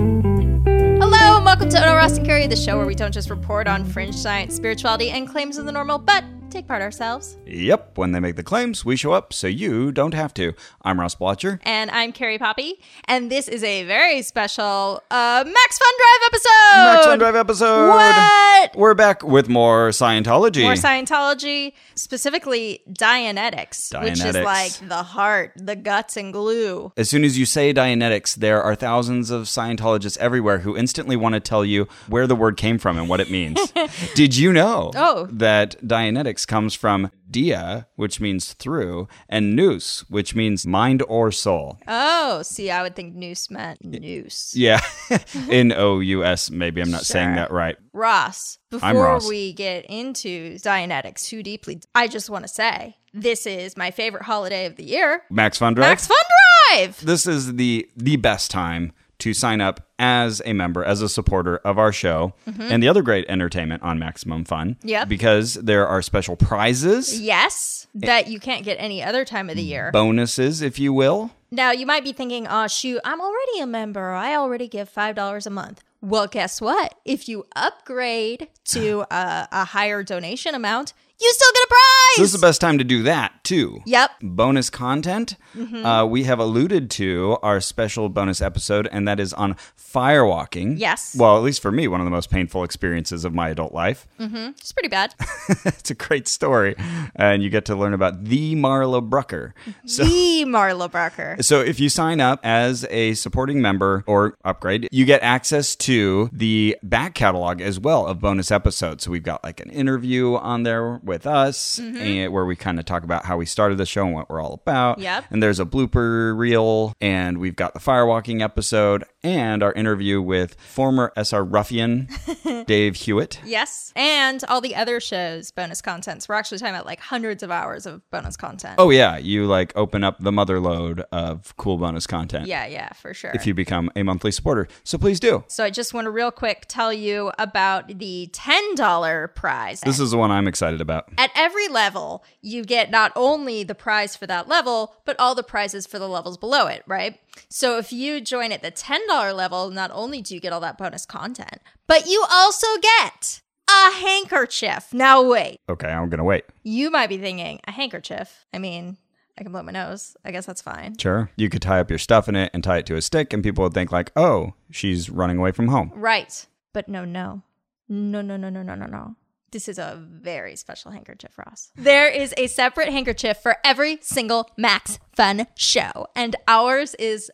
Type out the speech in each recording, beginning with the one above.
Hello and welcome to Ono Ross and Curry, the show where we don't just report on fringe science, spirituality, and claims of the normal, but take part ourselves. Yep, when they make the claims, we show up so you don't have to. I'm Ross Blotcher. And I'm Carrie Poppy, and this is a very special uh, Max Fun Drive episode. Max Fun Drive episode. What? We're back with more Scientology. More Scientology, specifically Dianetics, which is Dianetics. like the heart, the guts, and glue. as soon as you say Dianetics, there are thousands of Scientologists everywhere who instantly want to tell you where the word came from and what it means. Did you know Oh. that Dianetics comes from dia, which means through, and nous, which means mind or soul? Oh, see, I would think noose meant noose. Yeah. N O U S, maybe I'm not saying Sure. that right. Ross, before Ross. we get into Dianetics too deeply, I just want to say this is my favorite holiday of the year Max Fun Drive? Max Fun Drive. this is the the best time to sign up as a member, as a supporter of our show and the other great entertainment on Maximum Fun. Yep. Because there are special prizes, Yes, that you can't get any other time of the year. bonuses, if you will. Now, you might be thinking, oh, shoot, I'm already a member. I already give $5 a month. Well, guess what? If you upgrade to a, a higher donation amount, you still get a prize. So this is the best time to do that too. Yep. Mm-hmm. Bonus content. Uh, we have alluded to our special bonus episode, and that is on firewalking. Yes. Well, at least for me, one of the most painful experiences of my adult life. Mm. It's pretty bad. it's a great story, and you get to learn about the Marla Brucker. So. the Marla Barker. So if you sign up as a supporting member or upgrade, you get access to the back catalog as well of bonus episodes. So we've got like an interview on there with us Mm-hmm. and where we kind of talk about how we started the show and what we're all about. Yep. And there's a blooper reel and we've got the firewalking episode and our interview with former SR ruffian Dave Hewitt. Yes. And all the other shows' bonus contents. We're actually talking about like hundreds of hours of bonus content. Oh yeah, you like open up the mother load of cool bonus content. Yeah, yeah, for sure. If you become a monthly supporter. So please do. so I just want to real quick tell you about the $10 prize. This is the one I'm excited about. At every level, you get not only the prize for that level, but all the prizes for the levels below it, right? So if you join at the $10 level, not only do you get all that bonus content, but you also get a handkerchief. Now, wait, Okay, I'm gonna wait. you might be thinking, a handkerchief? I mean, I can blow my nose. I guess that's fine. Sure. You could tie up your stuff in it and tie it to a stick, and people would think like, "Oh, she's running away from home." Right. But no, no. No, no, no, no, no, no, no. This is a very special handkerchief, Ross. There is a separate handkerchief for every single Max Fun show, and ours is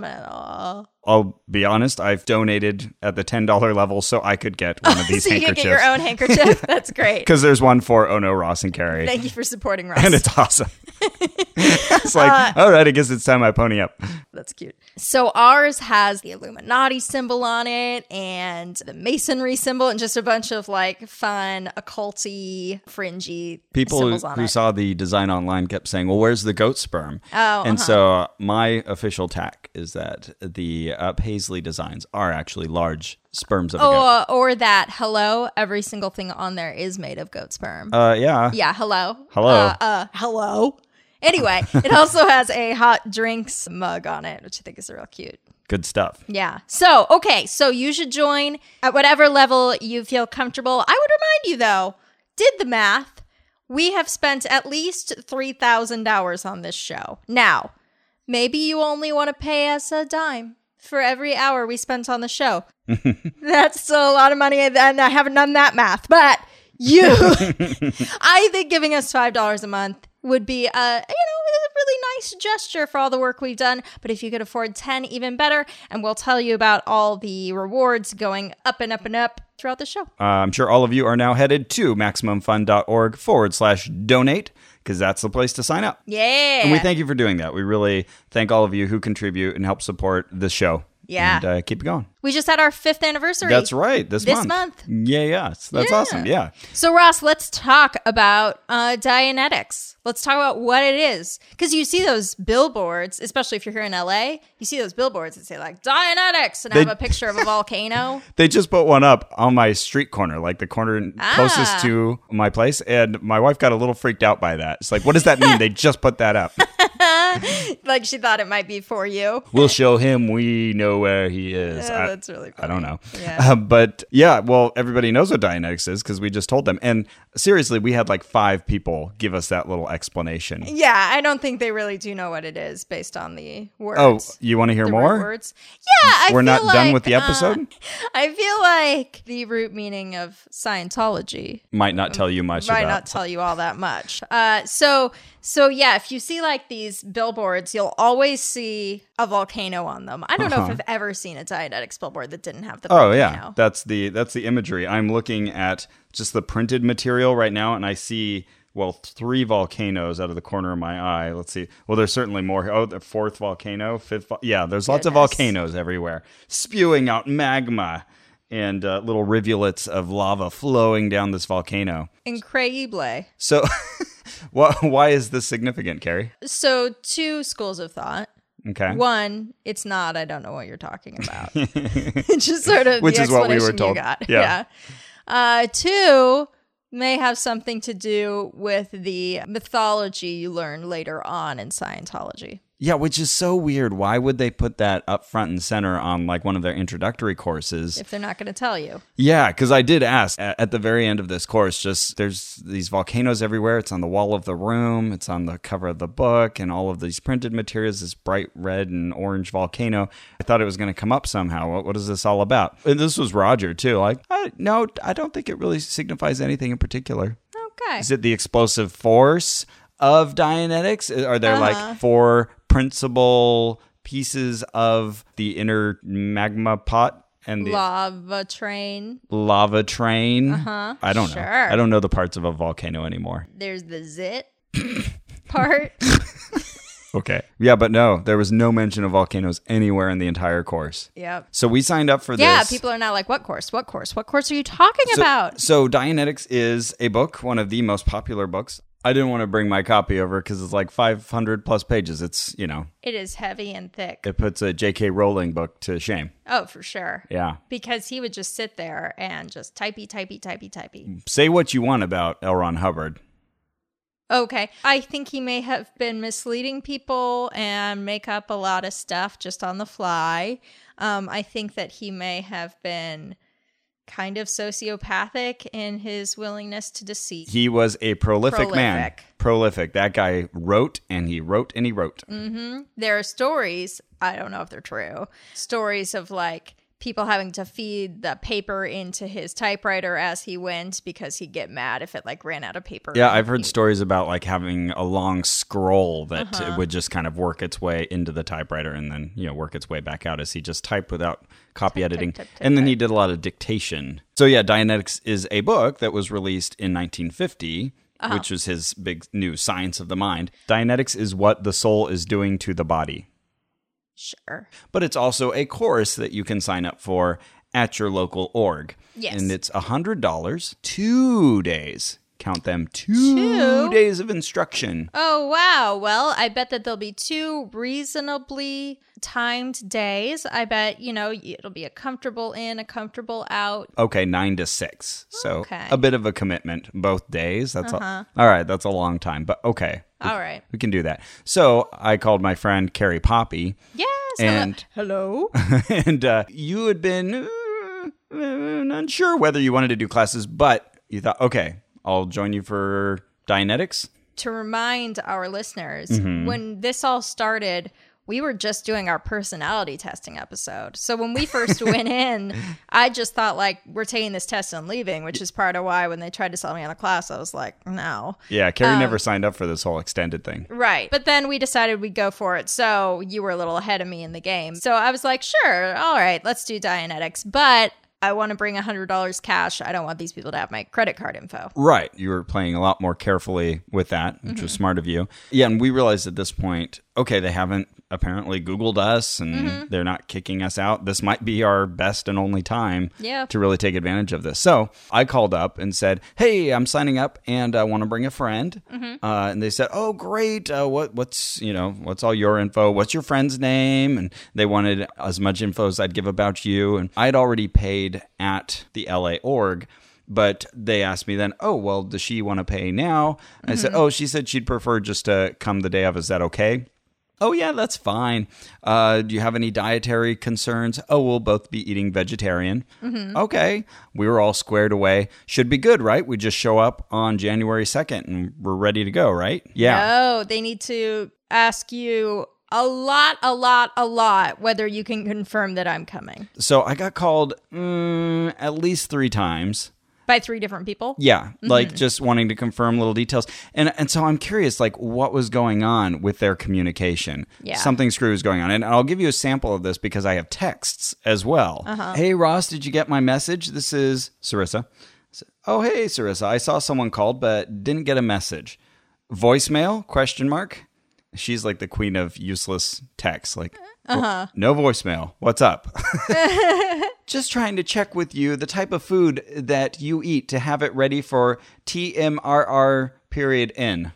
phenomenal. I'll be honest. I've donated at the ten dollar level, so I could get one of these so you can handkerchiefs. get your own handkerchief. That's great. Because there's one for Oh No Ross and Carrie, Thank you for supporting Ross. and it's awesome. it's like, all right, I guess it's time I pony up. That's cute. So ours has the Illuminati symbol on it and the Masonry symbol and just a bunch of like fun, occulty, fringy People symbols on who it. saw the design online kept saying, "Well, where's the goat sperm?" Oh, and so uh, my official tack is that the uh, paisley designs are actually large sperms of a goat. or, or that hello every single thing on there is made of goat sperm Uh, yeah. yeah hello Hello. uh, uh hello anyway it also has a hot drinks mug on it which i think is real cute Good stuff. yeah so okay so you should join at whatever level you feel comfortable i would remind you though did the math we have spent at least 3000 hours on this show now maybe you only want to pay us a dime for every hour we spent on the show that's still a lot of money and i haven't done that math but you i think giving us five dollars a month would be a you know a really nice gesture for all the work we've done but if you could afford 10 even better and we'll tell you about all the rewards going up and up and up throughout the show Uh, I'm sure all of you are now headed to MaximumFun.org forward slash donate because that's the place to sign up. yeah And we thank you for doing that. We really thank all of you who contribute and help support the show. Yeah. And uh, keep it going. We just had our fifth anniversary. That's right. This, This month. month. Yeah, yes. That's Yeah. awesome. Yeah. So, Ross, let's talk about uh, Dianetics. Let's talk about what it is. Because you see those billboards, especially if you're here in LA, you see those billboards that say, like, Dianetics, and I They- have a picture of a volcano. They just put one up on my street corner, like the corner Ah. closest to my place. And my wife got a little freaked out by that. It's like, what does that mean? they just put that up. like, she thought it might be for you. We'll show him we know where he is. Yeah, Oh, I- that's really I don't know. Yeah. Uh, but yeah, well, everybody knows what Dianetics is because we just told them. And seriously, we had like five people give us that little explanation. Yeah, I don't think they really do know what it is based on the words. Oh, you want to hear the root more? words. Yeah, I We're feel not done like, with the uh, episode? I feel like the root meaning of Scientology Might not tell you much might about. not tell you all that much. Uh, so, so yeah, if you see like these billboards, you'll always see a volcano on them. I don't know if Uh-huh. I've ever seen a Dianetics billboard that didn't have the Oh volcano. yeah, that's the that's the imagery. I'm looking at just the printed material right now, and I see well three volcanoes out of the corner of my eye. Let's see. Well, there's certainly more. Oh, the fourth volcano, fifth. Vo- yeah, there's lots of Goodness. volcanoes everywhere, spewing out magma and uh, little rivulets of lava flowing down this volcano. Incredible. So, why why is this significant, Carrie? So, two schools of thought. Okay. One, it's not. I don't know what you're talking about. It's just sort of Which the is what we were explanation you told. got. Yeah. Yeah. Uh, two may have something to do with the mythology you learn later on in Scientology. Yeah, which is so weird. Why would they put that up front and center on like one of their introductory courses? If they're not going to tell you, Yeah, because I did ask a- at the very end of this course. Just there's these volcanoes everywhere. It's on the wall of the room. It's on the cover of the book, and all of these printed materials. This bright red and orange volcano. I thought it was going to come up somehow. What, what is this all about? And this was Roger too. Like, I, no, I don't think it really signifies anything in particular. okay. Is it the explosive force of Dianetics? Uh, Are there like four principal pieces of the inner magma pot? And the lava train. lava train. I don't Uh-huh. Sure. know. I don't know the parts of a volcano anymore. There's the zit part. Okay. Yeah, but no, there was no mention of volcanoes anywhere in the entire course. Yep. So we signed up for Yeah, this. people are now like, what course? What course? What course are you talking about? So Dianetics is a book, one of the most popular books. I didn't want to bring my copy over because it's like 500 plus pages. It's, you know, It is heavy and thick. it puts a J.K. Rowling book to shame. oh, for sure. Yeah. Because he would just sit there and just typey, typey, typey, typey. Say what you want about L. Ron Hubbard. Okay. I think he may have been misleading people and make up a lot of stuff just on the fly. Um, I think that he may have been kind of sociopathic in his willingness to deceive. He was a prolific, man. Prolific. Prolific. That guy wrote and he wrote and he wrote. there are stories i don't know if they're true stories of like people having to feed the paper into his typewriter as he went because he'd get mad if it like ran out of paper Yeah, I've heard stories about like having a long scroll that Uh-huh. it would just kind of work its way into the typewriter and then, you know, work its way back out as he just typed without copy editing. type, type, and then he did a lot of dictation. So, yeah, Dianetics is a book that was released in 1950. Uh-huh. Which was his big new science of the mind. Dianetics is what the soul is doing to the body. sure But it's also a course that you can sign up for at your local org. Yes. And it's $100, two days. Count them Two? two days of instruction. oh wow well i bet that there'll be two reasonably timed days i bet you know it'll be a comfortable in a comfortable out Okay, nine to six. So Okay. Uh-huh. a bit of a commitment both days. That's a, all right. That's a long time, but okay, all right we can do that. So I called my friend Carrie Poppy, yes and hello and uh, you had been uh, uh, unsure whether you wanted to do classes, but you thought, okay, I'll join you for Dianetics. to remind our listeners, when this all started, we were just doing our personality testing episode. So when we first went in, I just thought like we're taking this test and leaving, which is part of why when they tried to sell me on a class, I was like, no. Yeah, Carrie never signed up for this whole extended thing. Right. But then we decided we'd go for it. So you were a little ahead of me in the game. So I was like, sure, all right, let's do Dianetics, but I want to bring $100 cash. I don't want these people to have my credit card info. Right. You were playing a lot more carefully with that, which was smart of you. Yeah, and we realized at this point okay, they haven't apparently Googled us and they're not kicking us out. This might be our best and only time Yeah. to really take advantage of this. So I called up and said, "Hey, I'm signing up and I want to bring a friend." Uh, and they said, "Oh, great! Uh, what what's you know what's all your info? What's your friend's name?" And they wanted as much info as I'd give about you. And I'd already paid at the LA org. But they asked me then, oh, well, does she want to pay now? And I said, oh, she said she'd prefer just to come the day of. Is that okay? Oh, yeah, that's fine. Uh, do you have any dietary concerns? Oh, we'll both be eating vegetarian. Okay. We were all squared away. Should be good, right? We just show up on January 2nd and we're ready to go, right? Yeah. Oh, they need to ask you a lot, a lot, a lot whether you can confirm that I'm coming So I got called mm, at least three times. by three different people. Yeah, like just wanting to confirm little details. And and so I'm curious like what was going on with their communication. Yeah. Something screwy was going on. And I'll give you a sample of this because I have texts as well. Uh-huh. Hey Ross, did you get my message? This is Sarissa. S- Oh, hey Sarissa, I saw someone called but didn't get a message. Voicemail? Question mark. She's like the queen of useless texts like uh-huh. no voicemail. What's up? just trying to check with you the type of food that you eat to have it ready for TMRR period N.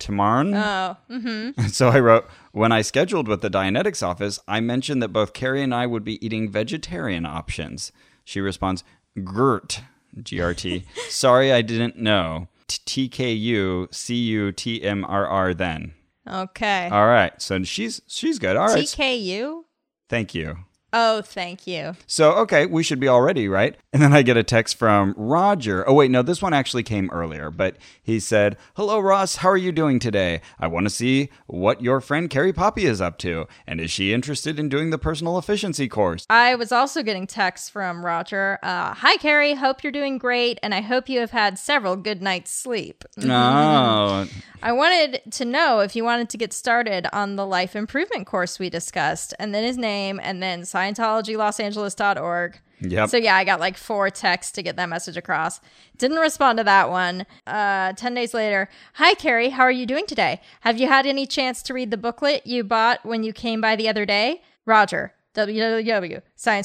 Tomorrow? Oh, mm-hmm. So I wrote, when I scheduled with the Dianetics office, I mentioned that both Carrie and I would be eating vegetarian options. She responds, GERT, GRT. Sorry, I didn't know. T- TKU, CU, TMRR then. Okay. All right. So she's she's good. All right. TKU? Thank you. Oh, thank you. So, okay, we should be all ready, right? And then I get a text from Roger. Oh, wait, no, this one actually came earlier, but he said, Hello, Ross, how are you doing today? I want to see what your friend Carrie Poppy is up to. And is she interested in doing the personal efficiency course? I was also getting texts from Roger. Uh, Hi, Carrie. Hope you're doing great, and I hope you have had several good nights' sleep. No. I wanted to know if you wanted to get started on the life improvement course we discussed, and then his name, and then ScientologyLosAngeles.org. Yep. So yeah, I got like four texts to get that message across. Didn't respond to that one. Uh, Ten days later, hi Carrie, how are you doing today? Have you had any chance to read the booklet you bought when you came by the other day? Roger,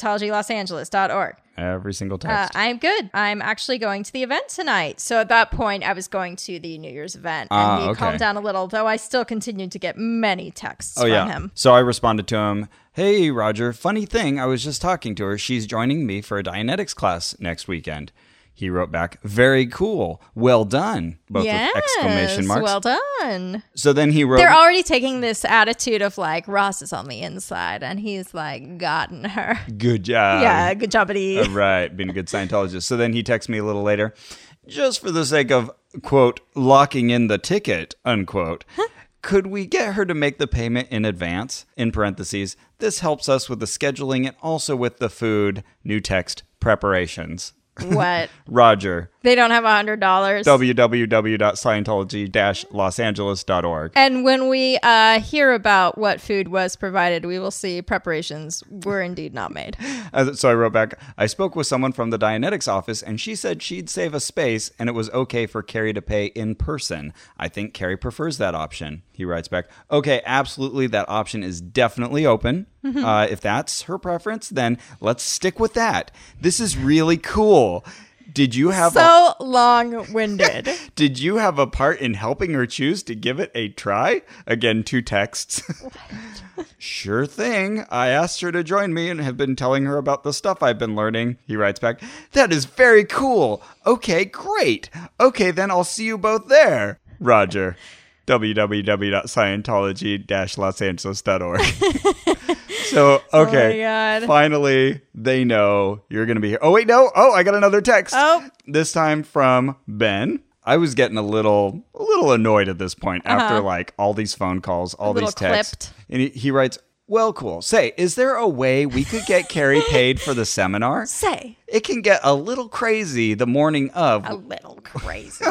www.scientologylosangeles.org. Every single Uh, text. I'm good. I'm actually going to the event tonight. So at that point, I was going to the New Year's event, and Ah, he okay. calmed down a little. Though I still continued to get many texts oh, from yeah. him. So I responded to him, Hey, Roger, funny thing, I was just talking to her. She's joining me for a Dianetics class next weekend. He wrote back, Very cool. Well done. Both Yes, with exclamation marks. Well done. so then he wrote. They're already taking this attitude of like Ross is on the inside, and he's like gotten her. Good job. yeah, good job, buddy. right. Being a good Scientologist. So then he texts me a little later, just for the sake of, quote, locking in the ticket, unquote. Could we get her to make the payment in advance? In parentheses, this helps us with the scheduling and also with the food, new text, preparations. what? Roger, They don't have a hundred dollars. www.scientology-losangeles.org. And when we uh, hear about what food was provided, we will see preparations were indeed not made. Uh, So I wrote back, I spoke with someone from the Dianetics office, and she said she'd save a space and it was okay for Carrie to pay in person. I think Carrie prefers that option. He writes back, Okay, absolutely. That option is definitely open. Uh, if that's her preference, then let's stick with that. This is really cool. Did you have a, So long winded. did you have a part in helping her choose to give it a try? Again, two texts. sure thing. I asked her to join me and have been telling her about the stuff I've been learning. He writes back, That is very cool. Okay, great. Okay, then I'll see you both there. Roger. www.scientology-losangeles.org. so, okay. God. Finally, they know you're going to be here. Oh, wait, no. Oh, I got another text. Oh. This time from Ben. I was getting a little a little annoyed at this point after like all these phone calls, all Uh-huh. little these texts. And he, he writes, "Well, cool. Say, is there a way we could get Carrie paid for the seminar? Say It can get a little crazy the morning of a little crazy.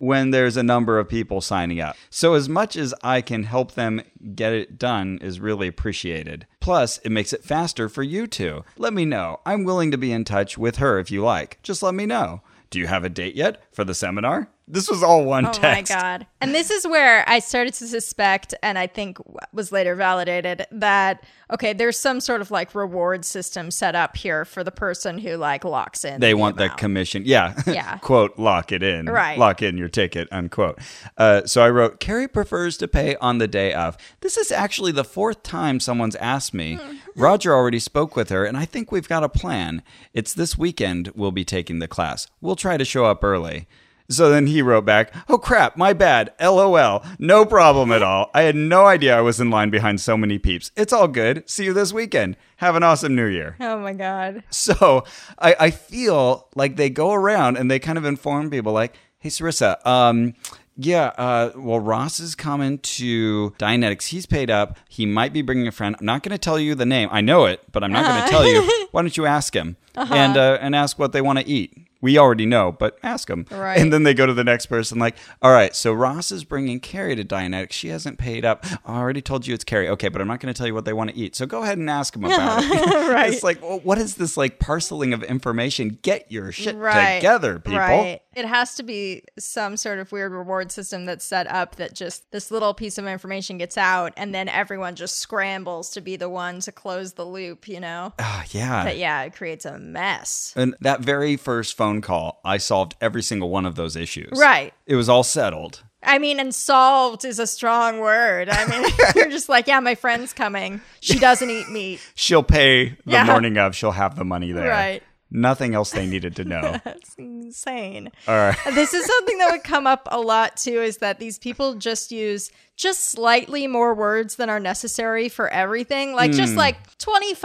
when there's a number of people signing up. So, as much as I can help them get it done is really appreciated. Plus, it makes it faster for you two. Let me know. I'm willing to be in touch with her if you like. Just let me know. Do you have a date yet for the seminar? This was all one Oh text. my god! And this is where I started to suspect, and I think w- was later validated that okay, there's some sort of like reward system set up here for the person who like locks in. They the want that amount. commission. Yeah. Yeah. Quote, lock it in. Right. Lock in your ticket, unquote. Uh, so I wrote, Carrie prefers to pay on the day of. This is actually the fourth time someone's asked me. Mm-hmm. Roger already spoke with her, and I think we've got a plan. It's this weekend we'll be taking the class. We'll try to show up early. So then he wrote back, Oh crap, my bad. LOL. No problem at all. I had no idea I was in line behind so many peeps. It's all good. See you this weekend. Have an awesome new year. Oh my god! So I, I feel like they go around and they kind of inform people like, hey, Sarissa, um, yeah, uh, well, Ross is coming to Dianetics. He's paid up. He might be bringing a friend. I'm not going to tell you the name. I know it, but I'm not going to tell you. Why don't you ask him and uh, and ask what they want to eat? We already know, but ask him. Right. And then they go to the next person, like, all right, so Ross is bringing Carrie to Dianetics. She hasn't paid up. I already told you it's Carrie. Okay, but I'm not going to tell you what they want to eat. So go ahead and ask him about it. Right. It's like, well, what is this like parceling of information? Get your shit Right together, people. Right. It has to be some sort of weird reward system that's set up that just this little piece of information gets out, and then everyone just scrambles to be the one to close the loop. You know? Ah, yeah. But yeah, it creates a mess. And that very first phone call, I solved every single one of those issues. Right. It was all settled. I mean, and solved is a strong word. I mean, you're just like, yeah, my friend's coming. She doesn't eat meat. She'll pay the Yeah. morning of, she'll have the money there. Right. Nothing else they needed to know. That's insane. all right. This is something that would come up a lot too is that these people just use just slightly more words than are necessary for everything. Like, just Hmm. like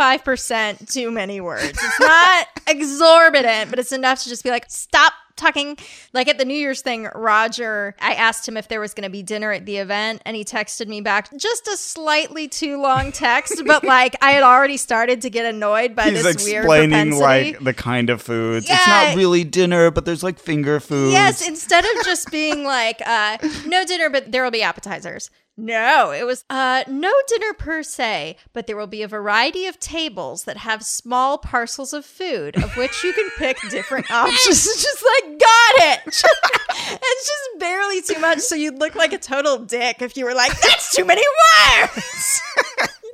25% too many words. It's not exorbitant, but it's enough to just be like, stop talking. Like at the New Year's thing, Roger, I asked him if there was going to be dinner at the event, and he texted me back just a slightly too long text, but like I had already started to get annoyed by He's this weird explaining propensity. like the kind of foods. It's Yeah. not really dinner, but there's like finger foods. Yes, instead of just being like, uh, no dinner, but there will be appetizers. No, it was uh, no dinner per se, but there will be a variety of tables that have small parcels of food, of which you can pick different options. It's just like, got it. it's just barely too much, so you'd look like a total dick if you were like, that's too many words.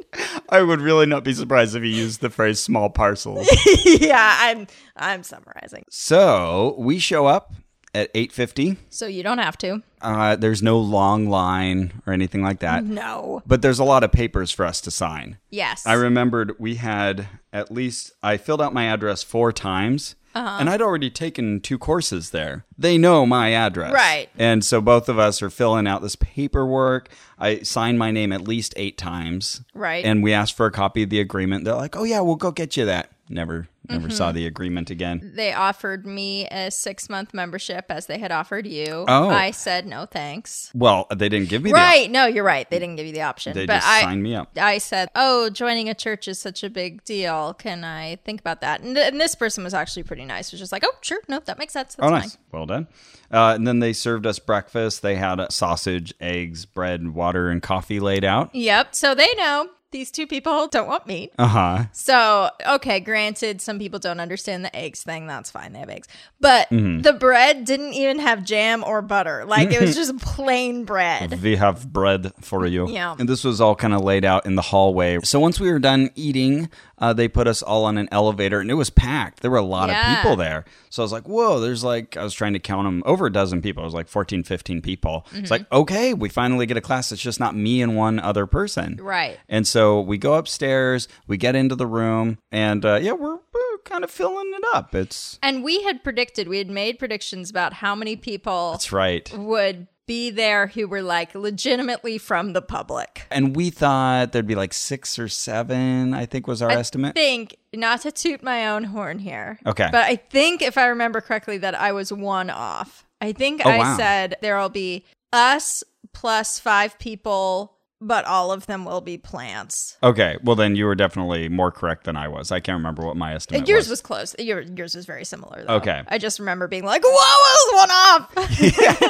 I would really not be surprised if he used the phrase small parcels. yeah, I'm I'm summarizing. so we show up at 8.50 So you don't have to. uh, there's no long line or anything like that Mm. No. but there's a lot of papers for us to sign Yes. i remembered we had at least i filled out my address four times Uh-huh. and i'd already taken two courses there they know my address Right. and so both of us are filling out this paperwork i signed my name at least eight times Right. and we asked for a copy of the agreement they're like oh yeah we'll go get you that never never saw Mm-hmm. the agreement again they offered me a six month membership as they had offered you. Oh. I said no thanks. Well, they didn't give me that. Right. No, you're right. They didn't give you the option. They but just I signed me up. I said, "Oh, joining a church is such a big deal. Can I think about that?" And, th- and this person was actually pretty nice. Was just like, "Oh, sure. No, that makes sense. That's Oh, fine." nice. Well done. Uh, and then they served us breakfast. They had uh, sausage, eggs, bread, water, and coffee laid out. Yep. So they know these two people don't want meat. Uh huh. So, okay, granted, some people don't understand the eggs thing. That's fine. They have eggs. But Mm-hmm. the bread didn't even have jam or butter. Like, it was just plain bread. We have bread for you. Yeah. And this was all kind of laid out in the hallway. So once we were done eating, uh, they put us all on an elevator and it was packed. There were a lot Yeah. of people there. So I was like, whoa, there's like, I was trying to count them over a dozen people. It was like 14, 15 people. Mm-hmm. It's like, okay, we finally get a class. It's just not me and one other person. Right. And so we go upstairs, we get into the room, and uh, yeah, we're, we're kind of filling it up. It's And we had predicted, we had made predictions about how many people that's right. would be there who were like legitimately from the public. And we thought there'd be like six or seven, I think was our I estimate. think, not to toot my own horn here. Eh. Okay. But I think, if I remember correctly, that I was one off. I think Oh, I wow. said there'll be us plus five people, but all of them will be plants. Okay, well then you were definitely more correct than I was. I can't remember what my estimate Yours was. was close. Your, yours was very similar, though. Okay. I just remember being like, whoa, I was one off.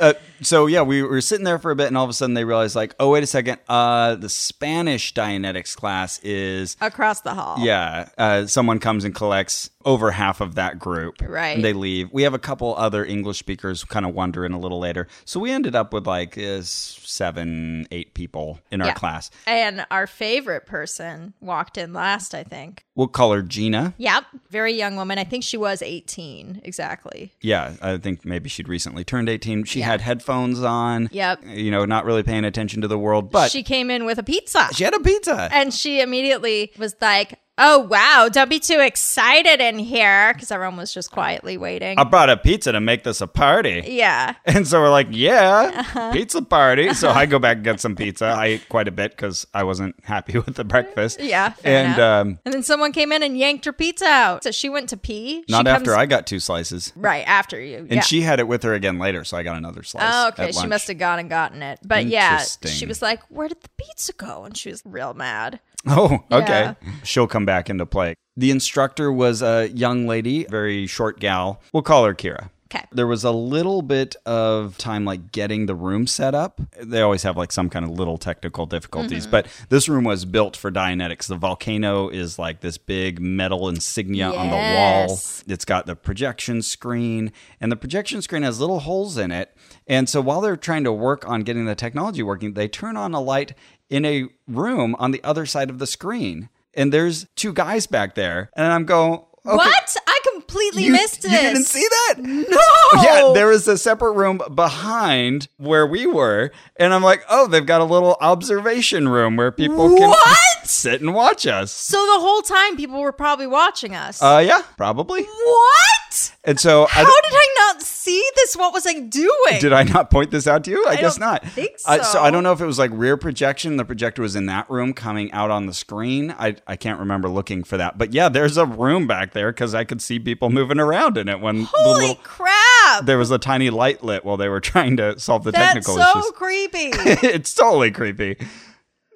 Uh, so yeah, we were sitting there for a bit, and all of a sudden they realized, like, oh wait a second, uh, the Spanish Dianetics class is Across the hall. yeah. Uh, someone comes and collects over half of that group. Right. And they leave. We have a couple other English speakers kind of wandering a little later. So we ended up with like uh, s- seven, eight people in our Yeah. class. And our favorite person walked in last, I think. We'll call her Gina. Yep. Very young woman. I think she was 18. Exactly. Yeah, I think maybe she'd recently turned 18. She had headphones on. Yep. You know, not really paying attention to the world, but she, she came in with a pizza. had a pizza. and she immediately was like, Oh, wow. Don't be too excited in here. Because everyone was just quietly waiting. I brought a pizza to make this a party. yeah. Uh-huh. And so we're like, yeah, pizza party. So I go back and get some pizza. I ate quite a bit because I wasn't happy with the breakfast. Yeah, fair And enough. um, And then someone came in and yanked her pizza out. So she went to pee. not she after comes- I got two slices. Right after you. And yeah. she had it with her again later. So I got another slice. Oh, okay. at She lunch. must have gone and gotten it. But yeah, she Interesting. was like, Where did the pizza go? And she was real mad. Oh, okay. Yeah. She'll come back into play. The instructor was a young lady, very short gal. We'll call her Kira. Okay. There was a little bit of time like getting the room set up. They always have like some kind of little technical difficulties, Mm-hmm. but this room was built for Dianetics. The volcano is like this big metal insignia on the wall. Yes. It's got the projection screen, and the projection screen has little holes in it. And so while they're trying to work on getting the technology working, they turn on a light in a room on the other side of the screen. And there's two guys back there. And I'm going, okay, What? I completely you, missed you this. didn't see that? No. Yeah, there was a separate room behind where we were, and I'm like, oh, they've got a little observation room where people can What? sit and watch us. So the whole time people were probably watching us. Uh, yeah, probably. what? And so, How I, d- did I not see this? What was I doing? did I not point this out to you? I, guess don't not. think I, so so. I don't know if it was like rear projection. The projector was in that room, coming out on the screen. I I can't remember looking for that, but yeah, there's a room back there because I could see people moving around in it when the Holy little, crap! there was a tiny light lit while they were trying to solve the That's technical so issues. creepy. it's totally creepy.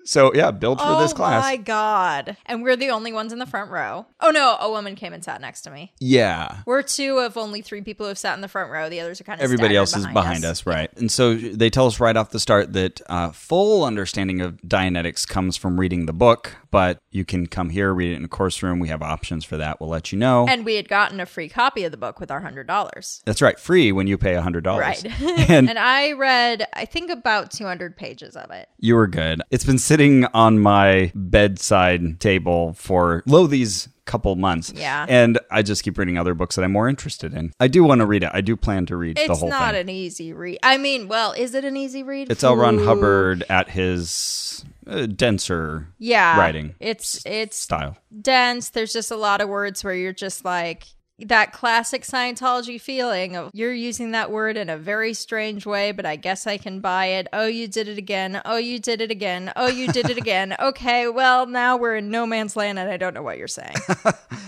So yeah, built for oh this class. my god! And we're the only ones in the front row. Oh no! A woman came and sat next to me. Yeah. We're two of only three people who've sat in the front row. The others are kind of Everybody else is behind us, right? And so they tell us right off the start that uh, full understanding of Dianetics comes from reading the book, but you can come here, read it in the course room. We have options for that. We'll let you know. And we had gotten a free copy of the book with our hundred dollars. That's right, free when you pay hundred dollars. Right. and And I read, I think, about 200 pages of it. you were good. It's been sitting on my bedside table for lo these couple months. Yeah. And I just keep reading other books that I'm more interested in. I do want to read it. I do plan to read the It's whole not thing. an easy read. I mean, well, is it an easy read? It's L. Ron Ooh. Hubbard at his uh, denser Yeah. writing It's it's style. dense. There's just a lot of words where you're just like that classic Scientology feeling of you're using that word in a very strange way, but I guess I can buy it. Oh, you did it again. Oh, you did it again. Oh, you did it again. Okay, well, now we're in no man's land and I don't know what you're saying.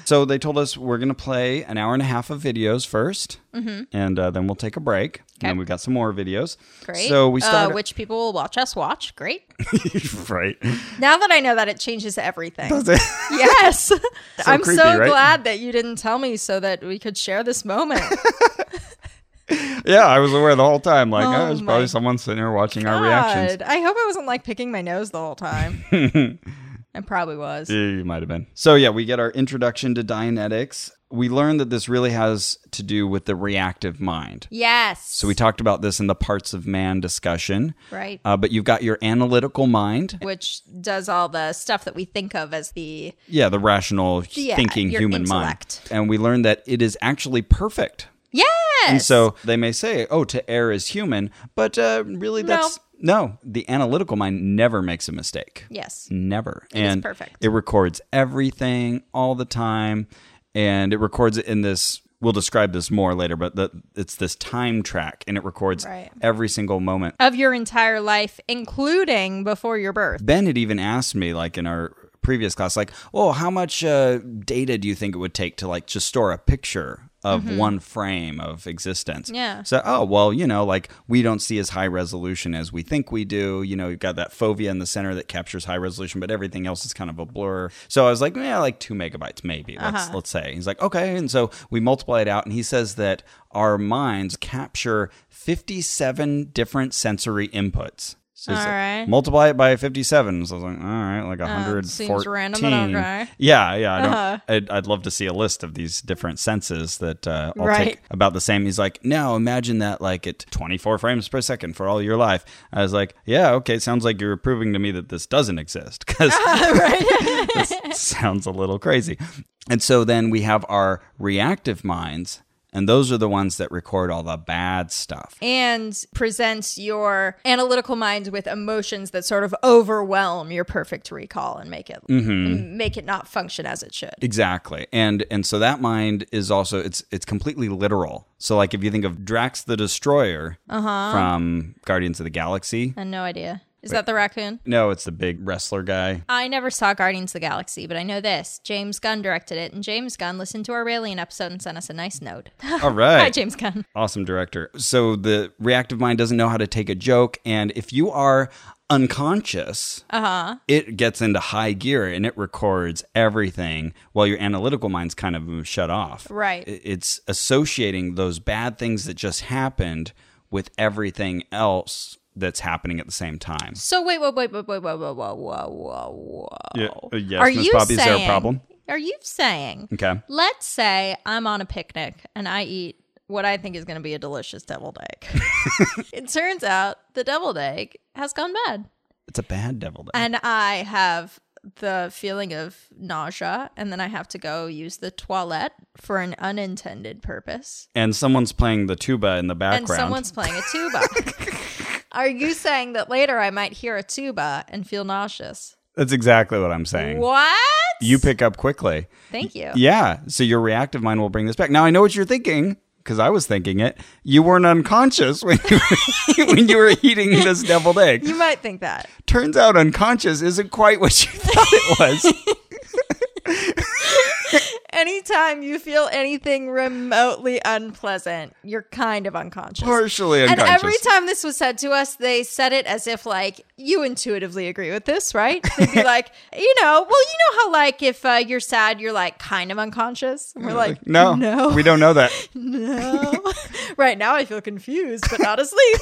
So they told us we're going to play an hour and a half of videos 1st and uh, then we'll take a break. And then Mm-hmm. Okay. we've got some more videos. Great. So we started. uh, which people will watch us watch. Great. right. Now that I know that, it changes everything. Does it- Yes. I'm creepy, so right? glad that you didn't tell me so that we could share this moment. yeah, I was aware the whole time. Like, Oh oh, there's my probably someone sitting there watching our reactions. God. I hope I wasn't like picking my nose the whole time. I probably was. Yeah, you might have been. So yeah, we get our introduction to Dianetics. We learn that this really has to do with the reactive mind. Yes. So we talked about this in the parts of man discussion. Right. Uh, but you've got your analytical mind. Which does all the stuff that we think of as the. Yeah, the rational Yeah, thinking your human intellect. mind. And we learn that it is actually perfect. Yes. And so they may say, oh, to err is human, but uh, really that's no. The analytical mind never makes a mistake. Yes. Never. and perfect. It records everything all the time. And it records it in this, we'll describe this more later, but the, it's this time track and it records Right. every single moment. Of your entire life, including before your birth. Ben had even asked me, like in our previous class, like, oh, how much uh, data do you think it would take to like just store a picture of one frame of existence? Yeah. So, oh, well, you know, like we don't see as high resolution as we think we do. You know, you've got that fovea in the center that captures high resolution, but everything else is kind of a blur. So I was like, yeah, like two megabytes, maybe. Let's let's say. He's like, okay, and so we multiply it out, and he says that our minds capture fifty-seven different sensory inputs. So it's All like, right. Multiply it by 57. So I was like, all right, like Uh, 114. seems random, but okay. Yeah, yeah. I don't, Uh-huh. I'd, I'd love to see a list of these different senses that uh, all Right. take about the same. He's like, now imagine that like at 24 frames per second for all your life. I was like, yeah, okay. Sounds like you're proving to me that this doesn't exist because right. sounds a little crazy. And so then we have our reactive minds, and those are the ones that record all the bad stuff. and presents your analytical mind with emotions that sort of overwhelm your perfect recall and make it Mm-hmm. make it not function as it should. Exactly. And and so that mind is also it's it's completely literal. So like if you think of Drax the Destroyer from Guardians of the Galaxy. I had no idea. Is that the raccoon? No, it's the big wrestler guy. I never saw Guardians of the Galaxy, but I know this. James Gunn directed it, and James Gunn listened to our Raelian episode and sent us a nice note. All right. Hi, James Gunn. Awesome director. So the reactive mind doesn't know how to take a joke, and if you are unconscious, uh-huh. it gets into high gear and it records everything while your analytical mind's kind of shut off. Right. I- It's associating those bad things that just happened with everything else that's happening at the same time. So wait, wait, wait, wait, wait, wait, whoa, whoa, whoa, whoa, whoa. Yeah, uh, yes, are Miss you Poppy, is there a saying? problem? Are you saying? Okay. Let's say I'm on a picnic and I eat what I think is going to be a delicious deviled egg. it turns out the deviled egg has gone bad, It's a bad devil. Day. and I have the feeling of nausea, and then I have to go use the toilet for an unintended purpose, and someone's playing the tuba in the and background. someone's playing a tuba. Are you saying that later I might hear a tuba and feel nauseous? that's exactly what I'm saying. What? You pick up quickly. Thank you. Yeah. So your reactive mind will bring this back. Now I know what you're thinking because I was thinking it. You weren't unconscious when you were, when you were eating this deviled egg. You might think that. Turns out unconscious isn't quite what you thought it was. Anytime you feel anything remotely unpleasant, you're kind of unconscious. Partially and unconscious. every time this was said to us, they said it as if like you intuitively agree with this, right? They'd be like, you know, well, you know how like if uh, you're sad, you're like kind of unconscious. And we're like, no, no, we don't know that. no. right now, I feel confused, but not asleep.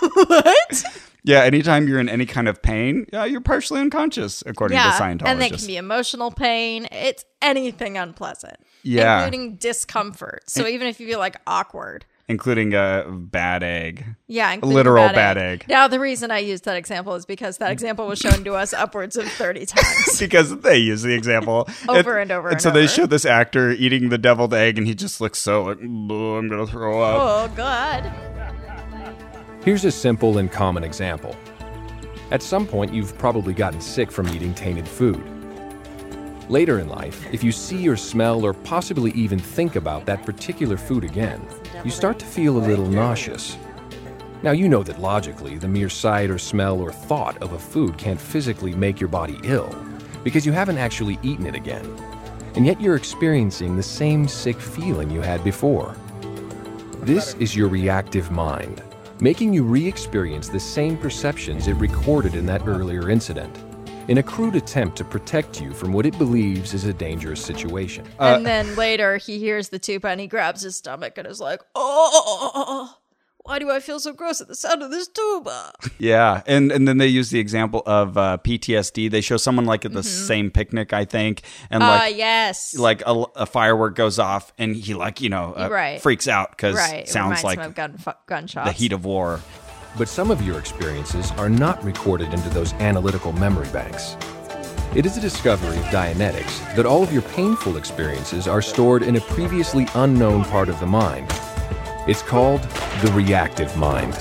what? Yeah, anytime you're in any kind of pain, yeah, you're partially unconscious, according to Scientologists. and they can be emotional pain. It's anything unpleasant, Yeah. including discomfort. So even if you feel like awkward. including a bad egg. Yeah, including literal the bad egg. Now, the reason I used that example is because that example was shown to us upwards of 30 times. because they use the example Over and over And, and so they over. show this actor eating the deviled egg, and he just looks so like, "Ugh, I'm gonna throw up. oh, God. Here's a simple and common example. At some point, you've probably gotten sick from eating tainted food. Later in life, if you see or smell or possibly even think about that particular food again, you start to feel a little nauseous. Now, you know that logically, the mere sight or smell or thought of a food can't physically make your body ill because you haven't actually eaten it again. And yet, you're experiencing the same sick feeling you had before. This is your reactive mind, making you re experience the same perceptions it recorded in that earlier incident, in a crude attempt to protect you from what it believes is a dangerous situation. Uh, and then later he hears the tuba and he grabs his stomach and is like, oh, why do I feel so gross at the sound of this tuba? Yeah, and and then they use the example of uh, PTSD. They show someone like at the Mm-hmm. same picnic, I think, and Ah, like yes. like a, a firework goes off, and he like you know uh, Right. freaks out because right. it sounds reminds like him of gun, fu- gunshots. the heat of war. But some of your experiences are not recorded into those analytical memory banks. It is a discovery of Dianetics that all of your painful experiences are stored in a previously unknown part of the mind. It's called the reactive mind.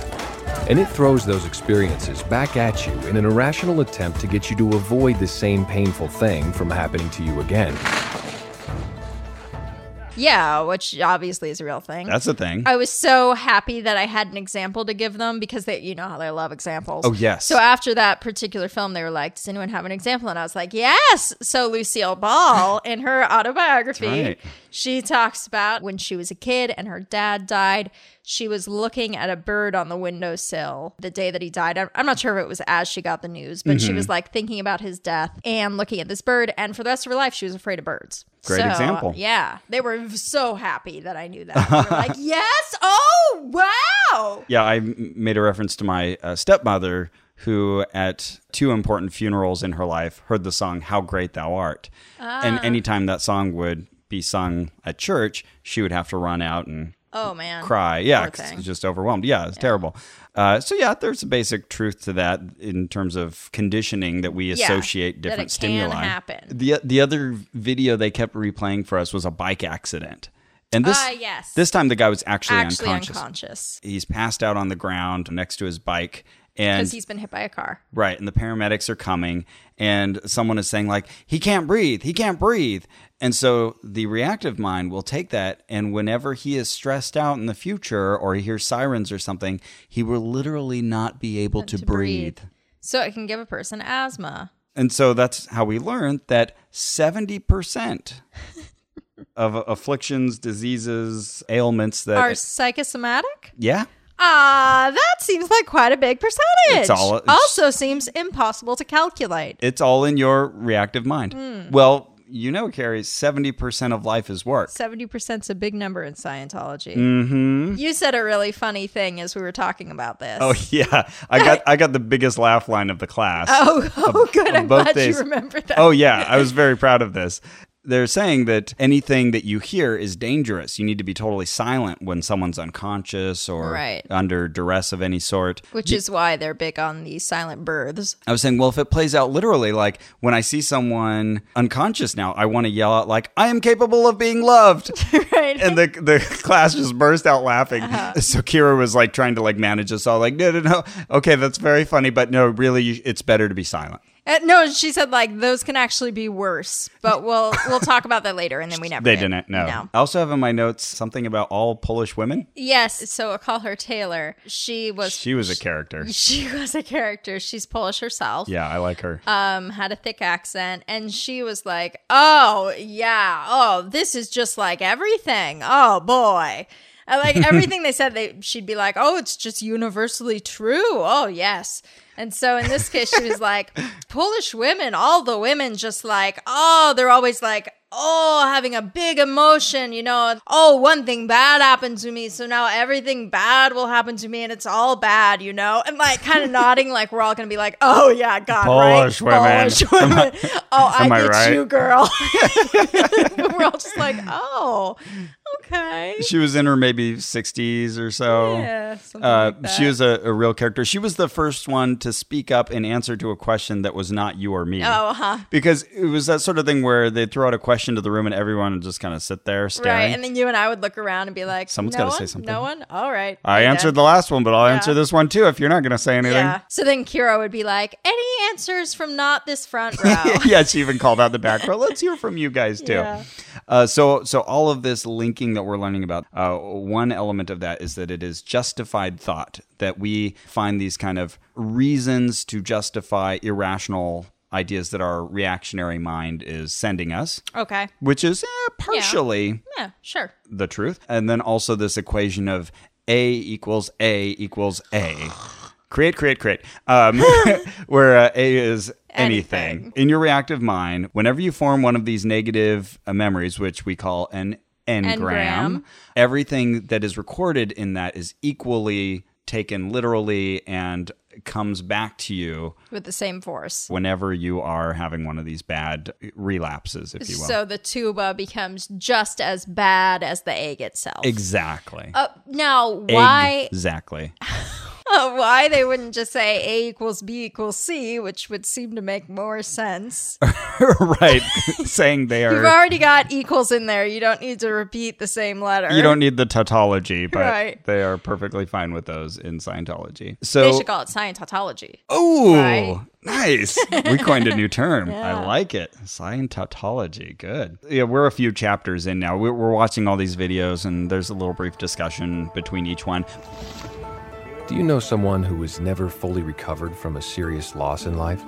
And it throws those experiences back at you in an irrational attempt to get you to avoid the same painful thing from happening to you again. yeah, which obviously is a real thing. That's a thing. I was so happy that I had an example to give them because they, you know how they love examples. Oh, yes. So after that particular film, they were like, "Does anyone have an example?" And I was like, "Yes." So Lucille Ball, in her autobiography, That's right. she talks about when she was a kid and her dad died. She was looking at a bird on the windowsill the day that he died. I'm I'm not sure if it was as she got the news, but Mm-hmm. she was like thinking about his death and looking at this bird. And for the rest of her life, she was afraid of birds. Great So, uh, example. Yeah. They were so happy that I knew that. They were like, yes. Oh, wow. yeah, I m- made a reference to my uh, stepmother who at two important funerals in her life heard the song How Great Thou Art. Ah. And anytime that song would be sung at church, she would have to run out and Oh man. cry. Yeah, Poor 'cause thing. it's just overwhelmed. Yeah, it's terrible. Uh, so yeah, there's a basic truth to that in terms of conditioning that we associate that different it can stimuli. happen. The the other video they kept replaying for us was a bike accident, and this Ah, yes. this time the guy was actually, Actually unconscious. unconscious He's passed out on the ground next to his bike, and because he's been hit by a car. Right, and the paramedics are coming, and someone is saying like, "He can't breathe, he can't breathe," and so the reactive mind will take that, and whenever he is stressed out in the future or he hears sirens or something, he will literally not be able to, breathe. So it can give a person asthma. And so that's how we learned that seventy percent of afflictions, diseases, ailments that Are psychosomatic? yeah, Ah, that seems like quite a big percentage. It's all- it's- also seems impossible to calculate. it's all in your reactive mind. Well, you know, Carrie, seventy percent of life is work. 70% is a big number in Scientology. Mm-hmm. You said a really funny thing as we were talking about this. Oh yeah, I got I got the biggest laugh line of the class. oh, oh, good. I'm both glad days. you remembered that. Oh yeah, I was very proud of this. They're saying that anything that you hear is dangerous. You need to be totally silent when someone's unconscious or Right. under duress of any sort. Which is why they're big on the silent births. I was saying, well, if it plays out literally, like when I see someone unconscious now, I want to yell out like, "I am capable of being loved." Right. and the the class just burst out laughing. Uh-huh. So Kira was like trying to like manage us all, like, no, no, no, okay, that's very funny, but no, really, you, it's better to be silent. Uh, no, she said like those can actually be worse, but we'll we'll talk about that later. And then we never They did. didn't. No. I also have in my notes something about all Polish women. Yes, so I'll call her Taylor. She was She was a character. she was a character. She's Polish herself. Yeah, I like her. Um, had a thick accent, and she was like, "Oh yeah, oh this is just like everything. Oh boy." And like everything they said, they she'd be like, "Oh, it's just universally true. Oh yes." And so in this case, she was like, "Polish women, all the women, just like, oh, they're always like, oh, having a big emotion, you know, oh, one thing bad happened to me, so now everything bad will happen to me, and it's all bad, you know, and like kind of nodding, like we're all gonna be like, oh yeah, God, Polish right? women. Polish women. oh, I am I get right? you, girl. we're all just like, oh, okay, she was in her maybe 60s or so. yeah, something Uh, like that. she was a, a real character. She was the first one to speak up in answer to a question that was not you or me. oh, huh. Because it was that sort of thing where they throw out a question to the room and everyone would just kind of sit there staring. Right, and then you and I would look around and be like, Someone's no gotta one? say something. No one. All right, I Okay. answered the last one, but I'll answer this one too if you're not going to say anything. Yeah. So then Kira would be like, any answers from not this front row? yeah, she even called out the back row. Let's hear from you guys too. Yeah. Uh, so, so all of this linking that we're learning about, uh, one element of that is that it is justified thought that we find these kind of reasons to justify irrational ideas that our reactionary mind is sending us, okay. which is eh, partially Yeah, sure. the truth, and then also this equation of a equals a equals a. Create, create, create. Um, where uh, a is anything. Anything. In your reactive mind, whenever you form one of these negative uh, memories, which we call an engram, Engram. everything that is recorded in that is equally taken literally and comes back to you With the same force. whenever you are having one of these bad relapses, if you will. So the tuba becomes just as bad as the egg itself. exactly. uh, now, why Exactly. why they wouldn't just say A equals B equals C, which would seem to make more sense. right saying they You've are already got equals in there. You don't need to repeat the same letter. you don't need the tautology but Right. they are perfectly fine with those in scientology They so should call it Scientology. oh Right. nice we coined a new term i like it scientology good yeah we're a few chapters in now we're, we're watching all these videos and there's a little brief discussion between each one Do you know someone who was never fully recovered from a serious loss in life?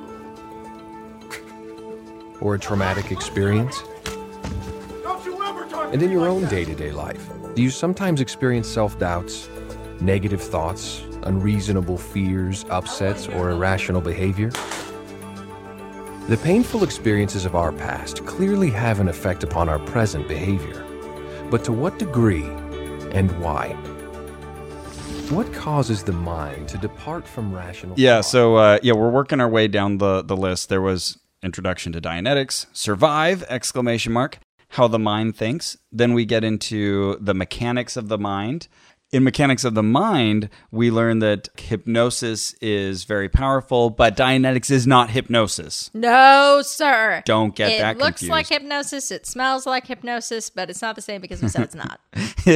Or a traumatic experience? And in your own day to day life, do you sometimes experience self doubts, negative thoughts, unreasonable fears, upsets, or irrational behavior? The painful experiences of our past clearly have an effect upon our present behavior. But to what degree and why? What causes the mind to depart from rational Yeah, thought? so uh, yeah, we're working our way down the the list. There was introduction to Dianetics, survive exclamation mark, how the mind thinks. Then we get into the mechanics of the mind. In mechanics of the mind, we learn that hypnosis is very powerful, but Dianetics is not hypnosis. No, sir. Don't get it that looks confused. like hypnosis. It smells like hypnosis, but it's not the same because we said it's not.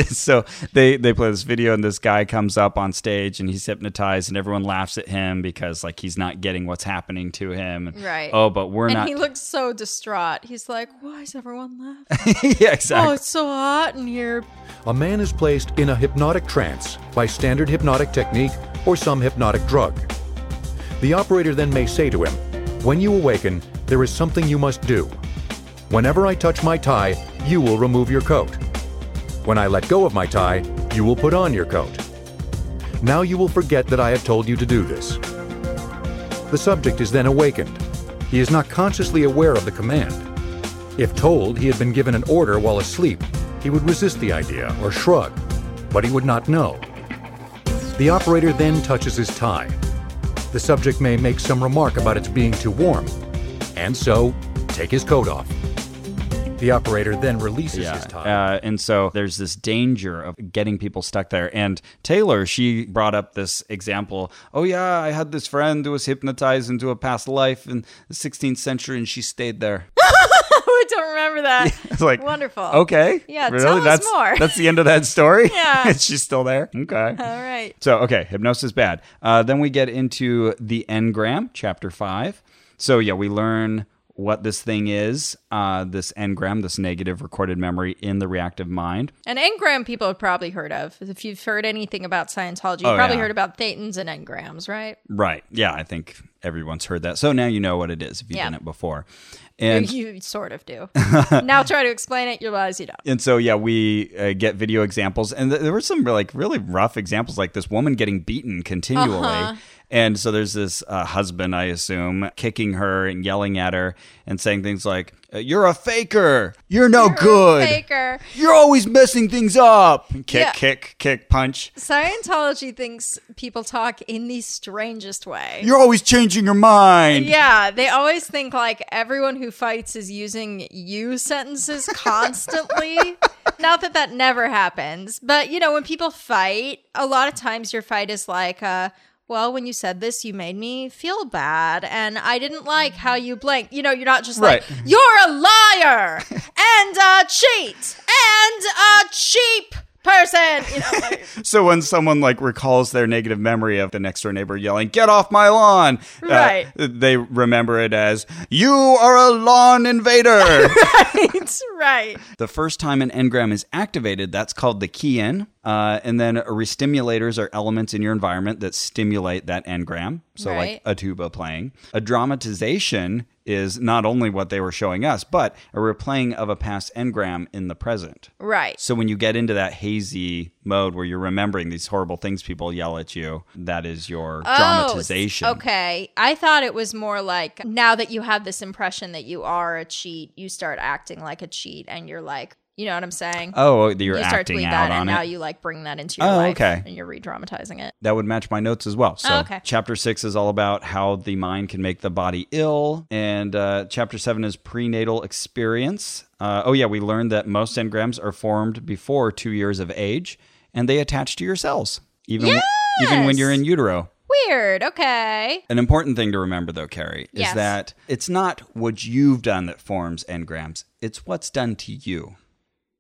so they they play this video and this guy comes up on stage and he's hypnotized and everyone laughs at him because like he's not getting what's happening to him. And, Right. Oh, but we're and not. he looks so distraught. He's like, "Why is everyone laughing? yeah, exactly. oh, it's so hot in here." A man is placed in a hypnotic trance by standard hypnotic technique or some hypnotic drug. The operator then may say to him, When you awaken, there is something you must do. Whenever I touch my tie, you will remove your coat. When I let go of my tie, you will put on your coat. Now you will forget that I have told you to do this. The subject is then awakened. He is not consciously aware of the command. If told he had been given an order while asleep, he would resist the idea or shrug, but he would not know. The operator then touches his tie. The subject may make some remark about its being too warm, and so take his coat off. The operator then releases his tie. Uh, and so there's this danger of getting people stuck there. And Taylor, she brought up this example. Oh, yeah, I had this friend who was hypnotized into a past life in the 16th century and she stayed there. I don't remember that. It's like, wonderful. Okay. Yeah, tell us that's, more. That's the end of that story? Yeah. She's still there? Okay. All right. So, okay, hypnosis bad. Uh, then we get into the engram, chapter five. So, yeah, we learn what this thing is uh, this engram, this negative recorded memory in the reactive mind. And engram people have probably heard of. If you've heard anything about Scientology, you Oh, probably yeah. heard about thetans and engrams, right? Right. Yeah, I think everyone's heard that. So now you know what it is if you've Yeah. done it before. And you sort of do. now try to explain it. You realize you don't. and so yeah, we uh, get video examples and th- there were some like really rough examples like this woman getting beaten continually. Uh-huh. And so there's this uh, husband, I assume, kicking her and yelling at her and saying things like, uh, "You're a faker. You're no Oh, good. Faker. You're always messing things up." Kick, Yeah. kick, kick, punch. Scientology thinks people talk in the strangest way. You're always changing your mind. yeah, they always think like everyone who fights is using you sentences constantly. Not that that never happens, but you know, when people fight, a lot of times your fight is like, uh, well, when you said this, you made me feel bad, and I didn't like how you blank. You know, you're not just Right. like, you're a liar and a cheat and a cheap person. You know, like, So when someone like recalls their negative memory of the next door neighbor yelling, "Get off my lawn!" uh, Right. they remember it as, "You are a lawn invader." it's right. the first time an engram is activated, that's called the key in, uh, and then restimulators are elements in your environment that stimulate that engram. So Right. like a tuba playing. A dramatization is not only what they were showing us, but a replaying of a past engram in the present. Right. So when you get into that hazy mode where you're remembering these horrible things people yell at you, that is your dramatization. Oh, okay. I thought it was more like now that you have this impression that you are a cheat, you start acting like a cheat and you're like, you know what I'm saying? Oh, you're you start acting doing out that and on now it. you like bring that into your Oh, life okay. and you're re-traumatizing it. that would match my notes as well. So Oh, okay. chapter six is all about how the mind can make the body ill, and uh, chapter seven is prenatal experience. Uh, oh yeah, we learned that most engrams are formed before two years of age, and they attach to your cells, even when, even when Yes! you're in utero. Weird. Okay. An important thing to remember, though, Carrie, is Yes. that it's not what you've done that forms engrams, it's what's done to you.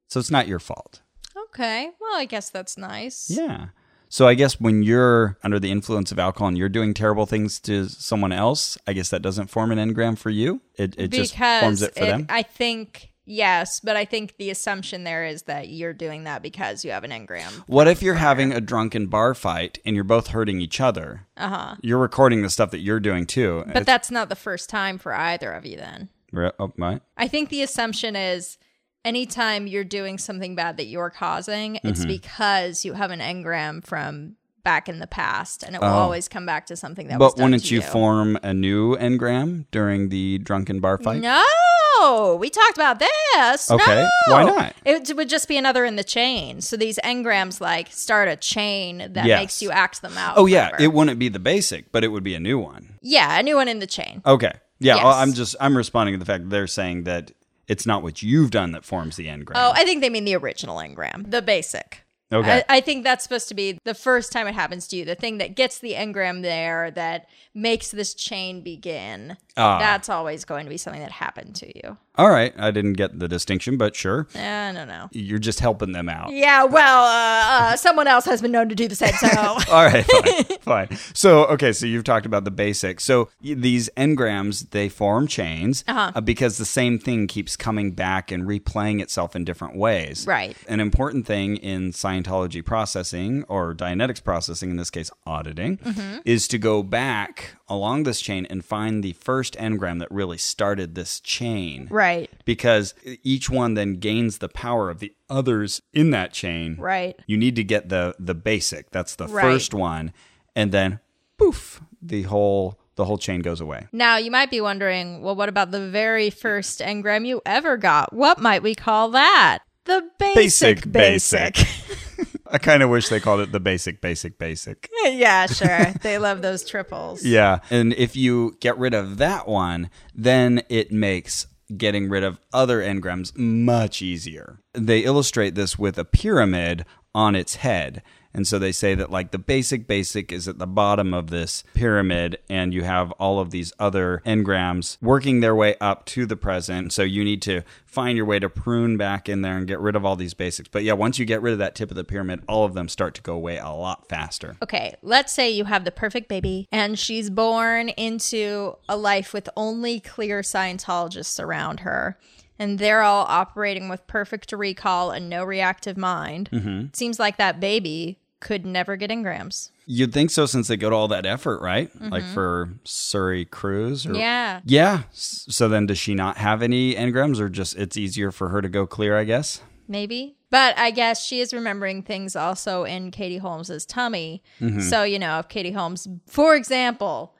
So it's not your fault. Okay. Well, I guess that's nice. Yeah. So I guess when you're under the influence of alcohol and you're doing terrible things to someone else, I guess that doesn't form an engram for you. It, it just forms it for them. I think yes, but I think the assumption there is that you're doing that because you have an engram. what if you're having a drunken bar fight and you're both hurting each other? Uh huh. You're recording the stuff that you're doing too. Uh-huh. But that's not the first time for either of you then. that- oh, my. I think the assumption is anytime you're doing something bad that you're causing, Mm-hmm. it's because you have an engram from back in the past and it will always come back to something that was Oh. But done wouldn't to you form a new engram during the drunken bar fight? No, no, we talked about this. Okay, no. why not? It would just be another in the chain. So these engrams like start a chain that Yes. makes you act them out. Oh yeah, forever. it wouldn't be the basic, but it would be a new one. yeah, a new one in the chain. Okay. Yeah, Yes. well, I'm just I'm responding to the fact that they're saying that it's not what you've done that forms the engram. Oh, I think they mean the original engram, the basic. Okay. I, I think that's supposed to be the first time it happens to you, the thing that gets the engram there that makes this chain begin. Ah. That's always going to be something that happened to you. All right, I didn't get the distinction, but sure. I don't know. You're just helping them out. Yeah, well, uh, uh, someone else has been known to do the same. So All right, fine, fine. So, okay, so you've talked about the basics. So y- these engrams, they form chains uh because the same thing keeps coming back and replaying itself in different ways. Right. An important thing in Scientology processing or Dianetics processing, in this case auditing, is to go back along this chain and find the first engram that really started this chain. right, Because each one then gains the power of the others in that chain right. you need to get the the basic that's the Right. first one and then poof the whole the whole chain goes away Now you might be wondering, well, what about the very first engram you ever got? What might we call that? The basic, Basic, basic. basic. i kind of wish they called it the basic basic basic yeah, sure. They love those triples. yeah and if you get rid of that one then it makes getting rid of other engrams much easier they illustrate this with a pyramid on its head and so they say that like the basic basic is at the bottom of this pyramid and you have all of these other engrams working their way up to the present. So you need to find your way to prune back in there and get rid of all these basics. But yeah, once you get rid of that tip of the pyramid, all of them start to go away a lot faster. Okay, let's say you have the perfect baby and she's born into a life with only clear Scientologists around her. And they're all operating with perfect recall and no reactive mind. It seems like that baby could never get engrams. You'd think so since they go to all that effort, right? Like for Surrey Cruise or Mm-hmm. Yeah. Yeah. S- So then does she not have any engrams or just it's easier for her to go clear, I guess? maybe. But I guess she is remembering things also in Katie Holmes's tummy. So, you know, if Katie Holmes, for example,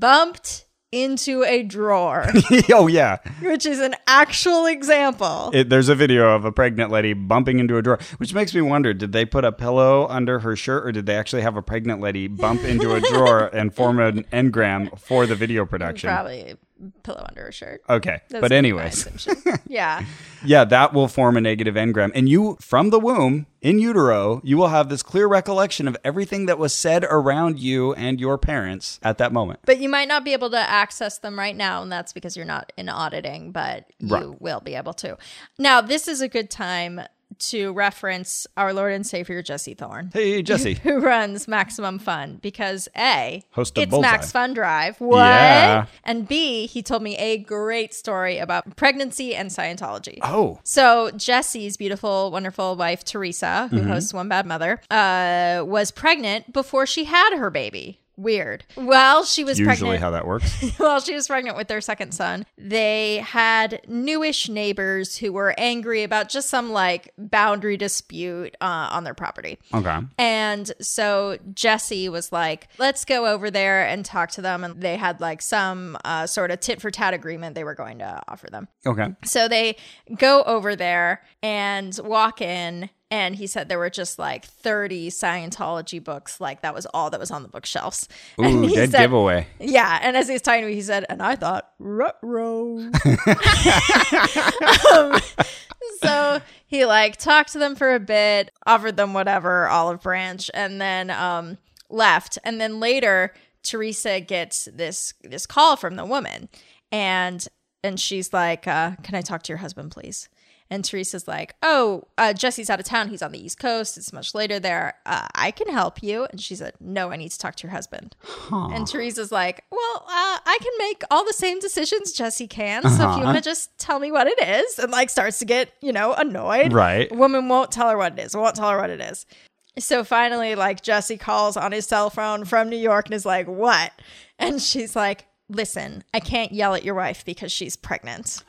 bumped into a drawer, oh yeah. which is an actual example. it, there's a video of a pregnant lady bumping into a drawer, which makes me wonder: did they put a pillow under her shirt, or did they actually have a pregnant lady bump into a drawer and form an engram for the video production? Probably a pillow under her shirt. Okay, That's but my anyways, assumption. yeah. yeah, that will form a negative engram, and you from the womb in utero, you will have this clear recollection of everything that was said around you and your parents at that moment. But you might not be able to access them right now, and that's because you're not in auditing, but you Right. will be able to. Now, this is a good time to reference our Lord and Savior Jesse Thorne. Hey, Jesse. who runs Maximum Fun because A, Host of it's Bullseye. Max Fun Drive. What? Yeah. And B, he told me a great story about pregnancy and Scientology. Oh, So Jesse's beautiful, wonderful wife Teresa, Mm-hmm. who hosts One Bad Mother, uh, was pregnant before she had her baby. Weird. Well, she was usually pregnant how that works. while she was pregnant with their second son, they had newish neighbors who were angry about just some like boundary dispute uh, on their property. Okay. And so Jesse was like, let's go over there and talk to them. And they had like some uh, sort of tit for tat agreement they were going to offer them. Okay. So they go over there and walk in. And he said there were just like 30 Scientology books. Like that was all that was on the bookshelves. and Ooh, he dead said- giveaway. yeah, and as he was talking to me, he said, and I thought, row. Um, so he like talked to them for a bit, offered them whatever olive branch, and then um, left. And then later, Teresa gets this this call from the woman, and and she's like, uh, "Can I talk to your husband, please?" And Teresa's like, "Oh, uh, Jesse's out of town. He's on the East Coast. It's much later there. Uh, I can help you." And she said, "No, I need to talk to your husband." And Teresa's like, well, uh, I can make all the same decisions Jesse can. So if you want to just tell me what it is, and like starts to get, you know, annoyed. Right. Woman won't tell her what it is, won't tell her what it is. So finally, like Jesse calls on his cell phone from New York and is like, what? And she's like, listen, I can't yell at your wife because she's pregnant.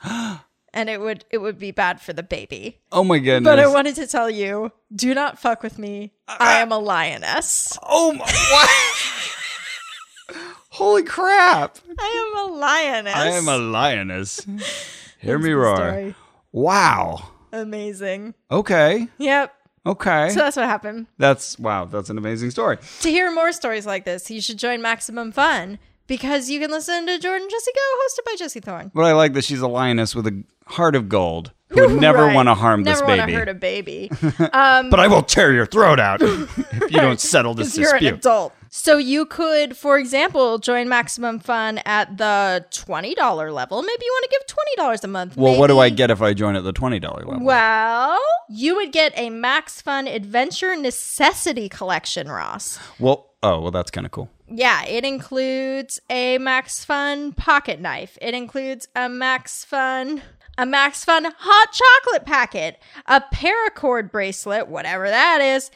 And it would it would be bad for the baby. Oh my goodness. But I wanted to tell you, do not fuck with me. I am a lioness. Oh my what? Holy crap! I am a lioness. I am a lioness. Hear me the roar. story. Wow. Amazing. Okay. Yep. Okay. So that's what happened. that's wow. That's an amazing story. To hear more stories like this, you should join Maximum Fun because you can listen to Jordan Jesse Go, hosted by Jesse Thorne. But I like that she's a lioness with a heart of gold who would never Right. want to harm never this wanna baby. hurt a baby. but I will tear your throat out if you don't settle this you're an dispute. adult. So you could, for example, join Maximum Fun at the twenty dollar level. Maybe you want to give twenty dollars a month. Well, what do I Maybe- get if I join at the twenty dollar level? Well, you would get a Max Fun Adventure Necessity Collection, Ross. Well, oh, well, that's kind of cool. Yeah, it includes a Max Fun pocket knife. It includes a Max Fun a Max Fun hot chocolate packet, a paracord bracelet, whatever that is,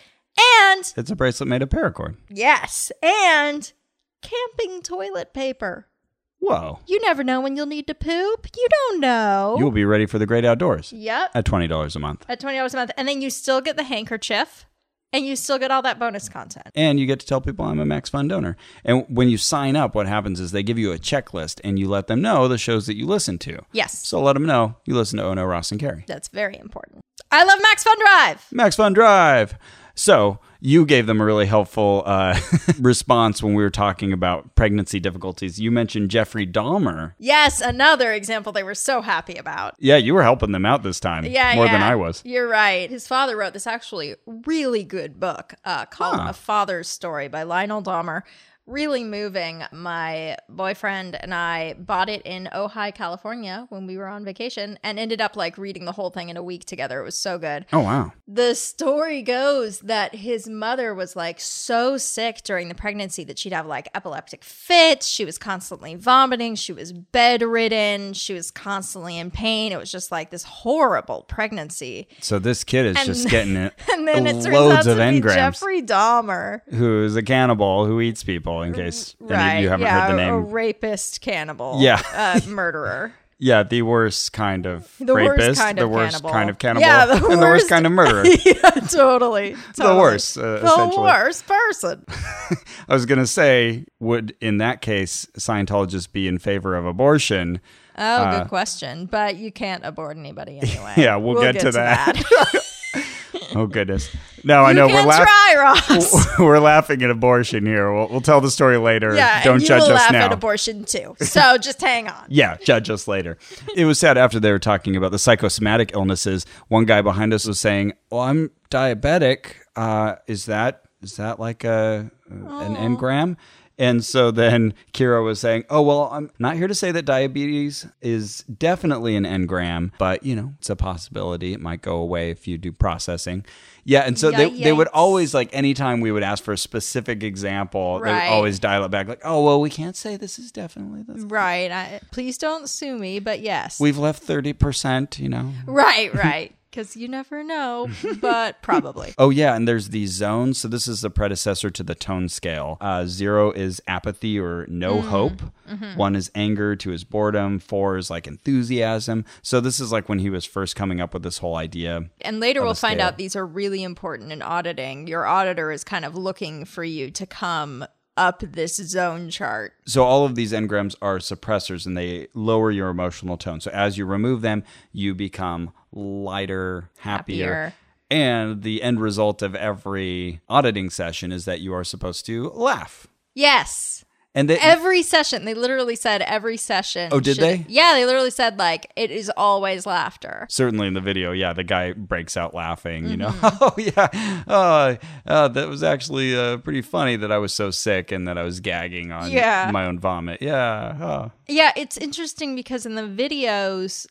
and It's a bracelet made of paracord. yes, and camping toilet paper. Whoa! You never know when you'll need to poop. You don't know. You will be ready for the great outdoors yep. at twenty dollars a month, At $20 a month. And then you still get the handkerchief and you still get all that bonus content. and you get to tell people I'm a Max Fun donor. And when you sign up, what happens is they give you a checklist, and you let them know the shows that you listen to. Yes. So let them know you listen to Oh No Ross and Carrie. That's very important. I love Max Fun Drive. Max Fun Drive. So you gave them a really helpful uh, response when we were talking about pregnancy difficulties. You mentioned Jeffrey Dahmer. Yes, another example they were so happy about. Yeah, you were helping them out this time Yeah, more than yeah. I was. You're right. His father wrote this actually really good book uh, called Huh. A Father's Story by Lionel Dahmer. Really moving. My boyfriend and I bought it in Ojai, California when we were on vacation and ended up like reading the whole thing in a week together. It was so good. Oh wow. The story goes that his mother was like so sick during the pregnancy that she'd have like epileptic fits. She was constantly vomiting. She was bedridden. She was constantly in pain. It was just like this horrible pregnancy. So this kid is And- just getting it. And then it turns loads out to of be engrams. Jeffrey Dahmer. Who is a cannibal who eats people? In case and you- Right. you, haven't yeah, heard the A name. rapist cannibal. Yeah. Uh, murderer. yeah, the worst kind of The rapist, worst kind the of worst cannibal. kind of cannibal, Yeah, the and the worst- worst kind of murderer. yeah, totally, totally. worst, uh, the essentially. worst person. I was going to say, would in that case Scientologists be in favor of abortion? Oh, good question. But you can't abort anybody anyway. Uh, Yeah, we'll get to that. Oh goodness! No, I You know can we're laughing. try, Ross. We're laughing at abortion here. We'll, we'll tell the story later. yeah, Don't and you judge will us laugh now. at abortion too. So just hang on. yeah, judge us later. It was sad after they were talking about the psychosomatic illnesses. One guy behind us was saying, "Well, I'm diabetic. Uh, is that is that like a an engram?" And so then Kira was saying, "Oh well, I'm not here to say that diabetes is definitely an engram, but you know, it's a possibility. It might go away if you do processing." Yeah, and so they, they would Yikes. always like anytime we would ask for a specific example, they Right. would always dial it back like, "Oh well, we can't say this is definitely this." Right. I, please don't sue me, but yes. We've left 30%, you know. right, right. Because you never know, but probably. Oh, yeah. And there's these zones. So this is the predecessor to the tone scale. Uh, zero is apathy or no hope. One is anger, two is boredom, four is like enthusiasm. So this is like when he was first coming up with this whole idea. And later we'll find scale. out these are really important in auditing. Your auditor is kind of looking for you to come up this zone chart. So all of these engrams are suppressors and they lower your emotional tone. So as you remove them, you become lighter, happier. Happier. And the end result of every auditing session is that you are supposed to laugh. Yes. And they, Every session, they literally said every session. Oh, did should- they? Yeah, they literally said like it is always laughter. certainly in the video, yeah, the guy breaks out laughing. You know, oh yeah, uh, uh, that was actually uh, pretty funny that I was so sick and that I was gagging on Yeah. my own vomit. Yeah, huh. Yeah, it's interesting because in the videos,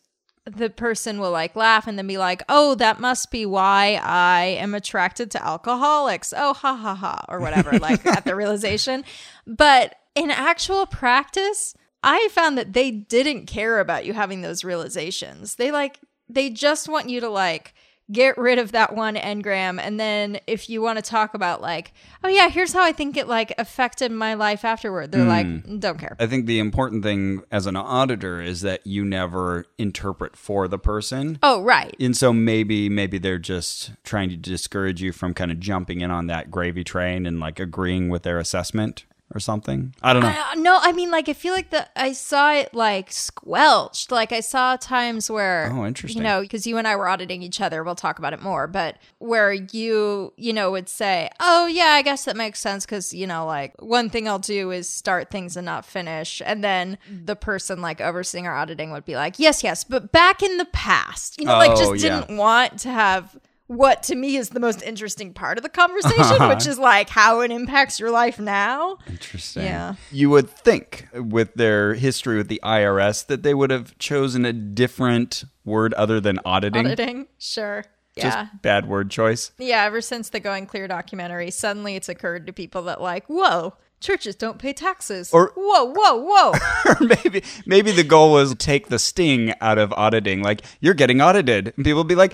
the person will like laugh and then be like, oh, that must be why I am attracted to alcoholics. Oh, ha ha ha, or whatever, like at the realization. But in actual practice, I found that they didn't care about you having those realizations. They like, they just want you to like, get rid of that one engram and then if you want to talk about like oh yeah here's how i think it like affected my life afterward they're like don't care I think the important thing as an auditor is that you never interpret for the person. oh right And so maybe maybe they're just trying to discourage you from kind of jumping in on that gravy train and like agreeing with their assessment. or something. I don't know. I- uh, no, I mean, like, I feel like the I saw it like squelched. Like, I saw times where, Oh, interesting. You know, because you and I were auditing each other. We'll talk about it more, but where you, you know, would say, "Oh yeah, I guess that makes sense," because you know, like, one thing I'll do is start things and not finish, and then the person like overseeing our auditing would be like, "Yes, yes," but back in the past, you know, like, Oh, just yeah. didn't want to have. What to me is the most interesting part of the conversation, which is like how it impacts your life now. Interesting. Yeah. You would think with their history with the IRS that they would have chosen a different word other than auditing. Auditing, sure. Just Yeah. bad word choice. yeah, ever since the Going Clear documentary, suddenly it's occurred to people that like, whoa, churches don't pay taxes. Or- whoa, whoa, whoa. or maybe maybe the goal was take the sting out of auditing. Like you're getting audited. And people would be like,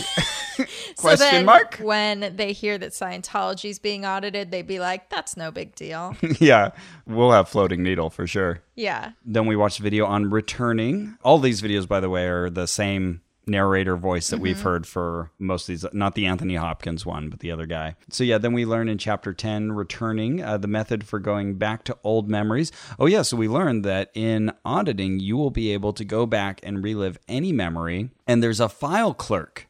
So Question then mark? When they hear that Scientology's being audited, they'd be like, that's no big deal. yeah. We'll have floating needle for sure. yeah. Then we watched a video on returning. All these videos, by the way, are the same narrator voice that we've heard for most of these, not the Anthony Hopkins one, but the other guy. So, yeah, then we learn in chapter 10, returning, uh, the method for going back to old memories. Oh, yeah, so we learned that in auditing, you will be able to go back and relive any memory, and there's a file clerk.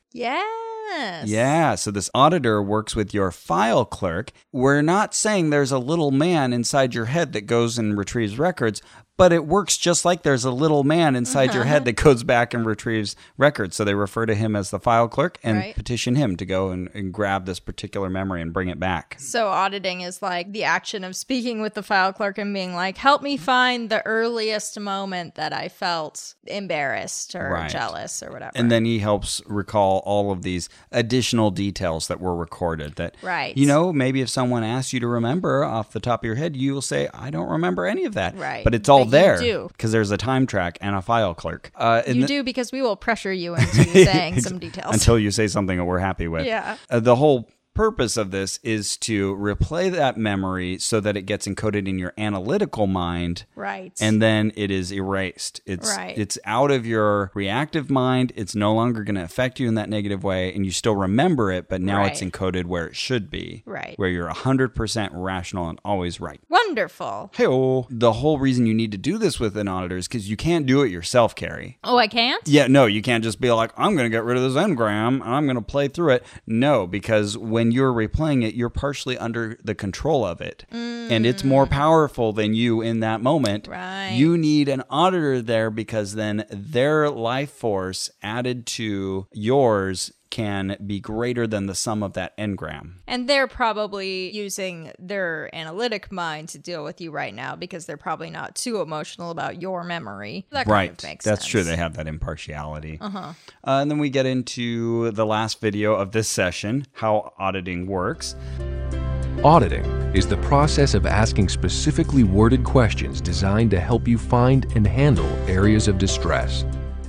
Yes. Yeah, so this auditor works with your file clerk. We're not saying there's a little man inside your head that goes and retrieves records, but it works just like there's a little man inside your Uh-huh. head that goes back and retrieves records. So they refer to him as the file clerk and Right. petition him to go and, and grab this particular memory and bring it back. So auditing is like the action of speaking with the file clerk and being like, help me find the earliest moment that I felt embarrassed or Right. jealous or whatever. And then he helps recall all of these additional details that were recorded. That, Right. you know, maybe if someone asks you to remember off the top of your head, you will say, I don't remember any of that. Right. But it's all But you there do. because there's a time track and a file clerk. Uh, and you th- do because we will pressure you into saying some details. until you say something that we're happy with. Yeah. Uh, the whole purpose of this is to replay that memory so that it gets encoded in your analytical mind right. and then it is erased. It's Right. it's out of your reactive mind. It's no longer going to affect you in that negative way, and you still remember it, but now it's Right. encoded where it should be, Right. Where you're hundred percent rational and always right. wonderful. Hey, the whole reason you need to do this with an auditor is because you can't do it yourself, Carrie. Oh, I can't? Yeah, no, you can't just be like, I'm going to get rid of this engram and I'm going to play through it. No, because when you're replaying it, you're partially under the control of it. And it's more powerful than you in that moment. Mm. Right. You need an auditor there because then their life force added to yours can be greater than the sum of that engram. And they're probably using their analytic mind to deal with you right now because they're probably not too emotional about your memory. That kind Right. of makes That's sense. true. They have that impartiality. Uh-huh. and then we get into the last video of this session how auditing works. Auditing is the process of asking specifically worded questions designed to help you find and handle areas of distress.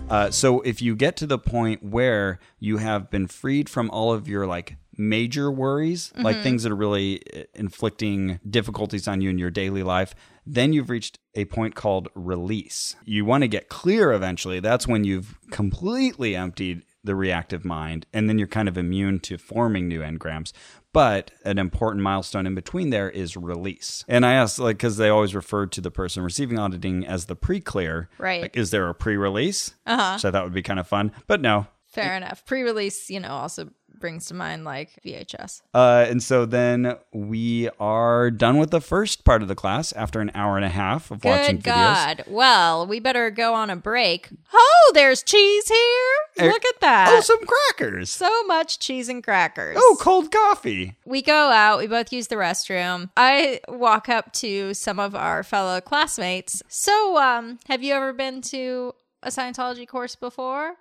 Uh, so if you get to the point where you have been freed from all of your like major worries, like things that are really uh, inflicting difficulties on you in your daily life, then you've reached a point called release. You want to get clear eventually. That's when you've completely emptied the reactive mind and then you're kind of immune to forming new engrams but an important milestone in between there is release and i asked like because they always refer to the person receiving auditing as the pre-clear Right. Like, is there a pre-release? Uh-huh. So that would be kind of fun, but no. Fair enough. Pre release, you know, also brings to mind like VHS. Uh, and so then we are done with the first part of the class after an hour and a half of watching Good videos. God. Well, we better go on a break. Oh, there's cheese here. Er- Look at that. Oh, some crackers. so much cheese and crackers. Oh, cold coffee. we go out, we both use the restroom. I walk up to some of our fellow classmates. So, um, have you ever been to a Scientology course before?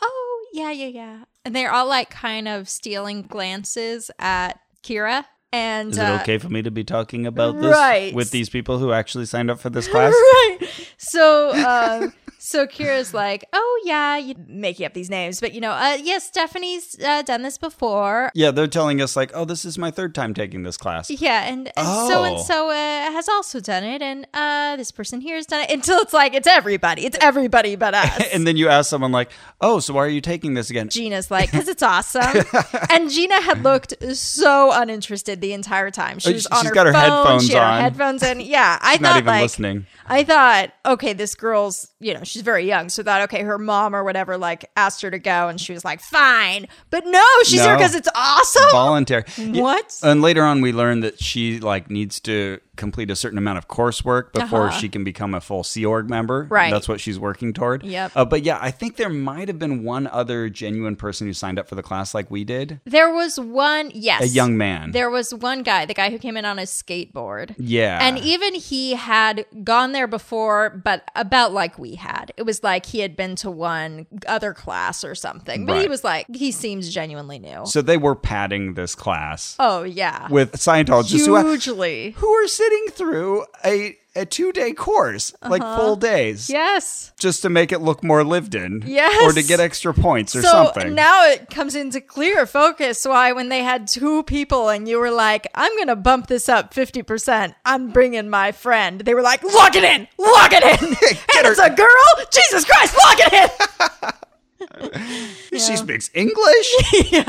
Oh, yeah, yeah, yeah. And they're all like kind of stealing glances at Kira. And Is uh, it okay for me to be talking about this Right. with these people who actually signed up for this class? right. So, um, So Kira's like, oh yeah, you making up these names, but you know, uh, yeah, Stephanie's uh, done this before. Yeah, they're telling us like, oh, this is my third time taking this class. Yeah, and so and Oh. so uh, has also done it, and uh, this person here has done it. Until it's like it's everybody, it's everybody but us. And then you ask someone like, oh, so why are you taking this again? Gina's like, because it's awesome. and Gina had looked so uninterested the entire time. She Oh, was she- on she's her got her phone, headphones she had on. her headphones in. Yeah, I She's thought not even like, listening. I thought, okay, this girl's, you know, she's very young, so I thought, okay, her mom or whatever, like, asked her to go, and she was like, fine, but no, she's here No. because it's awesome. Voluntary. Yeah, What? And later on, we learn that she like needs to complete a certain amount of coursework before she can become a full Sea Org member. Uh-huh. Right. That's what she's working toward. Yep. Uh, but yeah, I think there might have been one other genuine person who signed up for the class like we did. There was one, yes, A young man. There was one guy, the guy who came in on a skateboard. Yeah. And even he had gone there before, but about like we had. It was like he had been to one other class or something. But he Right. was like, he seems genuinely new. so they were padding this class oh, yeah. with Scientologists who ha- Hugely. who are sitting through a, a two day course, like Uh-huh. full days, Yes. just to make it look more lived in. Yes. Or to get extra points or so something. now it comes into clear focus why when they had two people and you were like, I'm going to bump this up 50%. I'm bringing my friend. They were like, lock it in. Lock it in. and it's a girl? Jesus Christ, lock it in. She speaks English.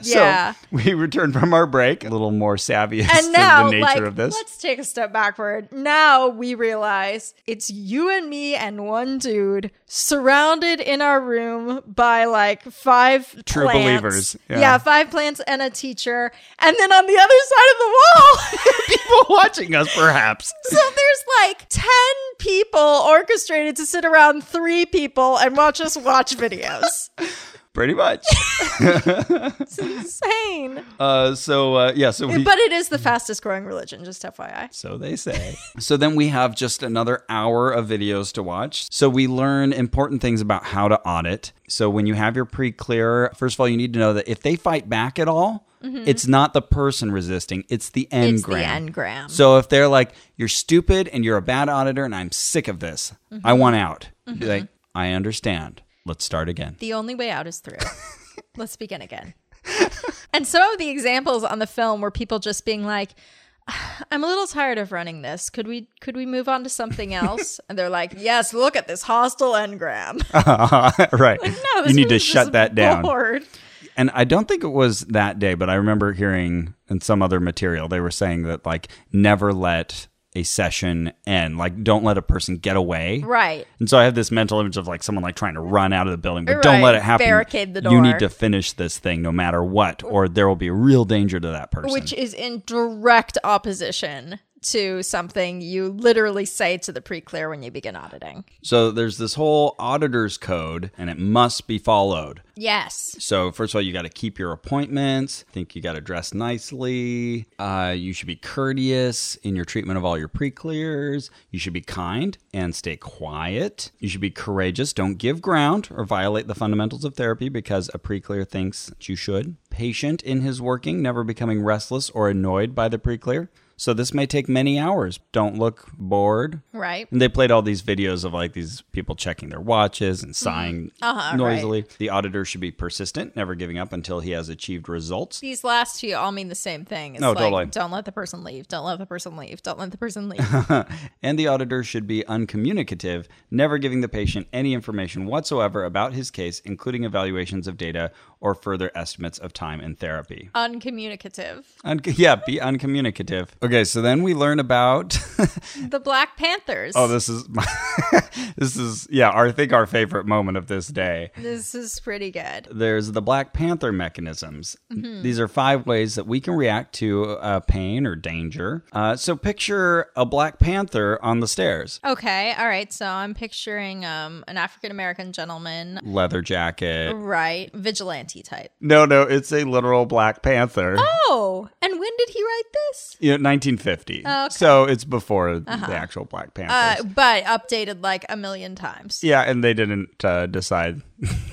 Yeah. So we return from our break a little more savvy as to and now, the nature like, of this. let's take a step backward. Now we realize it's you and me and one dude surrounded in our room by like five True plants. believers, Yeah. yeah. five plants and a teacher. And then on the other side of the wall, People watching us, perhaps. so there's like 10 people orchestrated to sit around three people and watch us watch videos. Pretty much. it's insane. Uh, so, uh, yeah, so we. But it is the fastest growing religion, just FYI. so they say. so then we have just another hour of videos to watch. So we learn important things about how to audit. So when you have your pre clear, first of all, you need to know that if they fight back at all, it's not the person resisting, it's the engram. Mm-hmm. It's the engram. So if they're like, "You're stupid and you're a bad auditor, and I'm sick of this. I Mm-hmm. want out," be like, "I understand. Let's start again." The only way out is through. Let's begin again. and some of the examples on the film were people just being like, I'm a little tired of running this. Could we could we move on to something else? and they're like, Yes, look at this hostile engram. right. No, this Ah, you need to movie's shut just that down. bored. And I don't think it was that day, but I remember hearing in some other material they were saying that like never let a session end. Like don't let a person get away. Right. And so I have this mental image of like someone like trying to run out of the building, but don't Right. let it happen. Barricade the You door. need to finish this thing no matter what, or there will be real danger to that person. Which is in direct opposition to something you literally say to the pre-clear when you begin auditing. So there's this whole auditor's code and it must be followed. Yes. So first of all, you got to keep your appointments. I think you got to dress nicely. Uh, you should be courteous in your treatment of all your pre-clears. You should be kind and stay quiet. You should be courageous. Don't give ground or violate the fundamentals of therapy because a pre-clear thinks that you should. Patient in his working, never becoming restless or annoyed by the pre-clear. So this may take many hours. Don't look bored. Right. And they played all these videos of like these people checking their watches and sighing noisily. The auditor should be persistent, never giving up until he has achieved results. These last two all mean the same thing. It's No, like, totally. don't let the person leave. Don't let the person leave. Don't let the person leave. And the auditor should be uncommunicative, never giving the patient any information whatsoever about his case, including evaluations of data or further estimates of time in therapy. uncommunicative. Un- yeah, be uncommunicative. Okay, so then we learn about The Black Panthers. Oh, this is my this is yeah, I think our favorite moment of this day. this is pretty good. there's the Black Panther mechanisms. Mm-hmm. These are five ways that we can react to uh, pain or danger. Uh, so picture a Black Panther on the stairs. Okay, all right. So I'm picturing um, an African American gentleman, Leather jacket, Oh. right? Vigilante. anti-type. No, no, it's a literal Black Panther. Oh, and when did he write this? You know, 1950. Oh, okay. Uh-huh. So it's before the actual Black Uh, Panthers. but updated like a million times. yeah, and they didn't uh, decide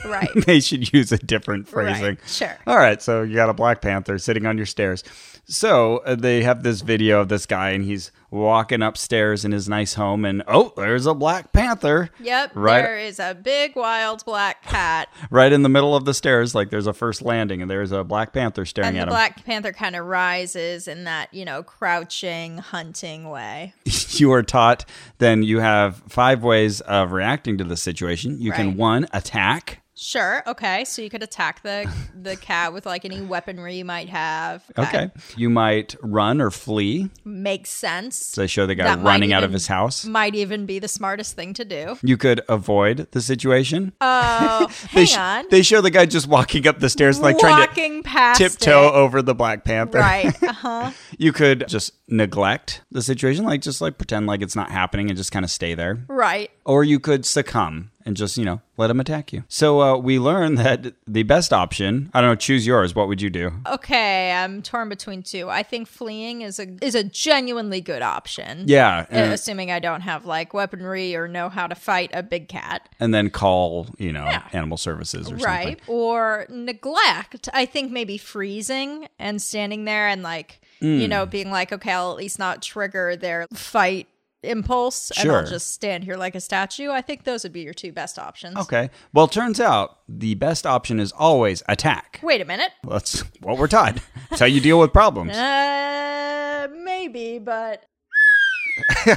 Right. they should use a different Right, phrasing. sure. All right, so you got a Black Panther sitting on your stairs. So uh, they have this video of this guy, and he's walking upstairs in his nice home, and oh, there's a Black Panther. Yep. Right. There is a big wild black cat, Right in the middle of the stairs, like there's a first landing, and there's a Black Panther staring and at the him. Black Panther kind of rises in that you know crouching, hunting way. you are taught, then you have five ways of reacting to the situation. You can Right. one attack. Sure. Okay. So you could attack the the cat with like any weaponry you might have. Okay. You might run or flee. Makes sense. So they show the guy That might running out of even- his house. Might even be the smartest thing to do. You could avoid the situation. Oh, they, hang sh- on. they show the guy just walking up the stairs, like trying to Walking past tiptoe it. over the Black Panther. Right. Uh huh. You could just neglect the situation, like just like pretend like it's not happening and just kind of stay there. right. Or you could succumb and just, you know, let him attack you. So uh, we learn that the best option, I don't know, choose yours. What would you do? Okay, I'm torn between two. I think fleeing is a is a genuinely good option. Yeah. Uh, And, assuming I don't have like weaponry or know how to fight a big cat. and then call, you know, animal services or right. something. Or neglect. I think maybe freezing and standing there and like, you Mm. know, being like, okay, I'll at least not trigger their fight impulse and I'll Sure. just stand here like a statue. I think those would be your two best options. Okay. Well, turns out the best option is always attack. Wait a minute. That's what we're taught. That's how you deal with problems. Uh, maybe, but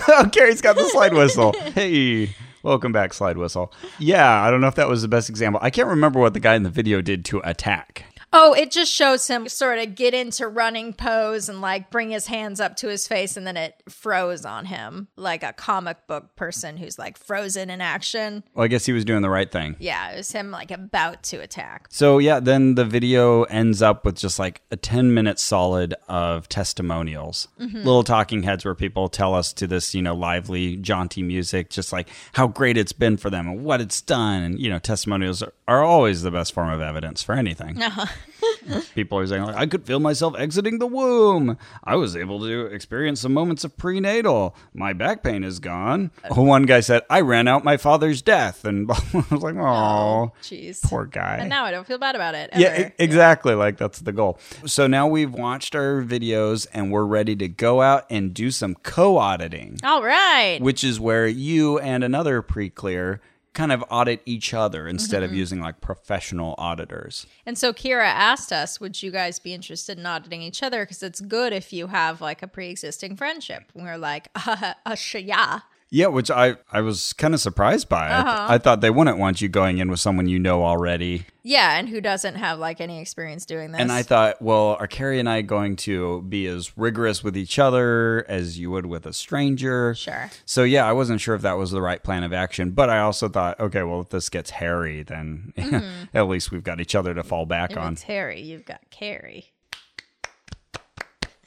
oh, Carrie's got the slide whistle. Hey, welcome back, slide whistle. Yeah, I don't know if that was the best example. I can't remember what the guy in the video did to attack. Oh, it just shows him sort of get into running pose and like bring his hands up to his face, and then it froze on him like a comic book person who's like frozen in action. Well, I guess he was doing the right thing. Yeah, it was him like about to attack. So, yeah, then the video ends up with just like a 10 minute solid of testimonials, little talking heads where people tell us to this, you know, lively, jaunty music, just like how great it's been for them and what it's done. And, you know, testimonials are, are always the best form of evidence for anything. People are saying, like, I could feel myself exiting the womb. I was able to experience some moments of prenatal. My back pain is gone. One guy said, I ran out my father's death. And I was like, oh, Jeez. poor guy. And now I don't feel bad about it. yeah, ever. e- exactly. Like, that's the goal. So now we've watched our videos and we're ready to go out and do some co auditing, All right. which is where you and another pre clear kind of audit each other instead Mm-hmm. of using like professional auditors. And so Kira asked us, would you guys be interested in auditing each other? Because it's good if you have like a pre existing friendship. And we're like, uh, uh, sh- yeah. Yeah, which I, I was kind of surprised by. I, th- Uh-huh. I thought they wouldn't want you going in with someone you know already. Yeah. And who doesn't have like any experience doing this? And I thought, well, are Carrie and I going to be as rigorous with each other as you would with a stranger? Sure. So, yeah, I wasn't sure if that was the right plan of action. But I also thought, okay, well, if this gets hairy, then Mm-hmm. at least we've got each other to fall back If on. it's Harry, you've got Carrie.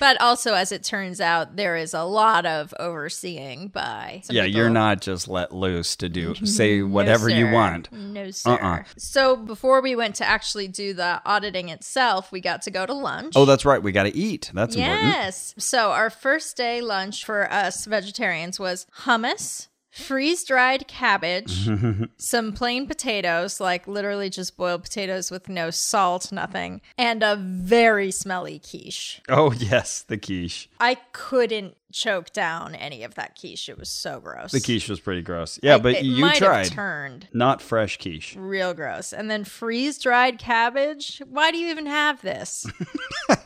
but also, as it turns out, there is a lot of overseeing by. some Yeah, you're people. not just let loose to do, say whatever you Mm-hmm. sir. want. Uh-uh. No, sir. So before we went to actually do the auditing itself, we got to go to lunch. Oh, that's right. We got to eat. That's important. yes. So our first day lunch for us vegetarians was hummus, freeze dried cabbage, some plain potatoes, like literally just boiled potatoes with no salt, nothing, and a very smelly quiche. Oh, yes, the quiche. I couldn't choke down any of that quiche. It was so gross. The quiche was pretty gross. Yeah, but it you might tried. Have turned Not fresh quiche. real gross. And then freeze dried cabbage. Why do you even have this?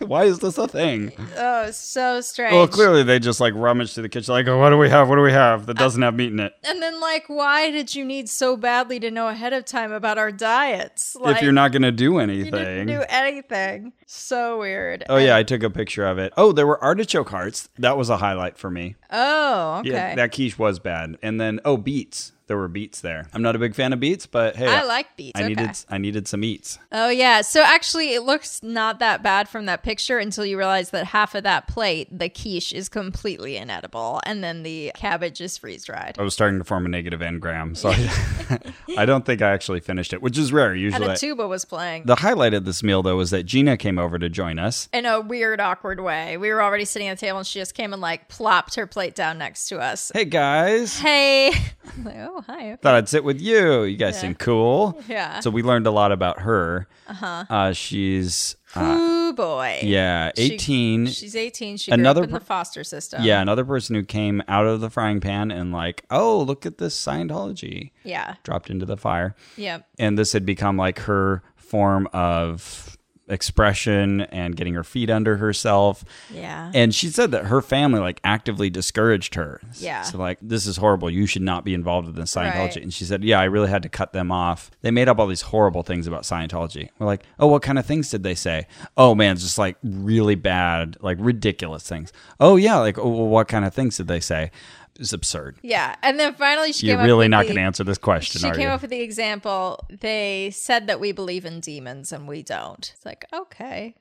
Why is this a thing? oh, it's so strange. Well, clearly they just like rummage through the kitchen, like, oh, what do we have? What do we have that doesn't have meat in it? And then, like, why did you need so badly to know ahead of time about our diets? Like, if you're not gonna do you didn't anything. do anything. So weird. Oh yeah, I took a picture of it. Oh, there were artichoke hearts. That was a highlight for me. Oh, okay. Yeah, that quiche was bad. And then oh, beets. there were beets there. I'm not a big fan of beets, but hey, I like beets, I needed okay. I needed some eats. Oh yeah. So actually it looks not that bad from that picture until you realize that half of that plate, the quiche, is completely inedible and then the cabbage is freeze dried. I was starting to form a negative engram, so I, I don't think I actually finished it, which is rare. And Usually, a tuba was playing. the highlight of this meal though was that Gina came over to join us. in a weird, awkward way. We were already sitting at the table and she just came and like plopped her plate down next to us. Hey guys, Hey. I'm like, oh, hi. thought I'd sit with you. You guys seem cool. Yeah. So we learned a lot about her. Uh-huh. she's uh, Ooh, boy. yeah, She- 18. she's 18. She grew Another up in per- the foster system. yeah, another person who came out of the frying pan and like, "Oh, look at this Scientology." Yeah. Dropped into the fire. Yeah. and this had become like her form of expression and getting her feet under herself. Yeah. And she said that her family like actively discouraged her. Yeah. So like this is horrible. You should not be involved in this Scientology. Right. And she said, Yeah, I really had to cut them off. They made up all these horrible things about Scientology. We're like, Oh, what kind of things did they say? Oh man, just like really bad, like ridiculous things. Oh yeah, like oh, well, what kind of things did they say? It's absurd. yeah. And then finally she You're came really up not with the- going to answer this question, She are came you? up with the example. They said that we believe in demons and we don't. It's like, okay.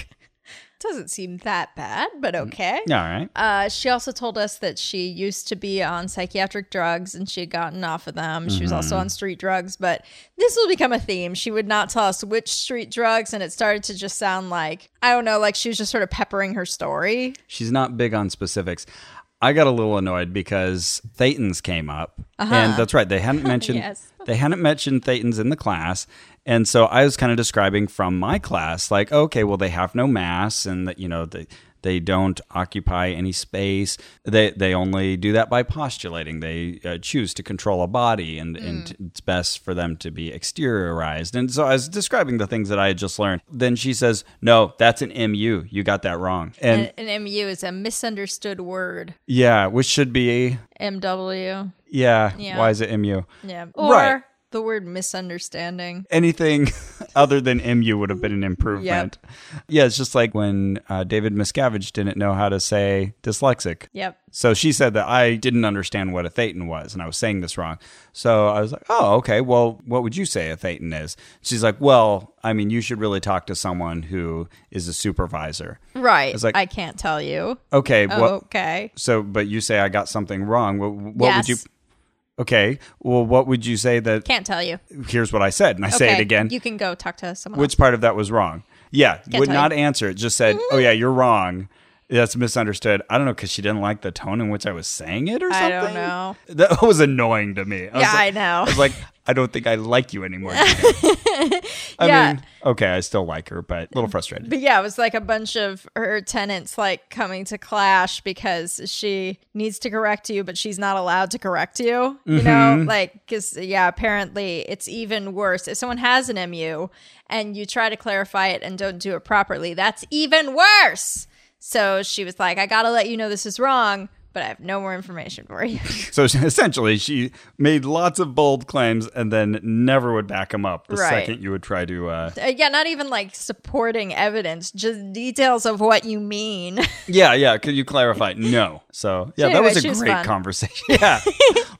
Doesn't seem that bad, but okay. Mm, yeah, all right. Uh, she also told us that she used to be on psychiatric drugs and she had gotten off of them. She was also Mm-hmm. on street drugs, but this will become a theme. She would not tell us which street drugs, and it started to just sound like, I don't know, like she was just sort of peppering her story. She's not big on specifics. I got a little annoyed because Thetans came up, and that's right. They hadn't mentioned Uh-huh. Yes. they hadn't mentioned Thetans in the class, and so I was kind of describing from my class, like, okay, well, they have no mass, and that you know they they don't occupy any space. They they only do that by postulating. They uh, choose to control a body, and Hmm. and it's best for them to be exteriorized. And so I was describing the things that I had just learned. Then she says, "No, that's an MU. You got that wrong." And, and MU is a misunderstood word. Yeah, which should be MW. yeah. Yeah. Why is it MU? Yeah. Or Right. the word misunderstanding. Anything other than MU would have been an improvement. Yeah, it's just like when uh, David Miscavige didn't know how to say dyslexic. Yep. So she said that I didn't understand what a thetan was, and I was saying this wrong. So I was like, "Oh, okay. Well, what would you say a thetan is?" She's like, "Well, I mean, you should really talk to someone who is a supervisor." Right. It's like- I can't tell you. Okay, Oh, what? okay. So, but you say I got something wrong. What, what Yes. would you? Okay, well, what would you say that Can't tell you. here's what I said, and I say it Okay, again. You can go talk to someone. Which part of that was wrong? Yeah, would tell Mm-hmm. not answer. It just said, "Oh yeah, you're wrong." That's misunderstood. I don't know because she didn't like the tone in which I was saying it, or something. I don't know. That was annoying to me. I Yeah, was like, I know. I was like, I don't think I like you anymore. I Yeah. mean, okay, I still like her, but a little frustrated. But yeah, it was like a bunch of her tenants like coming to clash because she needs to correct you, but she's not allowed to correct you. You know, like because yeah, apparently it's even worse if someone has an MU and you try to clarify it and don't do it properly. That's even worse. So she was like, "I gotta let you know this is wrong." But I have no more information for you. So she- essentially, she made lots of bold claims and then never would back them up the Right. second you would try to. Uh, Uh, yeah, not even like supporting evidence, just details of what you mean. Yeah, yeah. Could you clarify? No. So yeah, anyway, that was she a was great fun. conversation. Yeah,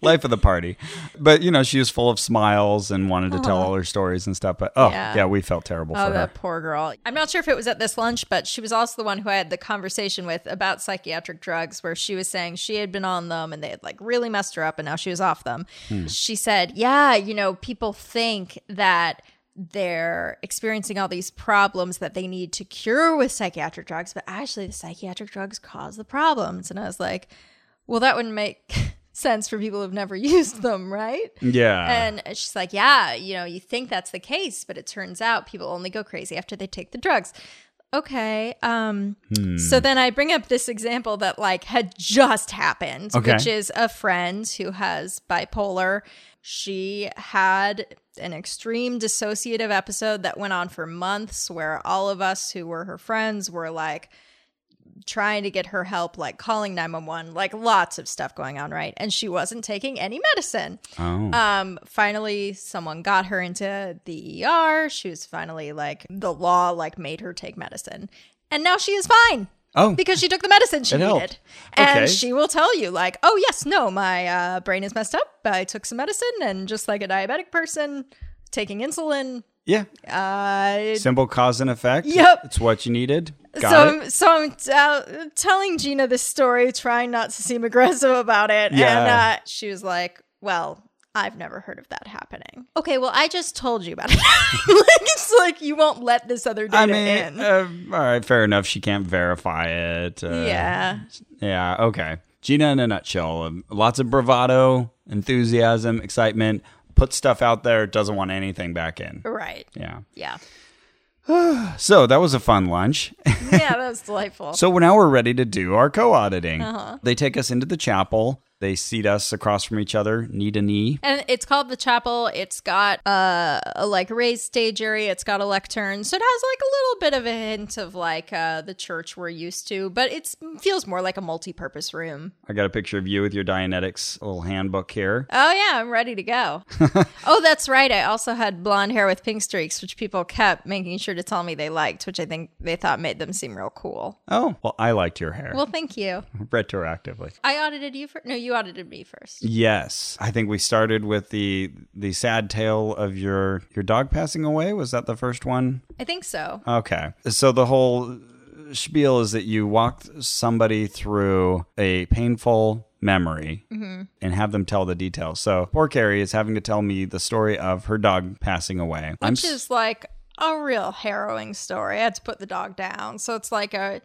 life of the party. But you know, she was full of smiles and wanted to tell all her stories and stuff. But oh Yeah. yeah, we felt terrible Oh, for her. that poor girl. I'm not sure if it was at this lunch, but she was also the one who I had the conversation with about psychiatric drugs, where she was saying she had been on them and they had like really messed her up and now she was off them. Hmm. She said, Yeah, you know, people think that they're experiencing all these problems that they need to cure with psychiatric drugs, but actually the psychiatric drugs cause the problems. And I was like, Well, that wouldn't make sense for people who've never used them, right? Yeah. And she's like, Yeah, you know, you think that's the case, but it turns out people only go crazy after they take the drugs. Okay. Um, Hmm. So then I bring up this example that like had just happened, Okay. which is a friend who has bipolar. She had an extreme dissociative episode that went on for months where all of us who were her friends were like, trying to get her help, like calling 911, like lots of stuff going on, right? And she wasn't taking any medicine. Oh. Um, finally, someone got her into the E ER. She was finally like, the law like made her take medicine. And now she is fine. Oh. because she took the medicine she It helped. needed. And Okay. she will tell you, like, oh, yes, no, my uh, brain is messed up. I took some medicine, and just like a diabetic person taking insulin, yeah. uh, Simple cause and effect. Yep. It's what you needed. Got so, it. I'm- so I'm uh, telling Gina this story, trying not to seem aggressive about it. Yeah. And uh, she was like, Well, I've never heard of that happening. Okay, well, I just told you about it. like, it's like you won't let this other data I in. mean, uh, all right, fair enough. She can't verify it. Uh, yeah. Yeah, okay. Gina in a nutshell. Um, Lots of bravado, enthusiasm, excitement, puts stuff out there, doesn't want anything back in. Right. Yeah. Yeah. So that was a fun lunch. Yeah, that was delightful. So we're- now we're ready to do our co auditing. They take us into the chapel. They seat us across from each other, knee to knee. and it's called the chapel. It's got uh, a like raised stage area. It's got a lectern, so it has like a little bit of a hint of like uh, the church we're used to, but it feels more like a multi-purpose room. I got a picture of you with your Dianetics little handbook here. Oh yeah, I'm ready to go. oh, that's right. I also had blonde hair with pink streaks, which people kept making sure to tell me they liked, which I think they thought made them seem real cool. Oh, well, I liked your hair Well, thank you. retroactively. I audited you first. No, you audited me first. Yes, I think we started with the the sad tale of your your dog passing away. Was that the first one? I think so. Okay. So the whole spiel is that you walk somebody through a painful memory Mm-hmm. and have them tell the details. So poor Carrie is having to tell me the story of her dog passing away. I'm which s- is like a real harrowing story. I had to put the dog down. So it's like a,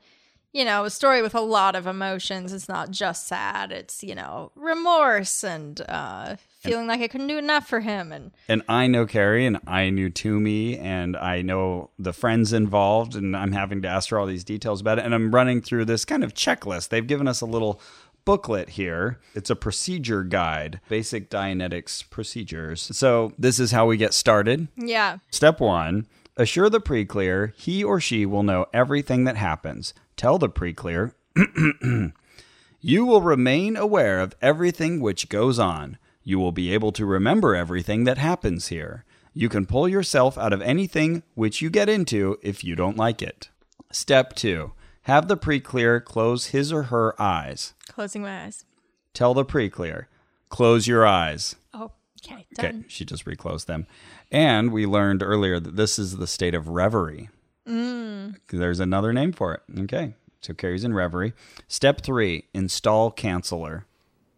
you know, a story with a lot of emotions. It's not just sad. It's, you know, remorse and uh, feeling like I couldn't do enough for him. And and I know Carrie and I knew Toomey and I know the friends involved and I'm having to ask her all these details about it and I'm running through this kind of checklist. They've given us a little booklet here. It's a procedure guide, basic Dianetics procedures. So this is how we get started. yeah, Step one assure the pre clear he or she will know everything that happens. Tell the pre clear you will remain aware of everything which goes on. You will be able to remember everything that happens here. You can pull yourself out of anything which you get into if you don't like it. Step two have the pre clear close his or her eyes. closing my eyes. Tell the pre clear close your eyes. Oh, okay, done. Okay, she just reclosed them. And we learned earlier that this is the state of reverie. There's another name for it. Okay, so Carrie's in reverie. Step three install canceller.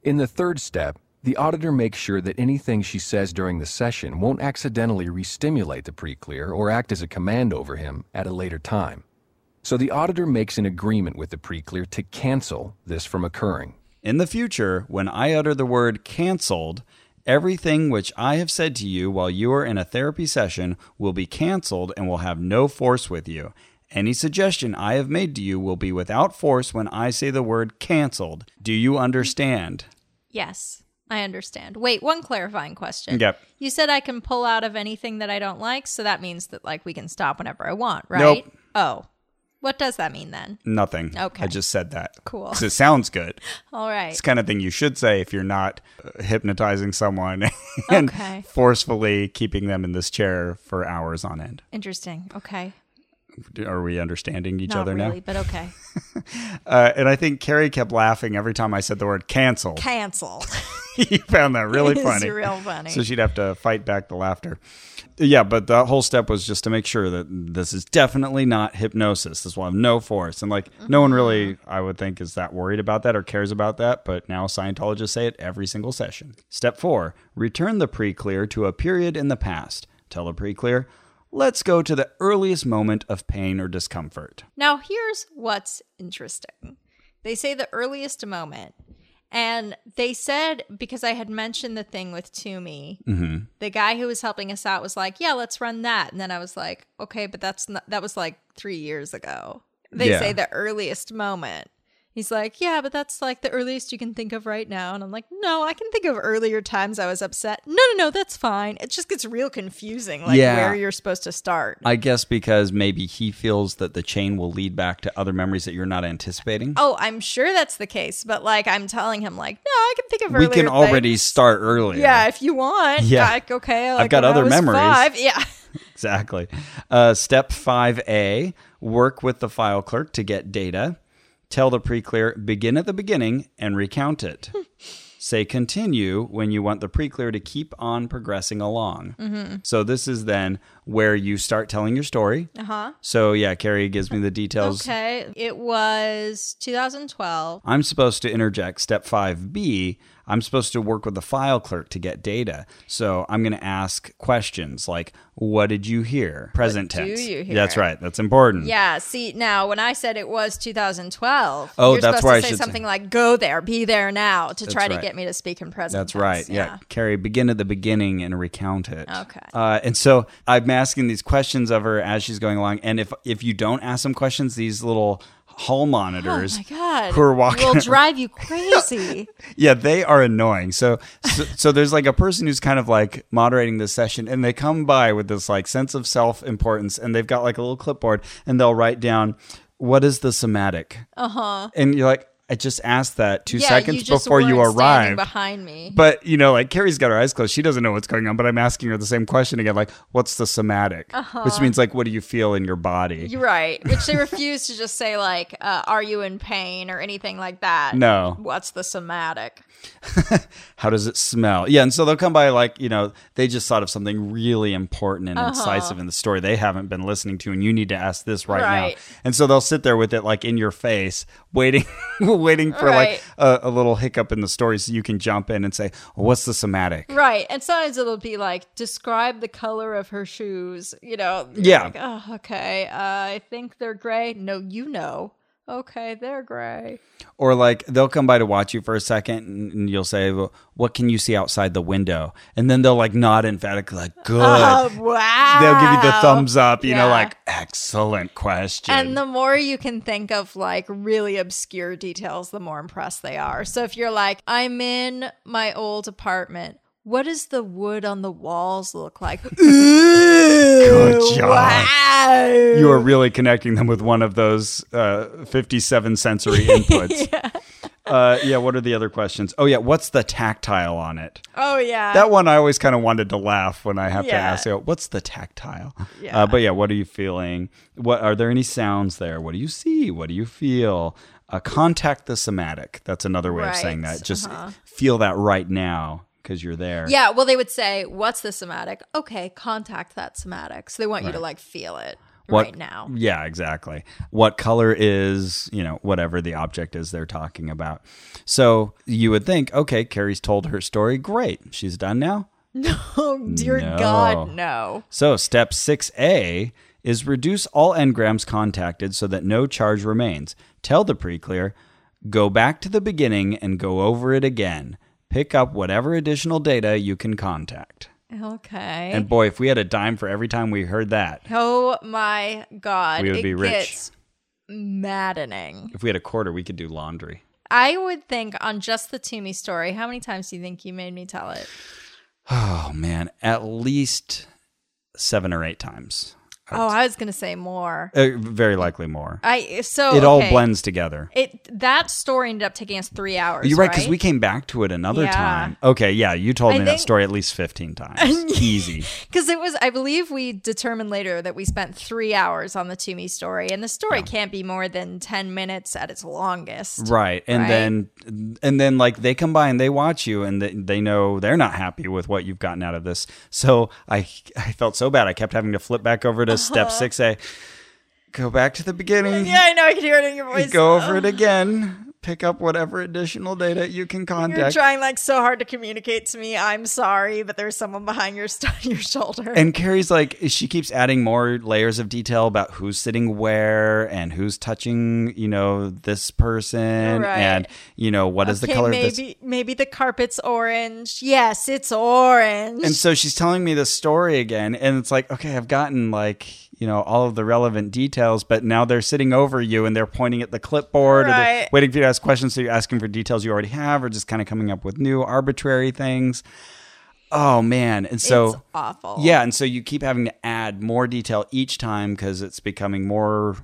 In the third step, the auditor makes sure that anything she says during the session won't accidentally re-stimulate the pre-clear or act as a command over him at a later time. So the auditor makes an agreement with the pre-clear to cancel this from occurring. In the future, when I utter the word canceled, everything which I have said to you while you are in a therapy session will be canceled and will have no force with you. Any suggestion I have made to you will be without force when I say the word canceled. Do you understand? Yes, I understand. Wait, one clarifying question. Yep. You said I can pull out of anything that I don't like, so that means that like we can stop whenever I want, right? Nope. Oh. What does that mean then? Nothing. Okay. I just said that. Cool. 'Cause It sounds good. All right. It's the kind of thing you should say if you're not uh, hypnotizing someone and Okay. forcefully keeping them in this chair for hours on end. Interesting. Okay. Are we understanding each Not other really, now? but okay. Uh, and I think Carrie kept laughing every time I said the word cancel. Cancel. you found that really It's funny. real funny. So she'd have to fight back the laughter. Yeah, but that whole step was just to make sure that this is definitely not hypnosis. This will have no force. And like no one really, Mm-hmm. I would think, is that worried about that or cares about that. But now Scientologists say it every single session. Step four return the pre clear to a period in the past. Tell the pre clear, let's go to the earliest moment of pain or discomfort. now, here's what's interesting. They say the earliest moment. And they said, because I had mentioned the thing with Toomey, Mm-hmm. the guy who was helping us out was like, yeah, let's run that. And then I was like, okay, but that's not, that was like three years ago. They Yeah. say the earliest moment. He's like, yeah, but that's like the earliest you can think of right now. And I'm like, no, I can think of earlier times I was upset. No, no, no, that's fine. It just gets real confusing, like Yeah. where you're supposed to start. I guess because maybe he feels that the chain will lead back to other memories that you're not anticipating. Oh, I'm sure that's the case, but like I'm telling him, like, no, I can think of we earlier. can already things. start earlier. yeah, if you want. Yeah. like, okay. Like got when I other was memories. Five. Yeah, exactly. Uh, step 5A work with the file clerk to get data. Tell the pre-clear, begin at the beginning and recount it. Hmm. Say continue when you want the pre-clear to keep on progressing along. Mm-hmm. So this is then where you start telling your story. Uh-huh. So yeah, Carrie gives me the details. Okay. It was 2012. I'm supposed to interject step 5B. I'm supposed to work with the file clerk to get data. So I'm going to ask questions like, What did you hear? Present do tense. you hear? That's right. That's important. Yeah. See, now when I said it was 2012, Oh, you're that's supposed where I to say should say- something like "Go there, be there now" to try to right. get me to speak in present. That's tense. right. Yeah. Carrie, begin at the beginning and recount it. Okay. Uh, and so I'm asking these questions of her as she's going along. And if if you don't ask some questions, these little hall monitors Oh my god. who are walking will drive you crazy. Yeah, they are annoying. So, so, so there's like a person who's kind of like moderating this session, and they come by with this like sense of self importance, and they've got like a little clipboard, and they'll write down what is the somatic. Uh huh. And you're like, I just asked that two Uh-huh. yeah, seconds you just before you weren't standing arrived. behind me. But you know, like Carrie's got her eyes closed; she doesn't know what's going on. But I'm asking her the same question again, like, "What's the somatic?" Uh-huh. Which means like, what do you feel in your body? You're right. Which they refuse to just say like, uh, "Are you in pain?" or anything like that. No. What's the somatic? How does it smell? Yeah, and so they'll come by like, you know, they just thought of something really important Uh-huh. and incisive in the story they haven't been listening to, and you need to ask this right, Right. now. And so they'll sit there with it like in your face, waiting waiting for Right. like a, a little hiccup in the story so you can jump in and say, well, what's the somatic? Right. And sometimes it'll be like, describe the color of her shoes. You know. You're Yeah. Like, oh, okay. Uh, I think they're gray. No, you know. Okay, they're gray. Or like they'll come by to watch you for a second and, and you'll say, well, what can you see outside the window? And then they'll like nod emphatically, like, good. Oh wow. They'll give you the thumbs up, you know, Yeah. like, excellent question. And the more you can think of like really obscure details, the more impressed they are. So if you're like, I'm in my old apartment, what does the wood on the walls look like? Good job. Wow. you are really connecting them with one of those uh, 57 sensory inputs. yeah. Uh, yeah, what are the other questions? Oh, yeah, what's the tactile on it? oh yeah. That one I always kind of wanted to laugh when I have to Yeah. ask, you know, what's the tactile? Yeah. Uh, but yeah, what are you feeling? What Are there any sounds there? What do you see? What do you feel? Uh, contact the somatic. That's another way of saying Right, Uh-huh. that. Just feel that right now because you're there. yeah, well, they would say, "What's the somatic?" Okay, contact that somatic. So they want you to like feel it What- Mm. right now. Yeah, exactly. What color is, you know, whatever the object is they're talking about. So you would think, okay, Carrie's told her story. Great. She's done now. Oh dear No. God, no! So step 6A is reduce all engrams contacted so that no charge remains. Tell the pre-clear, go back to the beginning and go over it again. Pick up whatever additional data you can contact. Okay. And boy, if we had a dime for every time we heard that, oh my God, We would it be rich. gets maddening. if we had a quarter, we could do laundry. I would think on just the Toomey story, how many times do you think you made me tell it? Oh man, at least seven or eight times. Oh, I was gonna say more. Uh, very likely more. I so it all Oh, okay. blends together. It that story ended up taking us three hours. You're right, because right? we came back to it another Yeah. time. Okay, yeah, you told I me that think- story at least 15 times. Easy. because it was. I believe we determined later that we spent three hours on the Toomey story, and the story can't be more than ten minutes at its longest. Right. And Right. then, and then like they come by and they watch you and they, they know they're not happy with what you've gotten out of this. So I, I felt so bad. I kept having to flip back over to step 6A, go back to the beginning. Uh-huh. Yeah, I know. I can hear it in your voice. Go over it again. Pick up whatever additional data you can contact. You're trying like so hard to communicate to me. I'm sorry, but there's someone behind your st- your shoulder. And Carrie's like, she keeps adding more layers of detail about who's sitting where and who's touching, you know, this person. Right. And, you know, what is the Okay, color maybe, of this? Maybe the carpet's orange. Yes, it's orange. And so she's telling me this story again. And it's like, okay, I've gotten like, you know, all of the relevant details, but now they're sitting over you and they're pointing at the clipboard or they're Right. waiting for you to ask questions. So you're asking for details you already have or just kind of coming up with new arbitrary things. Oh, man. And so. it's awful. Yeah, and so you keep having to add more detail each time because it's becoming more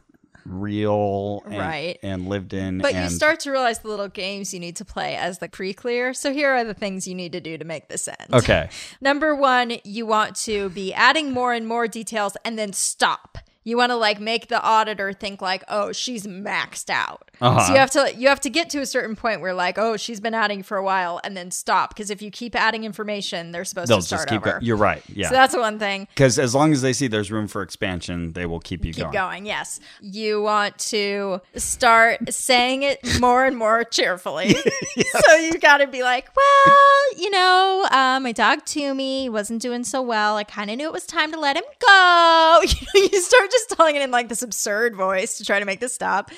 real and, Right. and lived in. But you and- start to realize the little games you need to play as the pre clear. So here are the things you need to do to make this end. Okay. Number one, you want to be adding more and more details and then stop. You want to like make the auditor think like, "Oh, she's maxed out." Uh-huh. So you have to you have to get to a certain point where like, "Oh, she's been adding for a while," and then stop because if you keep adding information, they're supposed They'll to start just keep over. going. You're right. Yeah. So that's one thing. because as long as they see there's room for expansion, they will keep you Keep going. Yes. You want to start saying it more and more cheerfully. So you got to be like, well, you know, uh, my dog Toomey wasn't doing so well. I kind of knew it was time to let him go. You, know, you start just telling it in like this absurd voice to try to make this stop.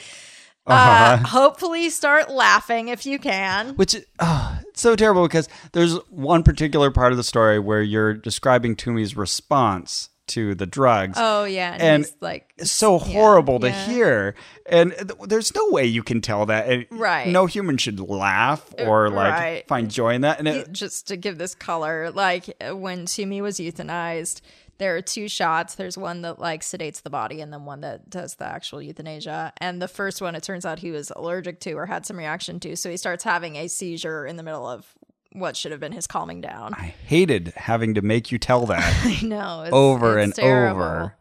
Uh, Uh-huh. hopefully, start laughing if you can. Which is oh, it's so terrible because there's one particular part of the story where you're describing Toomey's response to the drugs. Oh yeah, and, And- he's like, It's so horrible to yeah. hear. And th- there's no way you can tell that. And Right. Er, No human should laugh or like right. find joy in that. And it, just to give this color, like uh, when Toomey was euthanized, there are two shots. There's one that like sedates the body, and then one that does the actual euthanasia. And the first one, it turns out he was allergic to or had some reaction to, so he starts having a seizure in the middle of what should have been his calming down. I hated having to make you tell that I know, it's, over it's and terrible. over.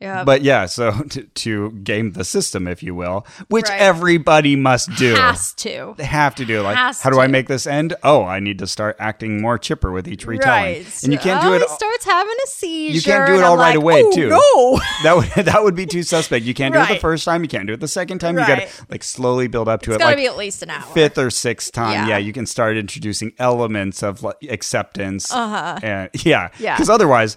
Yeah, But yeah, so to, to game the system, if you will, which Right. everybody must do. has to. they have to do like Has how do to. i make this end oh i need to start acting more chipper with each retelling Right, and you can't oh, do it He all- starts having a seizure. you can't do it and all I'm right like, away "Oh, too No, that would that would be too suspect you can't do it the Right. first time you can't do it the second time you Right. gotta like slowly build up to it's it got to like be at least an hour. fifth or sixth time yeah. Yeah. you can start introducing elements of like, acceptance uh-huh and yeah Yeah. because otherwise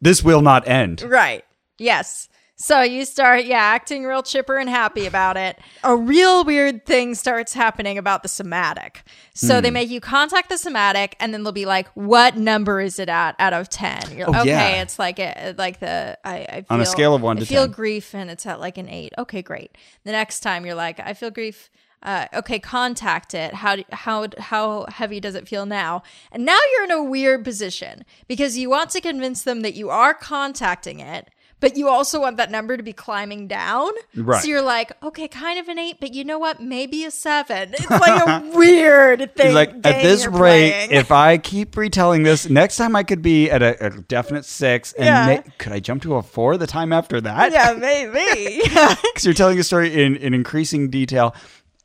this will not end Right. Yes. So you start, yeah, acting real chipper and happy about it. A real weird thing starts happening about the somatic. So they make you contact the somatic, and then they'll be like, "What number is it at out of 10? You're like, Oh, okay, yeah. it's like a, like the I, I feel, On a scale of one I to feel 10. grief, and it's at like an eight. Okay, great. The next time you're like, I feel grief. Uh, okay, contact it. How do, how how heavy does it feel now? And now you're in a weird position because you want to convince them that you are contacting it, but you also want that number to be climbing down. Right. So you're like, okay, kind of an eight, but you know what? Maybe a seven. It's like a weird thing. He's like at game this you're rate, playing." if I keep retelling this, next time I could be at a, a definite six, and Yeah. may- could I jump to a four the time after that? yeah, maybe. because you're telling a story in, in increasing detail.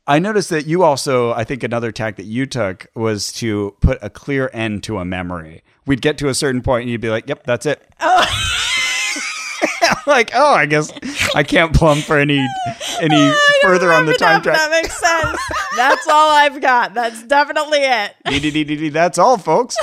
I noticed that you also, I think another tack that you took was to put a clear end to a memory. We'd get to a certain point and you'd be like, yep, that's it. like, oh, I guess I can't plumb for any any further on the time That track. makes sense. That's all I've got. That's definitely it. Dee-dee-dee-dee-dee, That's all, folks.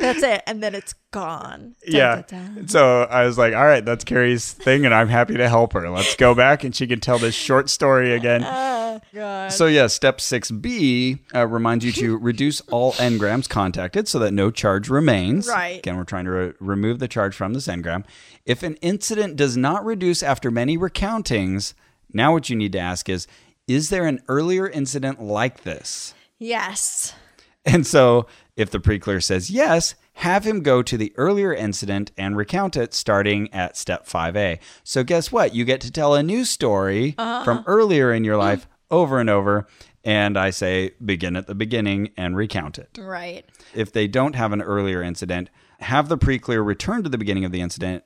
That's it. And then it's gone. Dun, yeah. dun, dun. So I was like, all right, that's Carrie's thing, and I'm happy to help her. Let's go back and she can tell this short story again. Oh, God. So yeah, step six B uh, reminds you to reduce all engrams contacted so that no charge remains. Right. Again, we're trying to re- remove the charge from this engram. If an incident does not reduce after many recountings, now what you need to ask is, is there an earlier incident like this? Yes. And so, if the preclear says yes, have him go to the earlier incident and recount it starting at step 5A. So, guess what? You get to tell a new story from earlier in your life over and over. And I say begin at the beginning and recount it. Right. If they don't have an earlier incident, have the preclear return to the beginning of the incident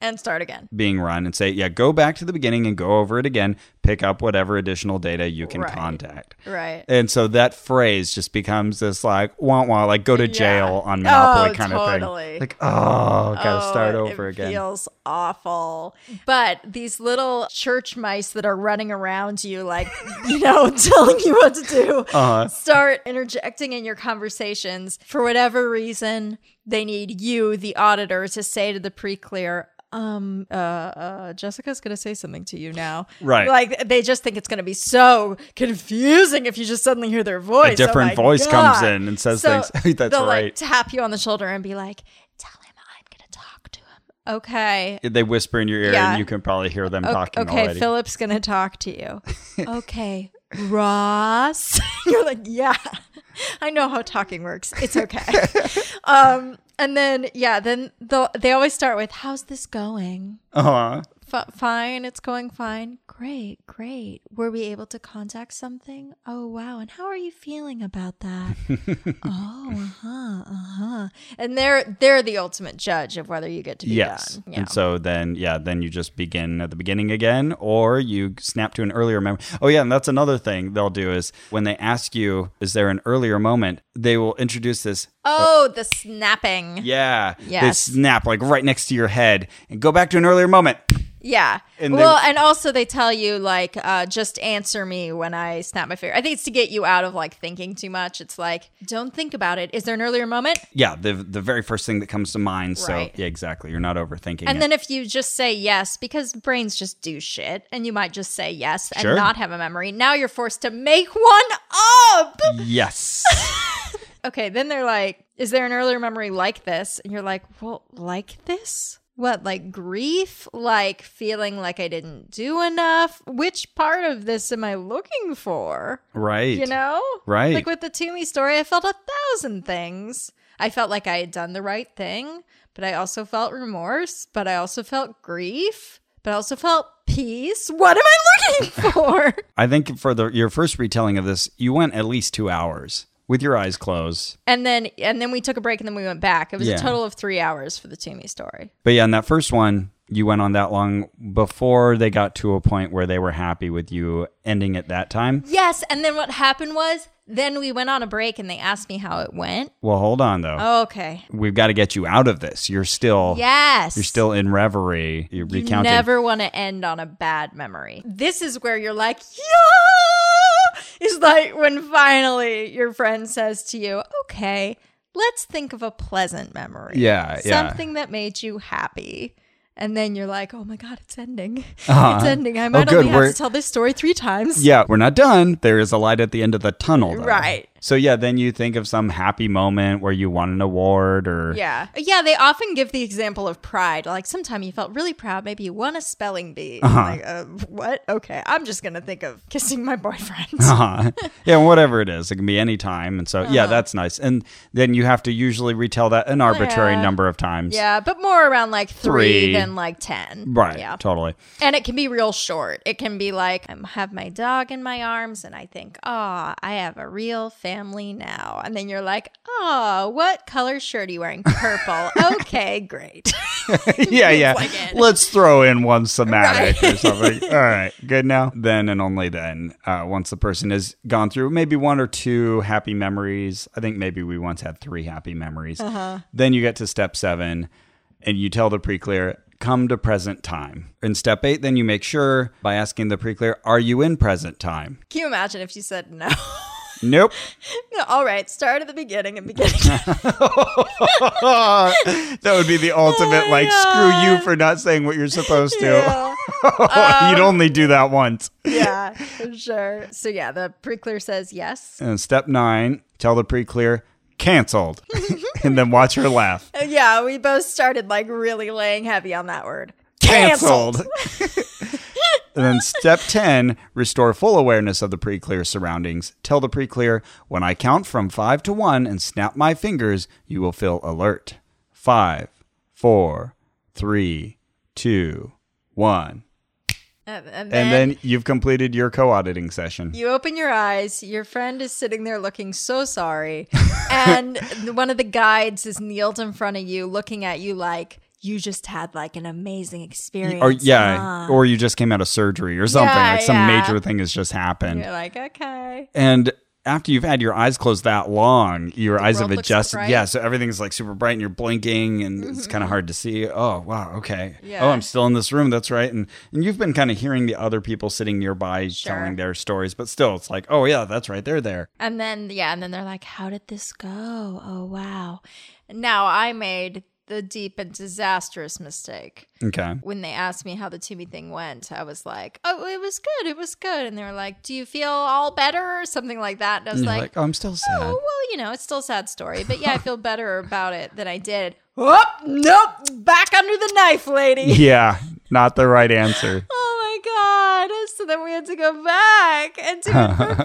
And start again. being run and say, yeah, go back to the beginning and go over it again. Pick up whatever additional data you can Right. contact. Right. And so that phrase just becomes this like wah wah, like go to jail on Monopoly Oh, kind of totally. thing. Like, oh, gotta Oh, start it- over it again. Feels awful. But these little church mice that are running around you, like you know, telling you what to do, Uh-huh. start interjecting in your conversations for whatever reason. They need you, the auditor, to say to the pre-clear. Um, uh, uh, Jessica's gonna say something to you now, Right. Like they just think it's gonna be so confusing if you just suddenly hear their voice. Oh different my voice comes God. in and says things. That's they'll, like, right. tap you on the shoulder and be like, "Tell him I'm gonna talk to him." Okay. they whisper in your ear Yeah. and you can probably hear them Okay, talking okay, already. Philip's gonna talk to you. okay, Ross. You're like, yeah, I know how talking works. It's okay. um, and then yeah, then they'll, they always start with, "How's this going?" uh-huh. f- fine. It's going fine. Great, great. Were we able to contact something? Oh, wow. And how are you feeling about that? oh, uh-huh, uh-huh. And they're they're the ultimate judge of whether you get to be Yes. done. Yeah. And so then, yeah, then you just begin at the beginning again, or you snap to an earlier memory. Oh, yeah. And that's another thing they'll do is when they ask you, is there an earlier moment, they will introduce this. oh, the snapping. Yeah. Yeah. Yes. They snap like right next to your head and go back to an earlier moment. And well, they- and also they tell you like uh, just answer me when I snap my finger. I think it's to get you out of like thinking too much. It's like don't think about it. Is there an earlier moment? Yeah. The, the very first thing that comes to mind. Right. So, yeah, exactly. You're not overthinking And it. then if you just say yes, because brains just do shit, and you might just say yes and Sure. not have a memory, now you're forced to make one up. yes. Okay, then they're like, is there an earlier memory like this? And you're like, well, like this? What, like grief? Like feeling like I didn't do enough? Which part of this am I looking for? right. You know? Right. Like with the Toomey story, I felt a thousand things. I felt like I had done the right thing, but I also felt remorse, but I also felt grief, but I also felt peace. What am I looking for? I think for the your first retelling of this, you went at least two hours with your eyes closed. and then and then we took a break and then we went back. It was Yeah. a total of three hours for the Toomey story. But yeah, in that first one, you went on that long before they got to a point where they were happy with you ending at that time. Yes, and then what happened was then we went on a break and they asked me how it went. Well, hold on though. Okay. We've got to get you out of this. You're still Oh. Yes. you're still in reverie. You're You recounting. never want to end on a bad memory. This is where you're like, yeah! It's like when finally your friend says to you, okay, let's think of a pleasant memory. Yeah, yeah. Something that made you happy. And then you're like, oh my God, it's ending. It's Uh-huh. ending. I might good, only have we're- to tell this story three times. yeah, we're not done. There is a light at the end of the tunnel. Though. Right. So yeah, then you think of some happy moment where you won an award or Yeah. Yeah, they often give the example of pride. Like sometime you felt really proud, maybe you won a spelling bee. Uh-huh. Like, uh, what? Okay, I'm just going to think of kissing my boyfriend. Uh-huh. yeah, whatever it is, it can be any time, and so Uh-huh. yeah, that's nice. And then you have to usually retell that an arbitrary Yeah. number of times. Yeah, but more around like three, Three. than like ten. right, Yeah. totally. And it can be real short. It can be like I have my dog in my arms, and I think, oh, I have a real family now. And then you're like, oh, what color shirt are you wearing? Purple. okay, great. yeah, yeah. like it. Let's throw in one somatic or something. All right, good now. Then and only then, uh, once the person has gone through maybe one or two happy memories. I think maybe we once had three happy memories. Uh-huh. Then you get to step seven, and you tell the pre-clear. Come to present time. In step eight, then you make sure by asking the pre-clear, are you in present time? can you imagine if you said no? Nope. All right, start at the beginning and beginning. That would be the ultimate, Oh my like, screw you God. for not saying what you're supposed to. yeah. um, You'd only do that once. yeah, for sure. So yeah, the pre-clear says yes. And step nine, tell the pre clear, canceled. and then watch her laugh. Uh, Yeah, we both started like really laying heavy on that word. and then step 10, restore full awareness of the pre clear surroundings. Tell the pre clear, when I count from five to one and snap my fingers, you will feel alert. Five, four, three, two, one. And, and then, And then you've completed your co auditing session. you open your eyes. Your friend is sitting there looking so sorry, and the- one of the guides is kneeled in front of you, looking at you like you just had like an amazing experience. or yeah, huh?" or you just came out of surgery or something. Yeah, like some yeah. major thing has just happened. you're like okay. And after you've had your eyes closed that long, your eyes have world looks adjusted. bright. Mm-hmm. Yeah, so everything's like super bright and you're blinking and it's kind of hard to see. Oh, wow, okay. Yeah. Oh, I'm still in this room. That's right. And and you've been kind of hearing the other people sitting nearby telling their stories, but still it's like, "Oh, yeah, that's right. They're there." And then yeah, and then they're like, "How did this go? Oh wow!" Now I made the deep and disastrous mistake. Okay. when they asked me how the Timmy thing went, I was like, "Oh, it was good. It was good." And they were like, "Do you feel all better?" or something like that. And I was You're like, like, "Oh, I'm still sad." "Oh, well, you know, it's still a sad story, but yeah, I feel better about it than I did." Oh, nope, back under the knife, lady. yeah, not the right answer. Oh god. So then we had to go back and do it for 50%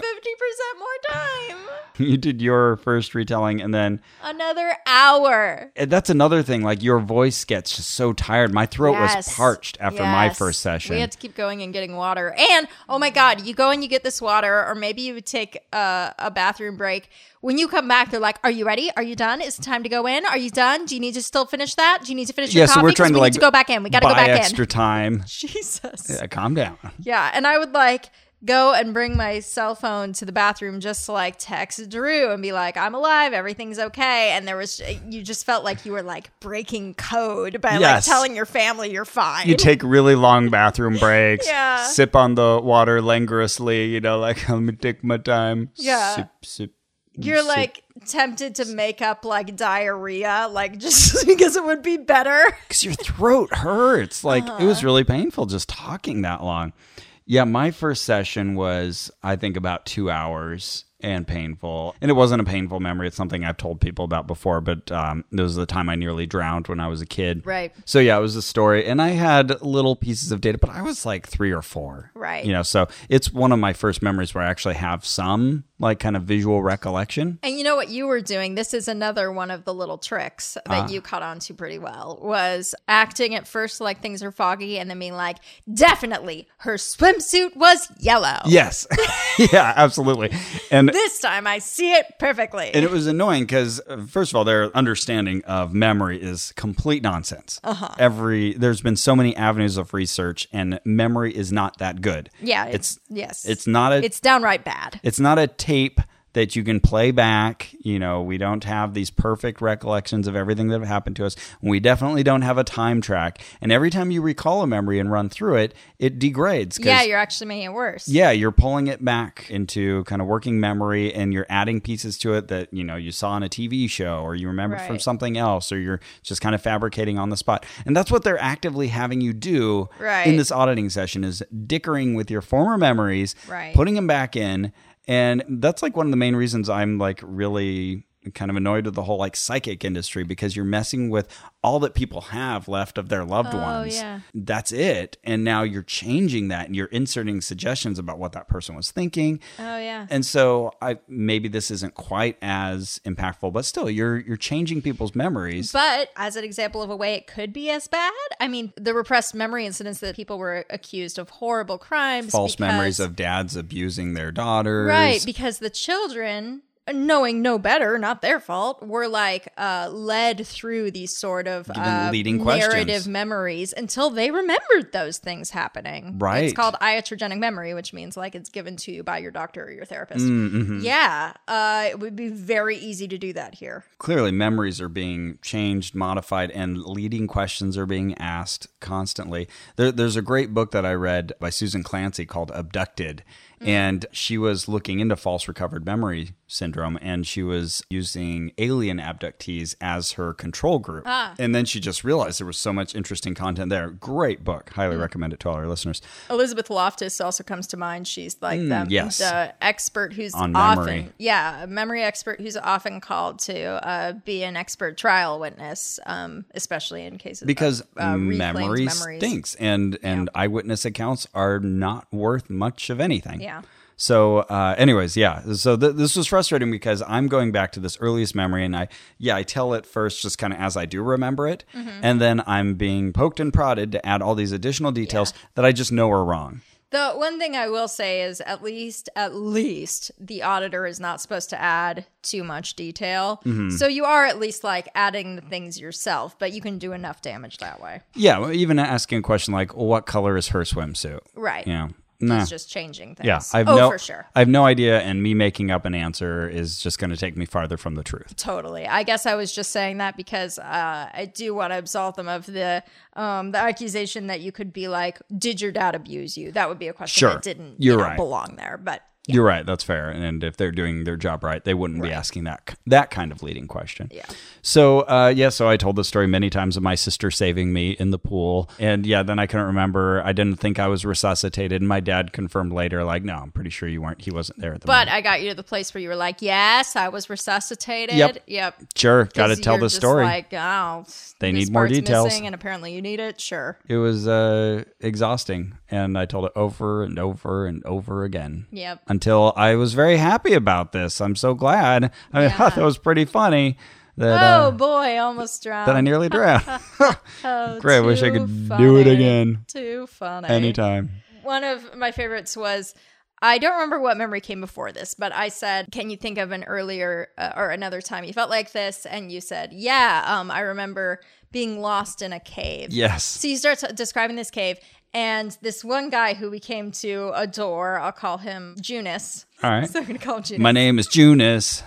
more time. you did your first retelling and then Another hour. and that's another thing like your voice gets just so tired my throat was Yes. parched after my Yes. first session We had to keep going and getting water. And oh my god, you go and you get this water, or maybe you would take a, a bathroom break. When you come back, they're like, "Are you ready? Are you done? Is it time to go in? Are you done? Do you need to still finish that? Do you need to finish yeah your so coffee? we're 'Cause trying to we like need to go back in. We got to go buy back extra in." time Jesus. yeah, calm down Yeah, and I would like go and bring my cell phone to the bathroom just to like text Drew and be like, "I'm alive, everything's okay." And there was you just felt like you were like breaking code by like Yes. telling your family you're fine. you take really long bathroom breaks Yeah. sip on the water languorously you know like let me take my time Yeah. sip sip You're sip. like tempted to make up like diarrhea, like just because it would be better. because your throat hurts. Like it was Uh-huh. really painful just talking that long. Yeah, my first session was, I think, about two hours and painful. And it wasn't a painful memory. It's something I've told people about before, but um, it was the time I nearly drowned when I was a kid. Right. So, yeah, it was a story. And I had little pieces of data, but I was like three or four. Right. You know, so it's one of my first memories where I actually have some like kind of visual recollection. And you know what you were doing? This is another one of the little tricks that you caught on to pretty well was acting at first like things are foggy and then being like, definitely her swimsuit was yellow. Yes. yeah, absolutely. And This time I see it perfectly. And it was annoying because, first of all, their understanding of memory is complete nonsense. Uh-huh. Every there's been so many avenues of research, and memory is not that good. yeah, it's it's, yes. it's not a it's downright bad. it's not a tape that you can play back. You know, we don't have these perfect recollections of everything that happened to us. And we definitely don't have a time track. And every time you recall a memory and run through it, it degrades. 'cause Yeah, you're actually making it worse. yeah, you're pulling it back into kind of working memory and you're adding pieces to it that, you know, you saw on a TV show or you remember from Right. something else or you're just kind of fabricating on the spot. And that's what they're actively having you do in Right. this auditing session is dickering with your former memories, Right. putting them back in. And that's like one of the main reasons I'm like really kind of annoyed with the whole like psychic industry because you're messing with all that people have left of their loved ones Oh, yeah. that's it. And now you're changing that and you're inserting suggestions about what that person was thinking. Oh yeah. And so I maybe this isn't quite as impactful, but still you're you're changing people's memories. But as an example of a way it could be as bad, I mean, the repressed memory incidents that people were accused of horrible crimes, False because- memories of dads abusing their daughters. right because the children, knowing no better, not their fault, were like uh, led through these sort of uh, leading questions. narrative memories until they remembered those things happening. Right. it's called iatrogenic memory, which means like it's given to you by your doctor or your therapist. Mm, mm-hmm. Yeah, uh, it would be very easy to do that here. Clearly memories are being changed, modified, and leading questions are being asked constantly. There, there's a great book that I read by Susan Clancy called Abducted. And she was looking into false recovered memory syndrome and she was using alien abductees as her control group. And then she just realized there was so much interesting content there. Great book. Highly recommend it to all our listeners. Elizabeth Loftus also comes to mind. She's like the, Mm, yes. the expert who's On often, memory. yeah, a memory expert who's often called to uh, be an expert trial witness, um, especially in cases of, because uh, reclaimed memory memories. stinks and and eyewitness accounts are not worth much of anything Yeah. so uh, anyways yeah so th- this was frustrating because i'm going back to this earliest memory and i yeah i tell it first just kind of as i do remember it Mm-hmm. and then i'm being poked and prodded to add all these additional details that i just know are wrong The one thing I will say is at least at least the auditor is not supposed to add too much detail. Mm-hmm. So you are at least like adding the things yourself, but you can do enough damage that way. yeah well, even asking a question like what color is her swimsuit Right. you know It's nah. just changing things. yeah, I've oh no, for sure. I have no idea, and me making up an answer is just going to take me farther from the truth. Totally. I guess I was just saying that because uh, I do want to absolve them of the um, the accusation that you could be like, did your dad abuse you? That would be a question Sure. that didn't you You're know, right. belong there. But You're right. That's fair. And if they're doing their job right, they wouldn't be asking that that kind of leading question. Yeah. So uh, yeah, so I told the story many times of my sister saving me in the pool, and yeah, then I couldn't remember. I didn't think I was resuscitated, and my dad confirmed later, like, no, I'm pretty sure you weren't. He wasn't there at the But moment." I got you to the place where you were like, yes, I was resuscitated. Yep. Yep. sure, got to 'Cause tell you're the just story. Like, oh, They this need more part's details. missing, and apparently you need it. Sure. it was uh, exhausting, and I told it over and over and over again. Yep. Until I was very happy about this. I'm so glad. I mean, Yeah. that was pretty funny. That, oh uh, boy, almost drowned. that I nearly drowned. Oh, Great, I wish I too could do it funny. again. Too funny. Anytime. One of my favorites was I don't remember what memory came before this, but I said, "Can you think of an earlier uh, or another time you felt like this?" And you said, "Yeah, um, I remember being lost in a cave." Yes. So you start t- describing this cave, and this one guy who we came to adore, I'll call him Junus. All right. So I'm gonna call him Junus. My name is Junus.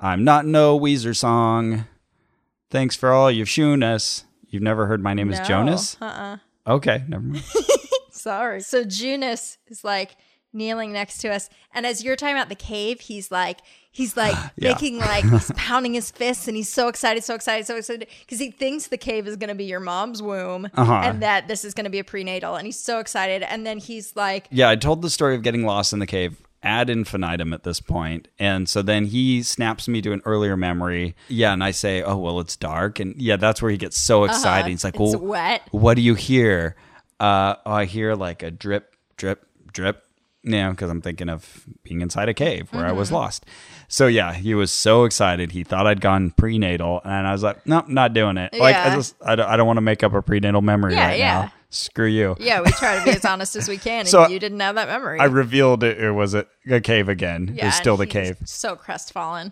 I'm not no Weezer song. Thanks for all you've shown us. You've never heard my name is No. Jonas? Uh-uh. Okay, never mind. Sorry. So Junus is like kneeling next to us, and as you're talking about the cave, he's like, he's like Yeah. making like he's pounding his fists, and he's so excited, so excited, so excited, because he thinks the cave is gonna be your mom's womb, Uh-huh. and that this is gonna be a prenatal, and he's so excited, and then he's like, yeah, I told the story of getting lost in the cave ad infinitum at this point. And so then he snaps me to an earlier memory. Yeah, and I say, oh, well, it's dark. And yeah, that's where he gets so excited. He's like, Uh-huh. "It's well, wet." what do you hear? Uh, oh, I hear like a drip, drip, drip. Yeah, because I'm thinking of being inside a cave where I was Mm-hmm. lost. So yeah, he was so excited. He thought I'd gone prenatal, and I was like, nope, not doing it. Like I Yeah. just, I don't, I don't want to make up a prenatal memory Yeah, right yeah. now. Screw you. Yeah, we try to be as honest as we can, and So, you didn't have that memory. I revealed it, it was a, a cave again. yeah, it's still and the he's cave. Uh, So crestfallen.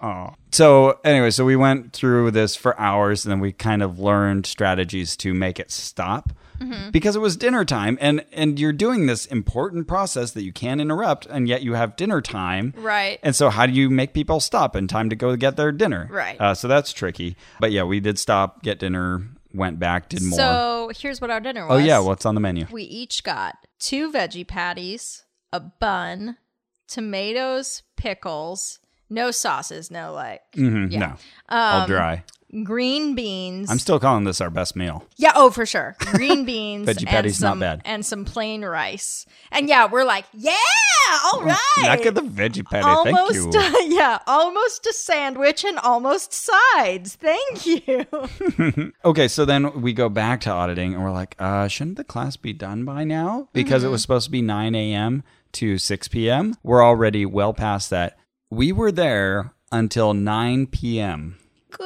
So anyway, so we went through this for hours, and then we kind of learned strategies to make it stop Mm-hmm. because it was dinner time, and and you're doing this important process that you can interrupt, and yet you have dinner time, Right. And so, how do you make people stop in time to go get their dinner, Right. Uh, so that's tricky. But yeah, we did stop, get dinner, went back, did more. So here's what our dinner oh was. yeah, what's on the menu? We each got two veggie patties, a bun, tomatoes, pickles, no sauces, no like Mhm, yeah. Um, No, all dry. green beans. I'm still calling this our best meal. yeah, oh for sure, green beans, Veggie and patties, not some- bad. and some plain rice. And yeah, we're like, yeah, all right. Knock at the veggie patty. Thank you. Almost, yeah, almost a sandwich and almost sides. Thank you. Okay, so then we go back to auditing and we're like, uh, shouldn't the class be done by now? Because Mm-hmm. it was supposed to be 9 a.m. to 6 p.m. We're already well past that. We were there until 9 p.m.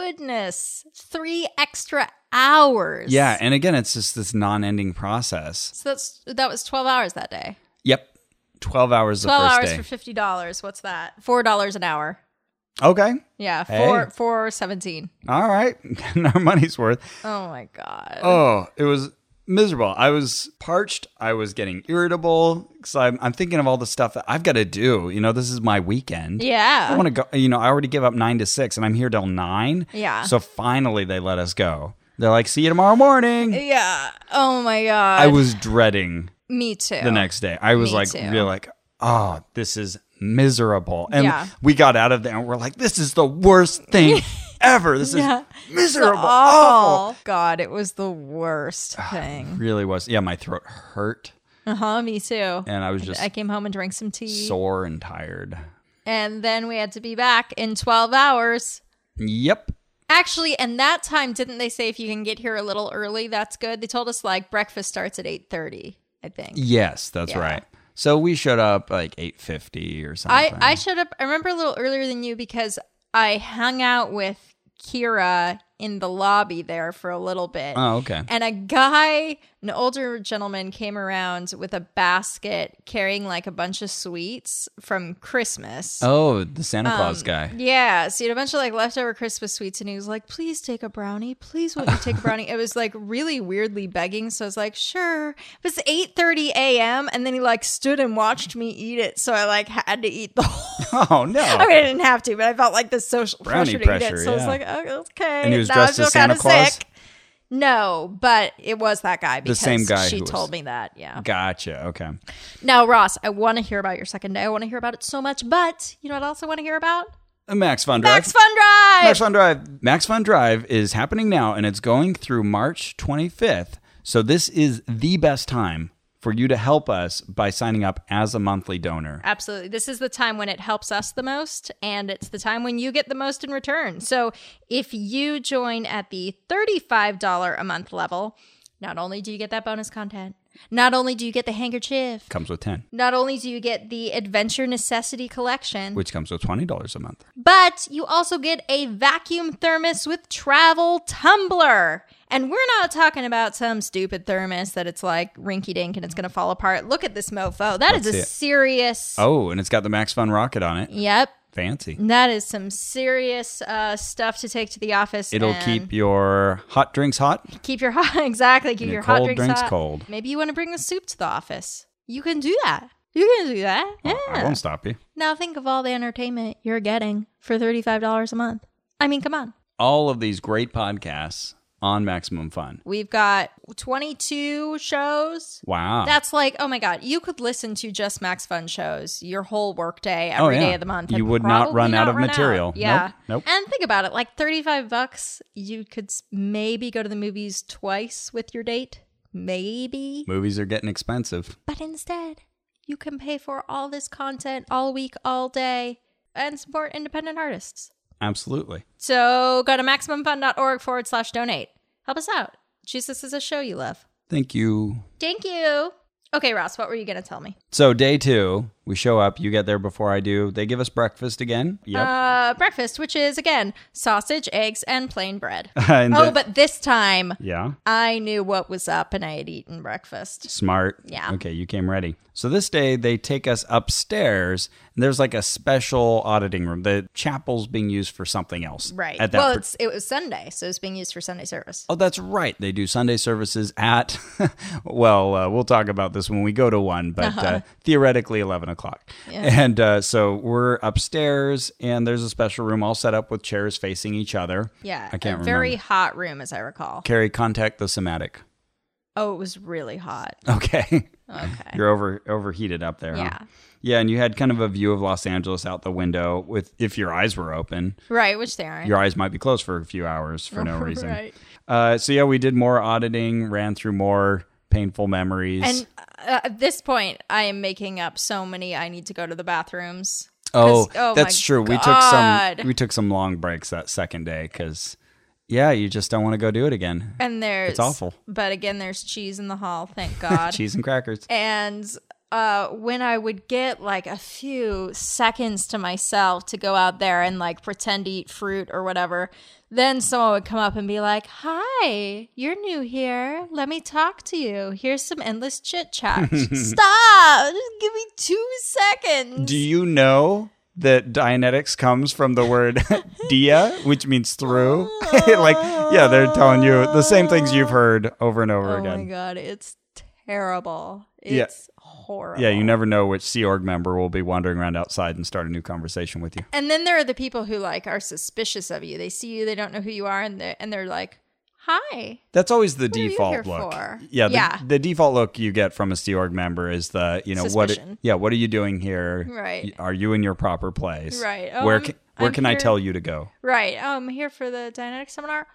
Goodness, three extra hours. Yeah, and again, it's just this non ending process. So that's that was twelve hours that day. Yep, 12 hours the 12 first hours day. for $50 what's that $4 an hour okay, yeah Hey. four four seventeen. all right, getting our money's worth. oh my god Oh, it was miserable. I was parched. I was getting irritable because I'm, I'm thinking of all the stuff that I've got to do. You know, this is my weekend. Yeah. I want to go. You know, I already give up nine to six and I'm here till nine. Yeah. So finally they let us go. They're like, see you tomorrow morning. yeah oh my god I was dreading me too the next day. I was Oh, Me like, too. really like, oh, this is miserable. And Yeah. we got out of there and we're like, this is the worst thing ever. This Yeah. is miserable. awful. awful god it was the worst thing Really was. Yeah, my throat hurt. uh-huh me too And I was just I came home and drank some tea sore and tired. and then we had to be back in 12 hours Yep. Actually, and that time didn't they say if you can get here a little early, that's good. They told us like breakfast starts at eight thirty, I think. Yes, that's Yeah. right. So we showed up like eight fifty or something. I, I showed up, I remember a little earlier than you because I hung out with Kira in the lobby there for a little bit. oh okay. And a guy, an older gentleman, came around with a basket carrying like a bunch of sweets from Christmas. Oh, the Santa Claus Um, guy. Yeah, so you had a bunch of like leftover Christmas sweets, and he was like, "Please take a brownie. Please, won't you take a brownie?" It was like really weirdly begging, so I was like, "Sure." It was eight thirty a.m., and then he like stood and watched me eat it, so I like had to eat the whole. Oh no. I mean, I didn't have to, but I felt like the social Brownie pressure to eat pressure, it. So I was yeah. like, oh, okay. And he was Now I dressed as feel kinda Santa Claus? sick. No, but it was that guy because same guy she who was- told me that. Yeah. Gotcha. Okay. Now, Ross, I want to hear about your second day. I want to hear about it so much, but you know what else I want to hear about? A Uh, Max Fun Drive. Max Fun Drive. Max Fun Drive. Max Fun Drive is happening now and it's going through March 25th. So this is the best time for you to help us by signing up as a monthly donor. Absolutely. This is the time when it helps us the most, and it's the time when you get the most in return. So if you join at the $35 a month level, not only do you get that bonus content, not only do you get the handkerchief, Comes with 10, not only do you get the adventure necessity collection, which comes with $20 a month. but you also get a vacuum thermos with travel tumbler. And we're not talking about some stupid thermos that it's like rinky dink and it's going to fall apart. Look at this mofo. That is Let's see a it. serious. Oh, and it's got the Max Fun rocket on it. Yep. Fancy. That is some serious uh, stuff to take to the office. It'll and keep your hot drinks hot. keep your hot exactly keep And your, your hot cold drinks, drinks hot. cold. Maybe you want to bring the soup to the office. You can do that. You can do that. Yeah. Oh, I won't stop you. now think of all the entertainment you're getting for thirty five dollars a month. I mean, come on. All of these great podcasts on Maximum Fun. We've got twenty two shows. Wow. That's like, oh my god, you could listen to just Max Fun shows your whole workday every day Oh, yeah. of the month. You and would not probably run out of material. Yeah. Nope, nope. And think about it, like thirty-five bucks, you could s- maybe go to the movies twice with your date, maybe. Movies are getting expensive. But instead, you can pay for all this content all week, all day, and support independent artists. Absolutely. So go to maximumfun.org forward slash donate. Help us out. Choose this as a show you love. Thank you. Thank you. Okay, Ross, what were you going to tell me? So day two, we show up. You get there before I do. They give us breakfast again. Yep. uh, breakfast, which is again sausage, eggs, and plain bread. And oh, the- but this time yeah. I knew what was up and I had eaten breakfast. Smart. Yeah. Okay, you came ready. So this day they take us upstairs, and there's like a special auditing room. The chapel's being used for something else. Right. At that well, par- it's it was Sunday, so it's being used for Sunday service. Oh, that's right. They do Sunday services at, well, uh, we'll talk about this when we go to one, but uh Uh-huh. theoretically 11 o'clock. And uh, so we're upstairs, and there's a special room all set up with chairs facing each other. Yeah, I can't a remember. very hot room, as I recall. Carrie, contact the somatic. Oh, it was really hot. Okay. Okay. You're over overheated up there. huh? Yeah. Yeah, and you had kind of a view of Los Angeles out the window with if your eyes were open. Right, which they aren't. Your eyes might be closed for a few hours for no reason. Right. Uh, so yeah, we did more auditing, ran through more painful memories. And uh, at this point, I am making up so many. I need to go to the bathrooms. 'Cause- oh, oh my that's true. We took some God. we took some long breaks that second day cuz yeah, you just don't want to go do it again. And there's awful. But again, there's cheese in the hall. Thank God. Cheese and crackers. and uh, when I would get like a few seconds to myself to go out there and like pretend to eat fruit or whatever, then someone would come up and be like, Hi, you're new here. Let me talk to you. Here's some endless chit chat. Stop. Just give me two seconds. Do you know that Dianetics comes from the word dia, which means through? like, yeah, they're telling you the same things you've heard over and over oh my again. God. It's terrible. Yeah. It's horrible. Yeah, you never know which Sea Org member will be wandering around outside and start a new conversation with you. And then there are the people who like are suspicious of you. They see you, they don't know who you are, and they're and they're like, "Hi." That's always the are you default here look. for? Yeah, the, Yeah. the default look you get from a Sea Org member is the you know Suspicion. what? Yeah, what are you doing here? Right. Are you in your proper place? Right. Oh, where I'm- can, where I'm can I here- tell you to go? Right. Oh, I'm here for the dynamic seminar.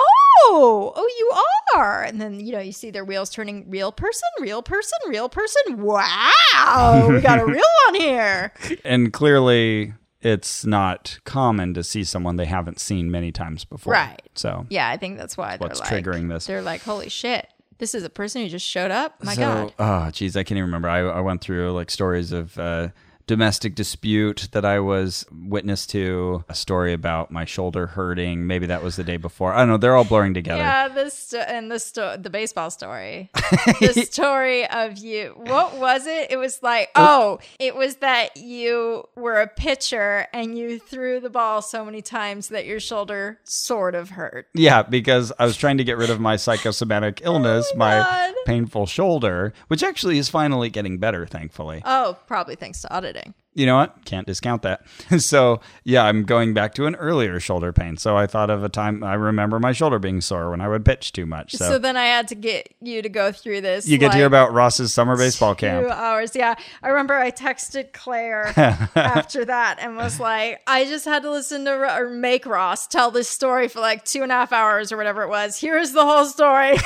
Oh, oh, you are. And then you know you see their wheels turning. Real person, real person, real person. Wow, we got a real one here. And clearly, it's not common to see someone they haven't seen many times before. Right. So Yeah, I think that's why they're What's like triggering this? They're like, "Holy shit, this is a person who just showed up." My so, God. Oh, geez, I can't even remember. I, I went through like stories of uh, domestic dispute that I was witness to, a story about my shoulder hurting. Maybe that was the day before. I don't know. They're all blurring together. Yeah, this sto- and the sto- the baseball story, the story of you. What was it? It was like, oh, it was that you were a pitcher and you threw the ball so many times that your shoulder sort of hurt. Yeah, because I was trying to get rid of my psychosomatic illness, my, Oh God. painful shoulder, which actually is finally getting better, thankfully. Oh, probably thanks to audit kidding. you know what? Can't discount that. so, yeah, I'm going back to an earlier shoulder pain. So, I thought of a time I remember my shoulder being sore when I would pitch too much. So, So, then I had to get you to go through this. you get to like, hear about Ross's summer baseball Two camp. hours. Yeah. I remember I texted Claire after that and was like, I just had to listen to Ro- or make Ross tell this story for like two and a half hours or whatever it was. Here's the whole story.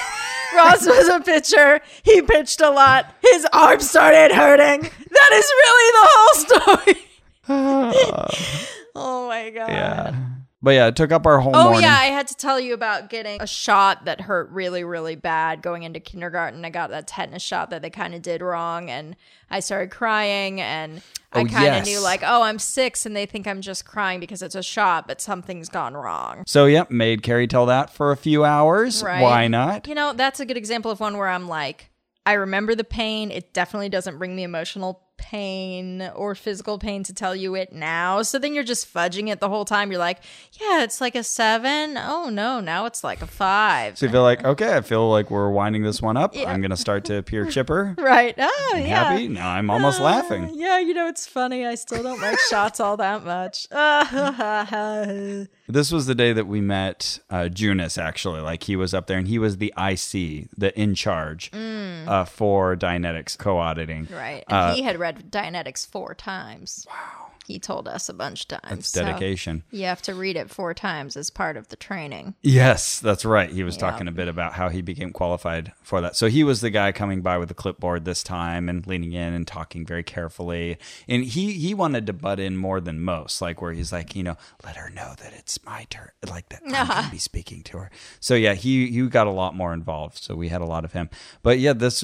Ross was a pitcher. He pitched a lot. His arm started hurting. That is really the whole story. oh my God. Yeah. But yeah, it took up our whole Oh morning. yeah, I had to tell you about getting a shot that hurt really, really bad going into kindergarten. I got that tetanus shot that they kind of did wrong, and I started crying, and I Oh, kind of yes. knew like, oh, I'm six, and they think I'm just crying because it's a shot, but something's gone wrong. So, yep, made Carrie tell that for a few hours. Right? Why not? You know, that's a good example of one where I'm like, I remember the pain. It definitely doesn't bring me emotional pain or physical pain to tell you it now. So then you're just fudging it the whole time. You're like, yeah, it's like a seven. Oh no, now it's like a five. So, you feel like, okay, I feel like we're winding this one up. I'm going to start to appear chipper. Right. Oh, yeah. Happy? Now I'm almost Uh, laughing. Yeah, you know, it's funny. I still don't like shots all that much. Uh, This was the day that we met uh, Junus, actually. Like, he was up there and he was the IC, the in charge uh, for Dianetics co auditing. Mm. right. And Uh, he had read Dianetics four times. Wow. He told us a bunch of times. It's so dedication. you have to read it four times as part of the training. Yes, that's right. He was talking a bit about how he became qualified for that. So he was the guy coming by with a clipboard this time and leaning in and talking very carefully. And he he wanted to butt in more than most, like where he's like, you know, let her know that it's my turn, like that I'm going to be speaking to her. So yeah, he you got a lot more involved. So we had a lot of him. But yeah, this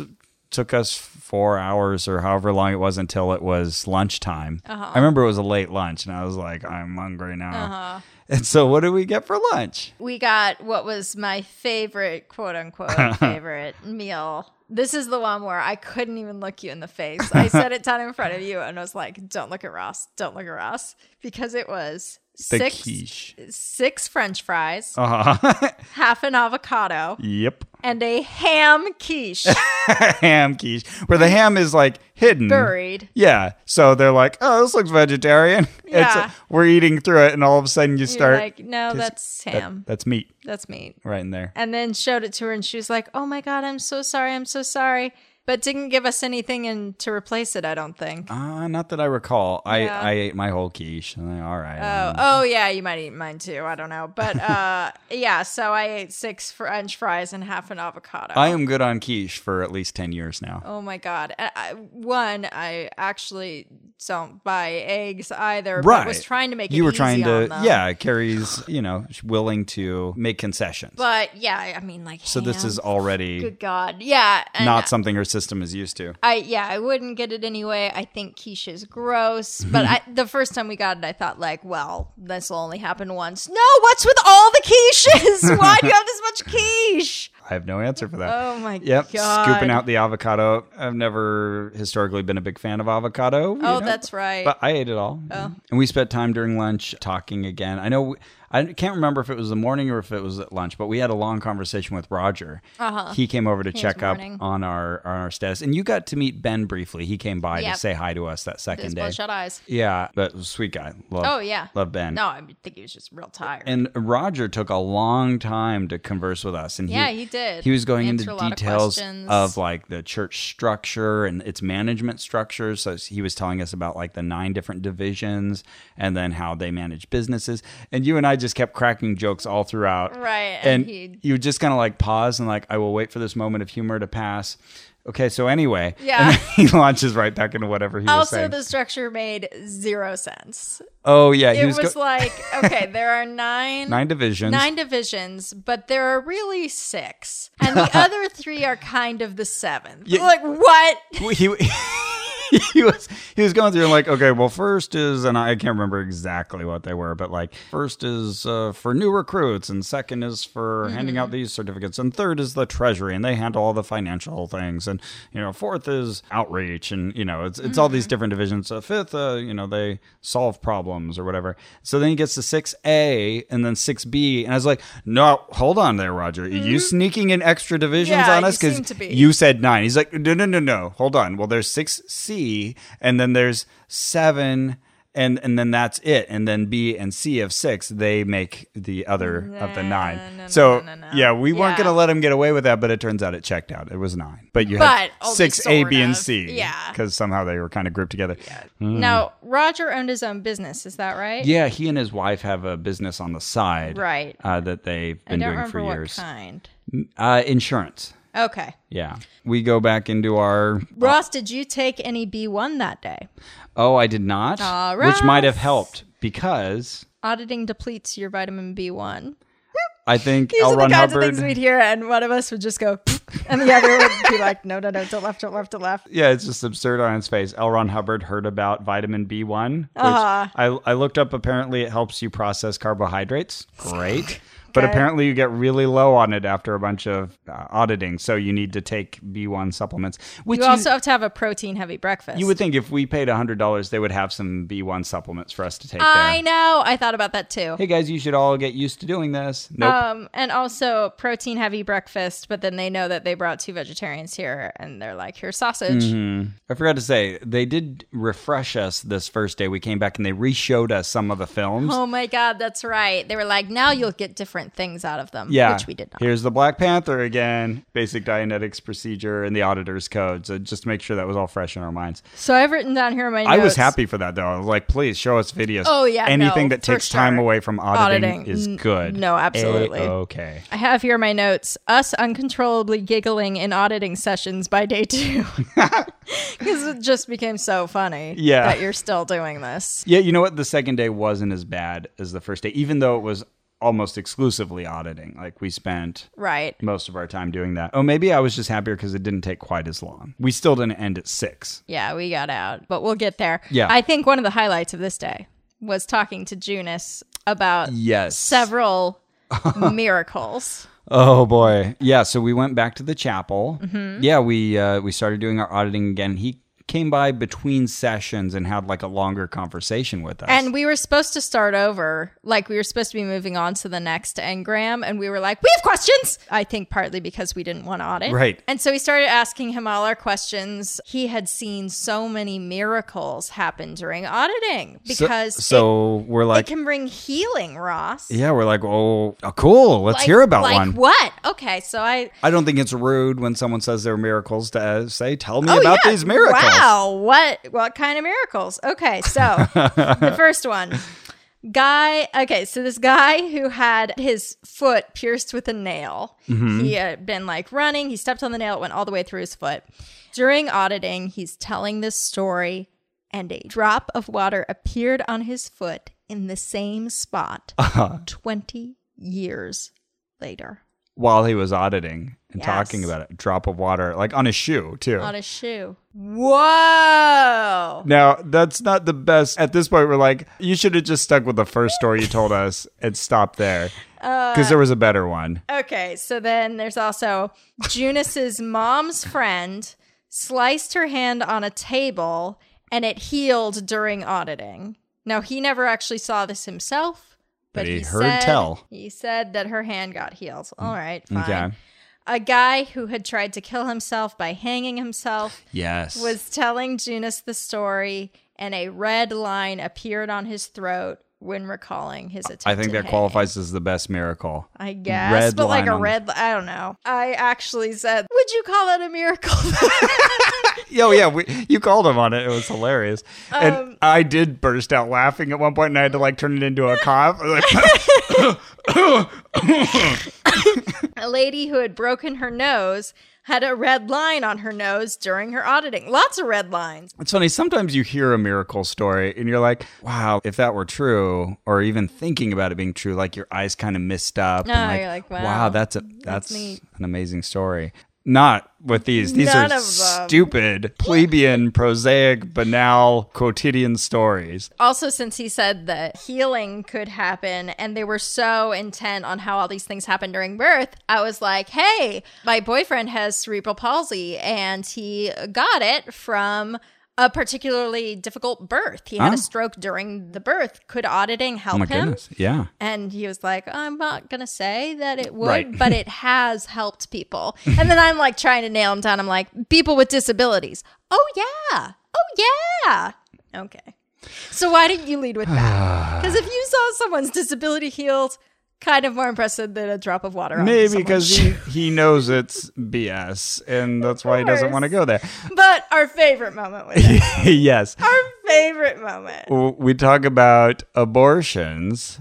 took us four hours or however long it was until it was lunchtime. I remember it was a late lunch, and I was like, I'm hungry now. And so, what did we get for lunch? We got what was my favorite, quote unquote, favorite meal. This is the one where I couldn't even look you in the face. I set it down in front of you and was like, don't look at Ross. Don't look at Ross. Because it was The six quiche. six french fries, Uh-huh. half an avocado, yep. and a ham quiche ham quiche, where the ham is like hidden. buried. Yeah. So they're like, oh, this looks vegetarian. Yeah. It's, we're eating through it, and all of a sudden you You're start. like, no, Just- that's that- ham. that's meat that's meat. right in there. And then showed it to her, and she was like, oh my God, I'm so sorry. I'm so sorry. But didn't give us anything in, to replace it, I don't think. Uh, not that I recall. I, Yeah. I ate my whole quiche. And then, all right. Oh, oh yeah, you might eat mine too. I don't know, but uh, yeah. So I ate six French fries and half an avocado. I am good on quiche for at least 10 years now. oh my god! I, I, one, I actually don't buy eggs either. right. But was trying to make it You were easy trying on to. them. Yeah. Carrie's, you know, willing to make concessions. But yeah, I- I mean, like, so this ham, is already good God, yeah, and not something her system is used to. I yeah, I wouldn't get it anyway. I think quiche is gross, but I, the first time we got it, I thought like, well, this will only happen once. No, what's with all the quiches? Why do you have this much quiche? I have no answer for that. Oh my yep, god! scooping out the avocado. I've never historically been a big fan of avocado. you Oh, that's right. Oh. But I ate it all. And we spent time during lunch talking again. I know we, I can't remember if it was the morning or if it was at lunch, but we had a long conversation with Roger. Uh-huh. He came over to check up morning. on our on our status, and you got to meet Ben briefly. He came by Yep. to say hi to us that Those second day. bloodshot eyes. Yeah, but was a sweet guy. Love, Oh, yeah. love Ben. No, I think he was just real tired. And Roger took a long time to converse with us, and Yeah, he, he did. He was going Answer a into lot of details questions. of like the church structure and its management structure. So he was telling us about like the nine different divisions, and then how they manage businesses. And you and I just kept cracking jokes all throughout, Right, and And, he- you just kind of like pause and like, I will wait for this moment of humor to pass. Okay, so anyway, Yeah. and he launches right back into whatever he was also, saying. the structure made zero sense. oh yeah, he It was, was, go- like, okay, there are nine nine divisions. nine divisions, but there are really six, and the other three are kind of the seventh. Yeah. Like what? Well, he he was he was going through and like okay well first is and i can't remember exactly what they were but like first is uh, for new recruits and second is for handing Mm-hmm. out these certificates and third is the treasury and they handle all the financial things and you know fourth is outreach and you know it's, it's all Mm-hmm. these different divisions so fifth uh, you know they solve problems or whatever so then he gets to 6a and then 6b and i was like no hold on there roger are you sneaking in extra divisions Mm-hmm. Yeah, on you us seem to be. you you said nine. He's like, no, no, no, no. Hold on. Well, there's six C C, and then there's seven, and and then that's it. And then B and C of six, they make the other of the nine. no, so no, no, no. yeah, we weren't Yeah. gonna let him get away with that, but it turns out it checked out. It was nine, but you had But only six A, sort B, and of. C. Yeah. because somehow they were kind of grouped together. Now, Roger owned his own business. Is that right? Mm. Yeah, he and his wife have a business on the side, Right. Uh, that they've I been don't doing remember for what years. Oh. kind. Uh, insurance. Okay. Yeah, we go back into our. Ross, did you take any B1 that day? Oh, I did not, Aw, which might have Russ. helped because Auditing depletes your vitamin B1. I think These L. are the Ron kinds Hubbard. of things we'd hear, and one of us would just go, and the other would be like, no, no, no, don't left, don't left, don't left. yeah, it's just absurd on its face. L. Ron Hubbard heard about vitamin B1, which Uh-huh. I, I looked up. Apparently, it helps you process carbohydrates. Great. But Okay. apparently, you get really low on it after a bunch of uh, auditing. So, you need to take B1 supplements, which You also have to have a protein heavy breakfast. You would think if we paid $100, they would have some B1 supplements for us to take I there. know. I thought about that too. Hey guys, you should all get used to doing this. Nope. Um, and also protein heavy breakfast, but then they know that they brought two vegetarians here and they're like, here's sausage. I forgot to say, they did refresh us this first day we came back and they re-showed us some of the films. Oh my God, that's right. They were like, now you'll get different things out of them, yeah. which we did not. Here's the Black Panther again, basic Dianetics procedure and the auditor's code. So just to make sure that was all fresh in our minds. So I've written down here in my notes. I was happy for that though. I was like, please show us videos. Oh, yeah, Anything no, that for takes time sure. away from auditing, Auditing, is n- good. no, absolutely. okay. I have here in my notes us uncontrollably giggling in auditing sessions by day two. Because it just became so funny Yeah. that you're still doing this. Yeah, you know what? The second day wasn't as bad as the first day, even though it was almost exclusively auditing. Like we spent Right. most of our time doing that. Oh, maybe I was just happier because it didn't take quite as long. We still didn't end at six. Yeah, we got out, but we'll get there. Yeah. I think one of the highlights of this day was talking to Junus about Yes. several miracles. Oh boy. Yeah. So we went back to the chapel. Mm-hmm. Yeah, we uh, we started doing our auditing again. He came by between sessions and had like a longer conversation with us. And we were supposed to start over. Like, we were supposed to be moving on to the next engram. And we were like, we have questions. I think partly because we didn't want to audit. Right. And so we started asking him all our questions. He had seen so many miracles happen during auditing So- because it- so, we're it, like, can bring healing, Ross. yeah, we're like, oh, oh, cool. Let's hear about like one. What? Okay. So I. I don't think it's rude when someone says there are miracles to uh, say, tell me about these miracles. Oh, Wow, what what kind of miracles? Okay, so the first one. Guy, okay, so this guy who had his foot pierced with a nail. Mm-hmm. He had been like running, he stepped on the nail, it went all the way through his foot. During auditing, he's telling this story and a drop of water appeared on his foot in the same spot Uh-huh. 20 years later While he was auditing and Yes. talking about it, drop of water, like on his shoe, too. on his shoe. Whoa. now, that's not the best. At this point, we're like, you should have just stuck with the first story you told us and stopped there Uh, because there was a better one. Okay, so then there's also Junus's mom's friend sliced her hand on a table and it healed during auditing. Now he never actually saw this himself, but, But he heard said, tell. Mm, He said that her hand got healed. All right, fine. Okay. A guy who had tried to kill himself by hanging himself Yes. was telling Junus the story, and a red line appeared on his throat when recalling his attempt. I think at that hanging. qualifies as the best miracle. I guess, Red but like line a on- red, li- I don't know. I actually said, "Would you call that a miracle?" Oh yeah, we, you called him on it. It was hilarious, and Um, I did burst out laughing at one point, and I had to like turn it into a cough. I was like, a lady who had broken her nose had a red line on her nose during her auditing. Lots of red lines. It's funny, sometimes you hear a miracle story and you're like, wow, if that were true, or even thinking about it being true, like your eyes kind of missed up. No, and Oh, you're like, wow, that's a that's, neat. an amazing story. Not with these. These None of are them. stupid, plebeian, prosaic, banal, quotidian stories. Also, since he said that healing could happen and they were so intent on how all these things happen during birth, I was like, hey, my boyfriend has cerebral palsy and he got it from a particularly difficult birth. He had Oh. a stroke during the birth. Could auditing help Oh my him? goodness. Yeah. And he was like, I'm not going to say that it would, Right. but it has helped people. And then I'm like trying to nail him down. I'm like, people with disabilities. Oh, yeah. Oh, yeah. Okay. So why didn't you lead with that? Because if you saw someone's disability healed, kind of more impressive than a drop of water. on Maybe someone's because shoe. he, he knows it's BS and that's why he doesn't course. want to go there. But our favorite moment was it. yes. our favorite moment. W- We talk about abortions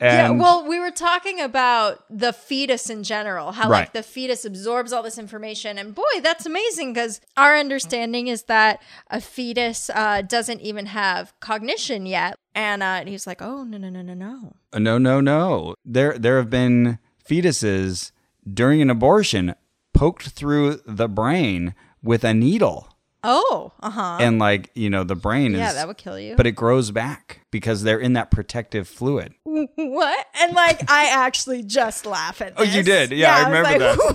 Yeah, and well, we were talking about the fetus in general, how Right. like the fetus absorbs all this information. And boy, that's amazing because our understanding is that a fetus uh, doesn't even have cognition yet. And, uh, and he's like, oh, no, no, no, no, no. no, no, no. There, there have been fetuses during an abortion poked through the brain with a needle. Oh, uh huh. And like, you know, the brain Yeah, is, that would kill you. but it grows back because they're in that protective fluid. what? And like, I actually just laugh at Oh, this. you did. Yeah, I was remember like,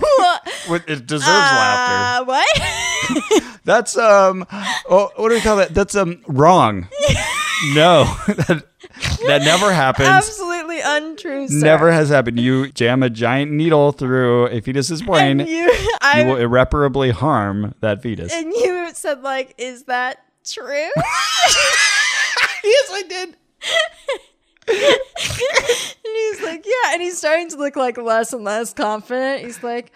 Wh- It deserves laughter. Uh, what? That's um, oh, what do we call that? That's um, wrong. no, that, that never happens. Absolutely untrue. Sir. Never has happened. You jam a giant needle through a fetus's brain, And you, you, I, will irreparably harm that fetus. and you said like, "Is that true?" yes, I did. and he's like, "Yeah." And he's starting to look like less and less confident. He's like.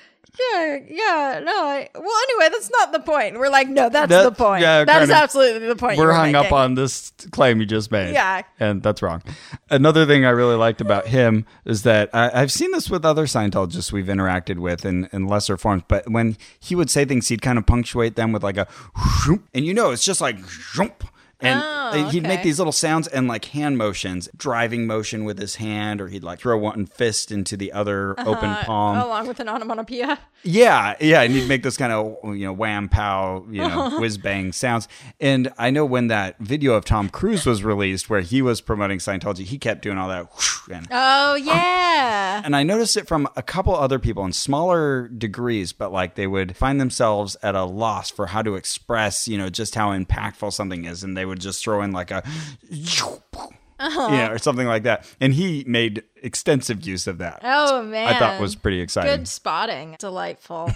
Yeah, yeah, no. I, well, anyway, that's not the point. We're like, no, that's That- the point. yeah, that is kind of. absolutely the point. you We're hung up making. on this claim you just made. Yeah. And that's wrong. Another thing I really liked about him is that I, I've seen this with other Scientologists we've interacted with in, in lesser forms, but when he would say things, he'd kind of punctuate them with like a whoop, and you know, it's just like whoop, and Oh, he'd make okay. these little sounds and like hand motions, driving motion with his hand, or he'd like throw one fist into the other open Uh-huh. palm. Uh, along with an onomatopoeia. Yeah, yeah, and he'd make this kind of you know wham pow, you Uh-huh. know whiz bang sounds. And I know when that video of Tom Cruise was released, where he was promoting Scientology, he kept doing all that. whoosh And, Oh yeah. and I noticed it from a couple other people in smaller degrees, but like they would find themselves at a loss for how to express, you know, just how impactful something is, and they would just throw in like a. Uh-huh. Yeah, or something like that. And he made extensive use of that. Oh man. I thought was pretty exciting. Good spotting. Delightful.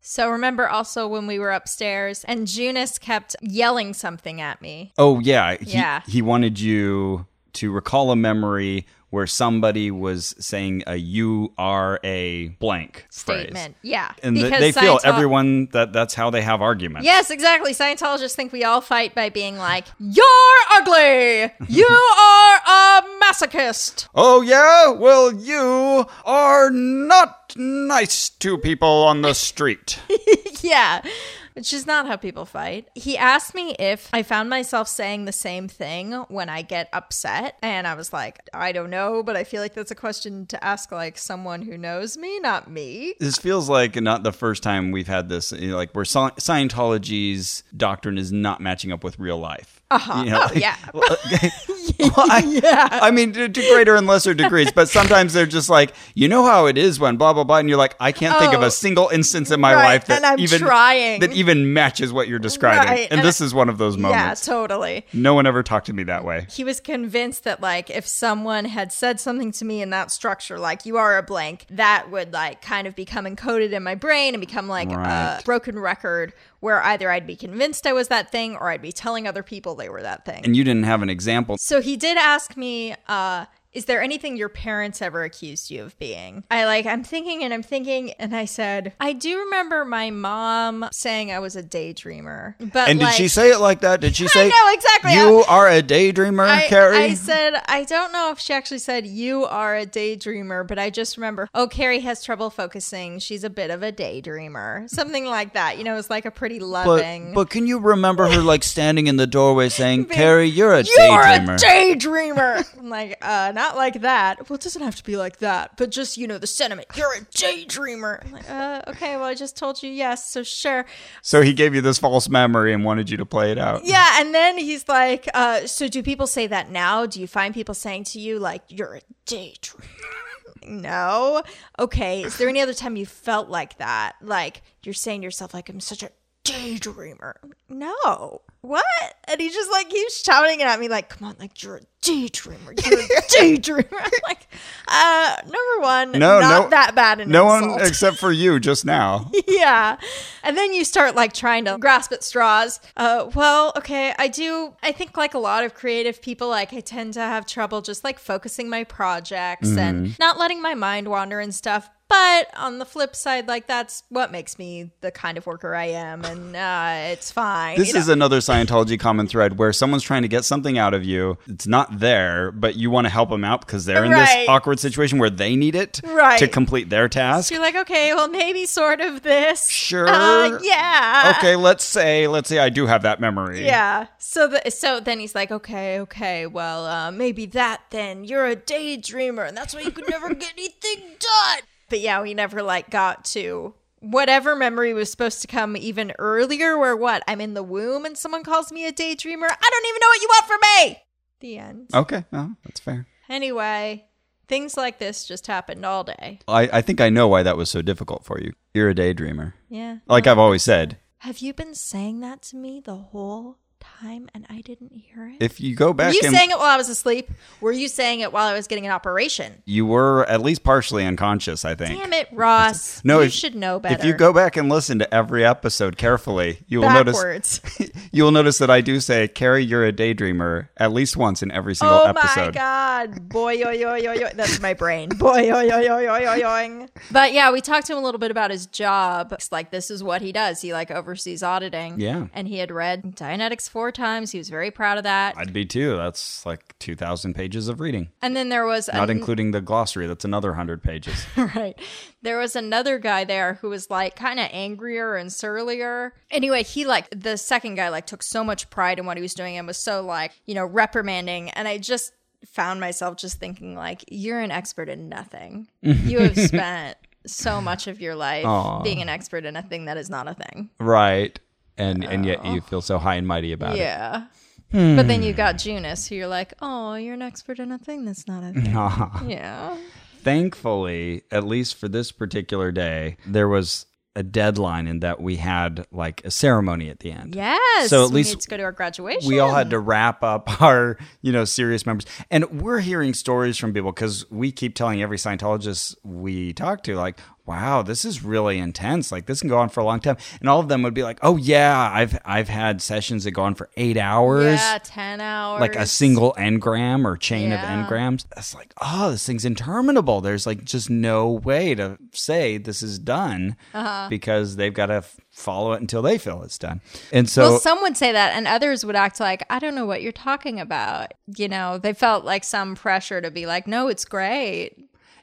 so remember also when we were upstairs and Junus kept yelling something at me. Oh yeah, he, Yeah. He wanted you to recall a memory where somebody was saying a "you are a blank" phrase. Statement. Yeah. and th- they feel Scientol- everyone that that's how they have arguments. Yes, exactly. Scientologists think we all fight by being like, "You're ugly. You are a masochist." Oh yeah, well you are not nice to people on the street. yeah. Which is not how people fight. He asked me if I found myself saying the same thing when I get upset. And I was like, I don't know, but I feel like that's a question to ask like someone who knows me, not me. this feels like not the first time we've had this. you know, like where Sci- Scientology's doctrine is not matching up with real life. Uh huh. Oh, yeah. I, I mean, to, to greater and lesser degrees, but sometimes they're just like, you know how it is when blah blah blah, and you're like, I can't think of Oh. a single instance in my Right, life that and I'm even trying. that even matches what you're describing. Right, And, and this is one of those Yeah, moments. totally. No one ever talked to me that way. He was convinced that like if someone had said something to me in that structure, like you are a blank, that would like kind of become encoded in my brain and become like Right. a broken record where either I'd be convinced I was that thing or I'd be telling other people they were that thing. And you didn't have an example. So he did ask me, uh, is there anything your parents ever accused you of being? I like, I'm thinking and I'm thinking, and I said, I do remember my mom saying I was a daydreamer. But And did like, she say it like that? Did she say, know, exactly. You are a daydreamer, I, Carrie? I said, I don't know if she actually said you are a daydreamer, but I just remember, oh, Carrie has trouble focusing. She's a bit of a daydreamer. Something like that. You know, it's like a pretty loving. But, but can you remember her like standing in the doorway saying, Being, "Carrie, you're a You're daydreamer." a daydreamer. I'm like, uh, not like that. Well, it doesn't have to be like that, but just, you know, the sentiment. You're a daydreamer. I'm like, uh, okay, well, I just told you yes, so sure. so he gave you this false memory and wanted you to play it out. Yeah, and then he's like, uh, so do people say that now? Do you find people saying to you, like, you're a daydreamer? no. Okay, is there any other time you felt like that? Like, you're saying to yourself, like, I'm such a daydreamer. No. What? And he just like keeps shouting it at me, like, come on, like you're a daydreamer. You're a daydreamer. I'm like, uh, number one, No, not no- that bad an No insult. one except for you just now. yeah. And then you start like trying to grasp at straws. Uh, well, okay, I do. I think like a lot of creative people, like I tend to have trouble just like focusing my projects Mm-hmm. and not letting my mind wander and stuff. But on the flip side, like that's what makes me the kind of worker I am, and uh, it's fine. This you know? is another Scientology common thread where someone's trying to get something out of you. It's not there, but you want to help them out because they're in Right. this awkward situation where they need it Right. to complete their task. You're like, okay, well, maybe sort of this. Sure. Uh, yeah. Okay, let's say let's say I do have that memory. Yeah. So the so then he's like, okay, okay, well, uh, maybe that then. You're a daydreamer, and that's why you could never get anything done. But yeah, we never like got to whatever memory was supposed to come even earlier. Where what? I'm in the womb, and someone calls me a daydreamer. I don't even know what you want from me. The end. Okay, uh, that's fair. Anyway, things like this just happened all day. I, I think I know why that was so difficult for you. You're a daydreamer. Yeah. Like I've always said, Have you been saying that to me the whole time, and I didn't hear it? if you go back you and saying it while I was asleep? Were you saying it while I was getting an operation? you were at least partially unconscious, I think. Damn it, Ross. No, you if- should know better. If you go back and listen to every episode carefully, you will notice backwards. you will notice that I do say, "Carrie, you're a daydreamer" at least once in every single oh episode. my god. Boy yo yo yo yo that's my brain. Boy yo yo yo yo yo yoing. But yeah, we talked to him a little bit about his job. It's like this is what he does. He like oversees auditing. Yeah. And he had read Dianetics four times. He was very proud of that. I'd be too. That's like two thousand pages of reading, and then there was not an- including the glossary. That's another hundred pages. right. There was another guy there who was like kind of angrier and surlier. Anyway, he like the second guy like took so much pride in what he was doing and was so like, you know, reprimanding and I just found myself just thinking like you're an expert in nothing. You have spent so much of your life being an expert in a thing that is not a thing. right. And and yet you feel so high and mighty about it. Oh. Hmm. Yeah. But then you got Junus, who you're like, oh, you're an expert in a thing that's not a thing. Yeah. thankfully, at least for this particular day, there was a deadline in that we had like a ceremony at the end. Yes. So at we least need to go to our graduation. we all had to wrap up our, you know, serious members. And we're hearing stories from people because we keep telling every Scientologist we talk to, like, wow, this is really intense. Like this can go on for a long time. And all of them would be like, Oh yeah, I've I've had sessions that go on for eight hours Yeah, ten hours. like a single engram or chain Yeah. of engrams. That's like, oh, this thing's interminable. There's like just no way to say this is done Uh-huh. because they've got to f- follow it until they feel it's done. And so, well, some would say that, and others would act like, I don't know what you're talking about. You know, they felt like some pressure to be like, no, it's great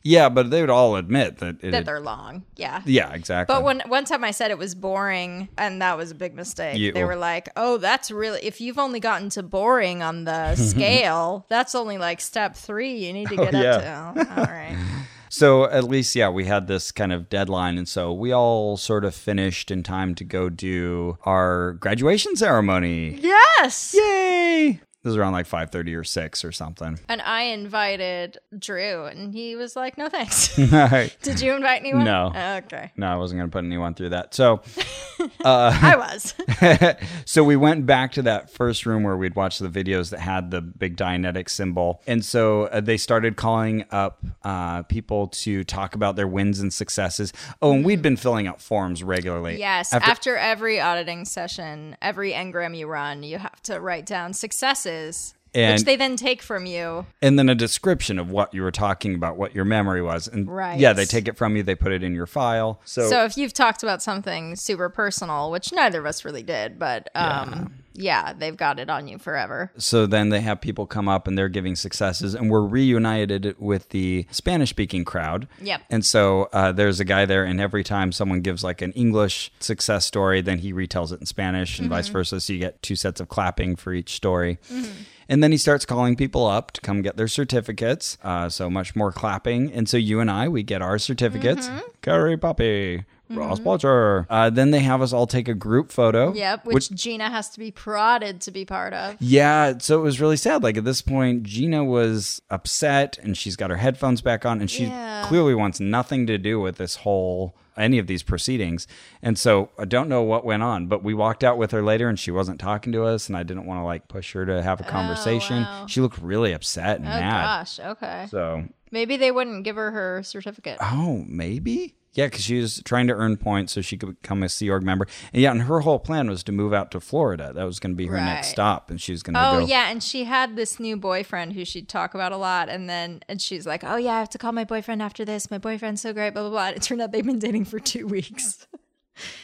yeah, but they would all admit that it. that they're long. Yeah. yeah, exactly. But when one time I said it was boring, and that was a big mistake. Yeah, they well- were like, "Oh, that's really if you've only gotten to boring on the scale, that's only like step three. You need to get up to." Oh, all right. so at least, yeah, we had this kind of deadline. And so we all sort of finished in time to go do our graduation ceremony. yes. Yay! This is around like 5.30 or 6 or something. And I invited Drew, and he was like, "No thanks." All right. Did you invite anyone? No. Okay. No, I wasn't going to put anyone through that. So I was. So we went back to that first room where we'd watched the videos that had the big Dianetic symbol. And so uh, they started calling up uh, people to talk about their wins and successes. Oh, and we'd been filling out forms regularly. Yes. After, After, every auditing session, every engram you run, you have to write down successes, And- which they then take from you. and then a description of what you were talking about, what your memory was. And Right. yeah, they take it from you, they put it in your file. So, So if you've talked about something super personal, which neither of us really did, but um, yeah. they've got it on you forever. so then they have people come up and they're giving successes, and we're reunited with the Spanish speaking crowd. Yep. And so uh, there's a guy there, and every time someone gives like an English success story, then he retells it in Spanish and Mm-hmm. vice versa. So you get two sets of clapping for each story. And then he starts calling people up to come get their Mm-hmm. certificates. Uh, so much more clapping. And so you and I, we get our certificates. Carrie Puppy. Ross Blotcher. Uh, then they have us all take a group photo. Yep, which, Gina has to be prodded to be part of. Yeah, so it was really sad. Like at this point, Gina was upset and she's got her headphones back on and she Yeah. clearly wants nothing to do with this whole any of these proceedings. And so I don't know what went on, but we walked out with her later and she wasn't talking to us and I didn't want to like push her to have a conversation. Oh, wow. She looked really upset and Oh mad. gosh, okay. So, Maybe they wouldn't give her her certificate. oh, maybe? Yeah, because she was trying to earn points so she could become a Sea Org member. And yeah, and her whole plan was to move out to Florida. That was going to be her next Right. stop. And she was going to Oh go. yeah, and she had this new boyfriend who she'd talk about a lot, and then and she's like, "Oh yeah, I have to call my boyfriend after this. My boyfriend's so great." Blah blah blah. And it turned out they've been dating for two weeks.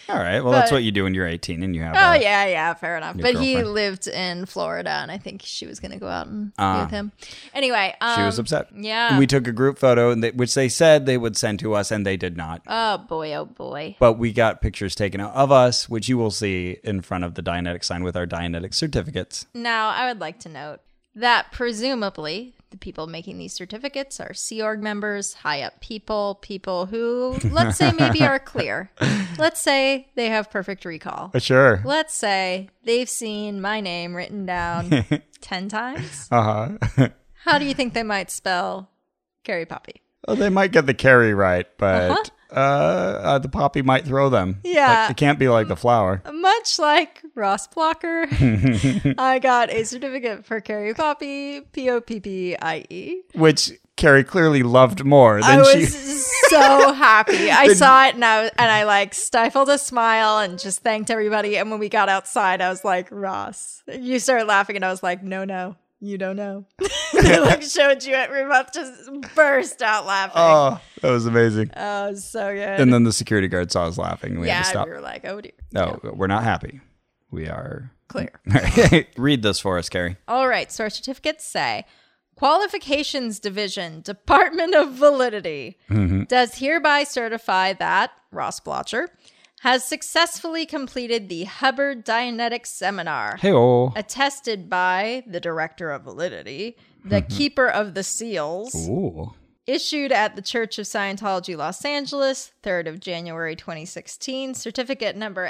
All right. Well, that's But- what you do when you're 18 and you have. oh a- yeah, yeah, fair enough. New But he girlfriend. lived in Florida, and I think she was gonna go out and be Ah. with him. Anyway, um, She was upset. Yeah. And we took a group photo, and they, which they said they would send to us, and they did not. oh boy, oh boy. but we got pictures taken of us, which you will see in front of the Dianetic sign with our Dianetic certificates. Now, I would like to note that presumably the people making these certificates are Sea Org members, high up people, people who, let's say, maybe are clear. Let's say they have perfect recall. Sure. Let's say they've seen my name written down 10 times. Uh huh. How do you think they might spell Carrie Poppy? well, they might get the carry right, but uh uh, the poppy might throw them. Uh-huh. Yeah. Um, Like, it can't be like the flower. Much like Ross Blocker, I got a certificate for Carrie Poppy, P O P P I E. Which Carrie clearly loved more I than was she. so happy. I saw it and I and I like stifled a smile and just thanked everybody. And when we got outside, I was like, Ross, you started laughing, and I was like, No, no, you don't know. they like showed you at room up, just burst out laughing. Oh, Oh, that was amazing. it was so good. and then the security guard saw us laughing, and we had to yeah, stop. we were like, Oh dear, No, we're not happy. We are. clear. Read this for us, Carrie. All right, so our certificates say Qualifications Division, Department of Validity, Mm-hmm. does hereby certify that Ross Blotcher has successfully completed the Hubbard Dianetics Seminar, Hey, oh. attested by the Director of Validity, the Keeper of the Seals, Mm-hmm. Ooh. issued at the Church of Scientology Los Angeles, 3rd of January 2016, certificate number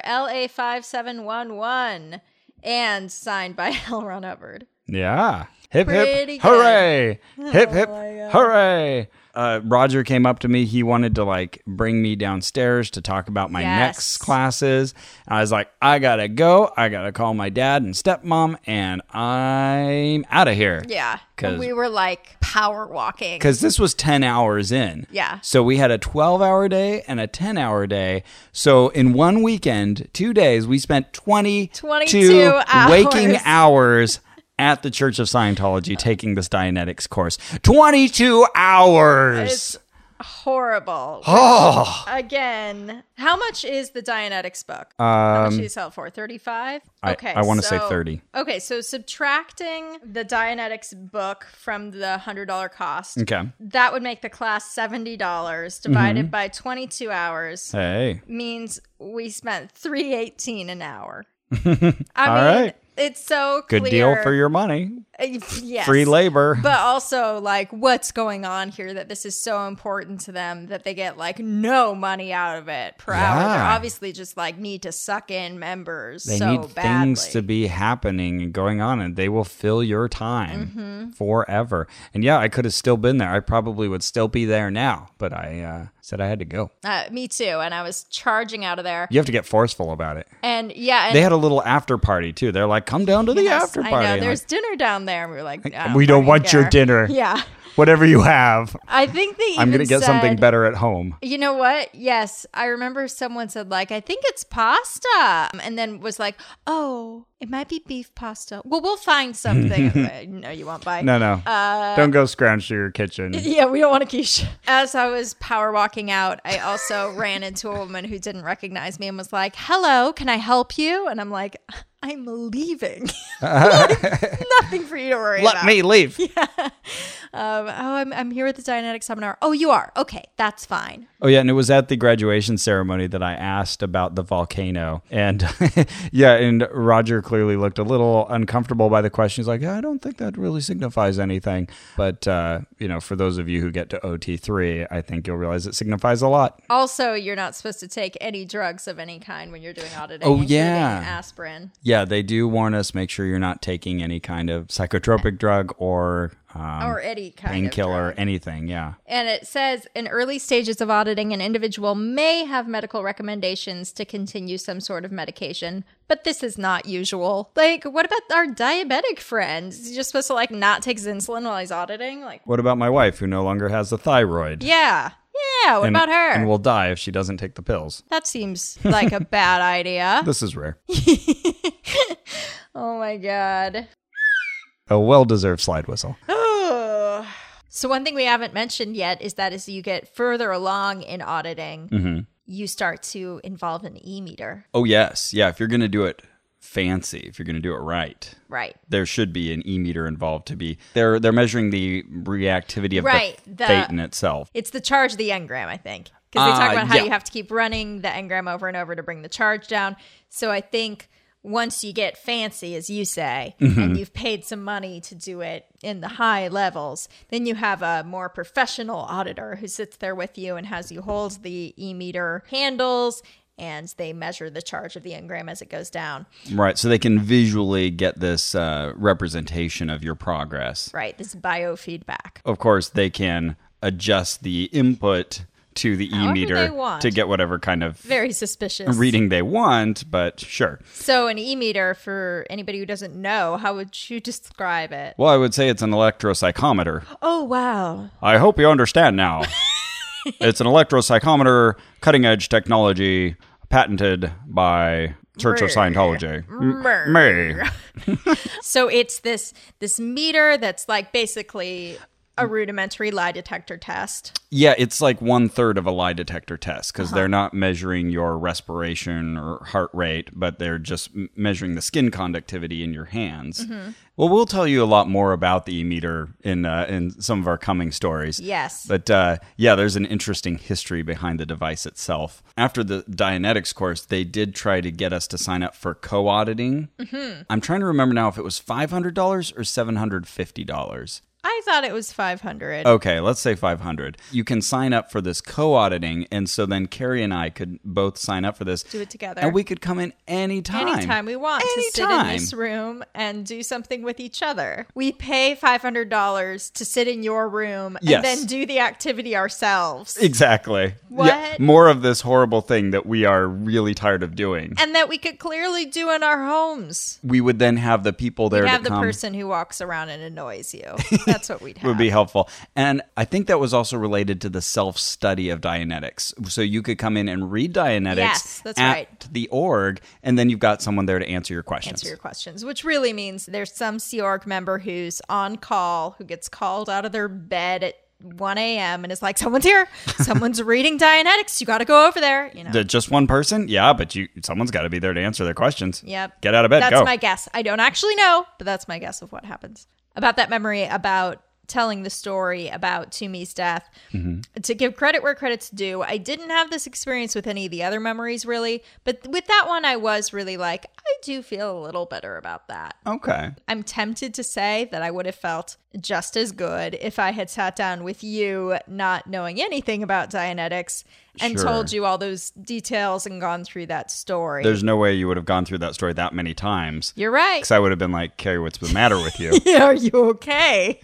LA5711, and signed by L. Ron Hubbard. Yeah. Hip Pretty good. hip. Oh, Hooray. Hip hip. Hooray. Uh, Roger came up to me. He wanted to like bring me downstairs to talk about my Yes. next classes. I was like, I gotta go. I gotta call my dad and stepmom, and I'm out of here. Yeah. 'Cause- we were like power walking. because this was 10 hours in. Yeah. So we had a 12 hour day and a 10 hour day. So in one weekend, two days, we spent 20 22 waking hours. hours at the Church of Scientology taking this Dianetics course. 22 hours. It's horrible. oh, Again, how much is the Dianetics book? how much do you sell it for? 35? Um, I- I wanna say 30. Okay, so subtracting the Dianetics book from the $100 cost, okay. Mm-hmm. that would make the class $70 divided by 22 hours Hey. means we spent 318 an hour. I All mean, right. it's so Good clear. Uh, deal for your money. yes. Free labor. but also like what's going on here that this is so important to them that they get like no money out of it per hour. They're Yeah. obviously just like need to suck in members they so need badly. things to be happening and going on and they will fill your time Mm-hmm. forever and yeah i could have still been there i probably would still be there now but i uh, said i had to go uh, me too. And I was charging out of there. you have to get forceful about it And yeah, and they had a little after party too they're like come down to the yes, after I party know And there's dinner down there, and we were like, like, I don't we don't fucking want your care." dinner Yeah, whatever you have I think they. i'm gonna even get something said- better at home You know what? Yes, I remember someone said like, "I think it's pasta," Um, and then was like, "Oh, it might be beef pasta." Well, we'll find something. Uh, no, you won't buy. no no Uh, don't go scrounge to your kitchen Yeah, we don't want a quiche. As I was power walking out, I also ran into a woman who didn't recognize me and was like, "Hello, can I help you?" And I'm like, I'm leaving. Nothing for you to worry Let about. me leave. Um, oh, I'm, I'm here at the Dianetic Seminar. Oh, you are. Okay, that's fine. Oh yeah, and it was at the graduation ceremony that I asked about the volcano, and yeah, and Roger clearly looked a little uncomfortable by the question. He's like, "Yeah, I don't think that really signifies anything," but uh, you know, for those of you who get to OT three, I think you'll realize it signifies a lot. Also, you're not supposed to take any drugs of any kind when you're doing auditing. Oh, including yeah. aspirin. Yeah, they do warn us: make sure you're not taking any kind of psychotropic drug or um, or any kind of painkiller, drug. anything. Yeah. And it says in early stages of auditing, an individual may have medical recommendations to continue some sort of medication, but this is not usual. Like, what about our diabetic friends? You're just supposed to like not take his insulin while he's auditing? Like, What about my wife, who no longer has a thyroid? yeah, yeah. What And- about her? And will die if she doesn't take the pills. that seems like a bad idea. This is rare. Oh my god. A well-deserved slide whistle. So one thing we haven't mentioned yet is that as you get further along in auditing, you start to involve an e-meter, Oh yes, yeah. If you're gonna do it fancy, if you're gonna do it right, right? there should be an e meter involved to be. They're they're measuring the reactivity of Right, the, the- phaeton itself. It's the charge, the engram, I think, because they talk Ah, about how yeah. you have to keep running the engram over and over to bring the charge down. So I think once you get fancy, as you say, Mm-hmm. and you've paid some money to do it in the high levels, then you have a more professional auditor who sits there with you and has you hold the e meter handles. And they measure the charge of the engram as it goes down. Right, so they can visually get this uh, representation of your progress. Right, this biofeedback. Of course, they can adjust the input to the e However they meter want. to get whatever kind of Very suspicious. reading they want. But sure. So, an e meter, for anybody who doesn't know, how would you describe it? Well, I would say it's an electropsychometer. Oh, wow. I hope you understand now. it's an electropsychometer, cutting edge technology, patented by Church of Scientology. M- Me. So it's this this meter that's like basically a rudimentary lie detector test. Yeah, it's like one third of a lie detector test because they're not measuring your respiration or heart rate, but they're just m- measuring the skin conductivity in your hands. Well, we'll tell you a lot more about the meter in uh, in some of our coming stories. Yes. But uh, yeah, there's an interesting history behind the device itself. After the Dianetics course, they did try to get us to sign up for co auditing. I'm trying to remember now if it was $500 or $750. I thought it was 500. Okay, let's say 500. You can sign up for this co auditing. And so then Carrie and I could both sign up for this. Do it together. And we could come in anytime. Anytime we want to sit in Anytime. this room and do something with each other. We pay $500 to sit in your room and Yes. then do the activity ourselves. Exactly. What? more of this horrible thing that we are really tired of doing. and that we could clearly do in our homes. we would then have the people there We'd to have the come. person who walks around and annoys you. That's what we'd have. would be helpful. And I think that was also related to the self study of Dianetics. So you could come in and read Dianetics Yes, that's at right. the org, and then you've got someone there to answer your questions. answer your questions, which really means there's some Sea Org member who's on call who gets called out of their bed at 1 a.m. and is like, "Someone's here. Someone's reading Dianetics. You got to go over there." You know. The- just one person? Yeah, but you someone's got to be there to answer their questions. yep. Get out of bed. That's go. my guess. I don't actually know, but that's my guess of what happens about that memory about telling the story about Toomey's death. Mm-hmm. To give credit where credit's due, I didn't have this experience with any of the other memories really, but with that one, I was really like, I do feel a little better about that. okay. I'm tempted to say that I would have felt just as good if I had sat down with you, not knowing anything about Dianetics, and Sure. told you all those details and gone through that story. There's no way you would have gone through that story that many times. You're right. Because I would have been like, Carrie, what's the matter with you? Are you okay?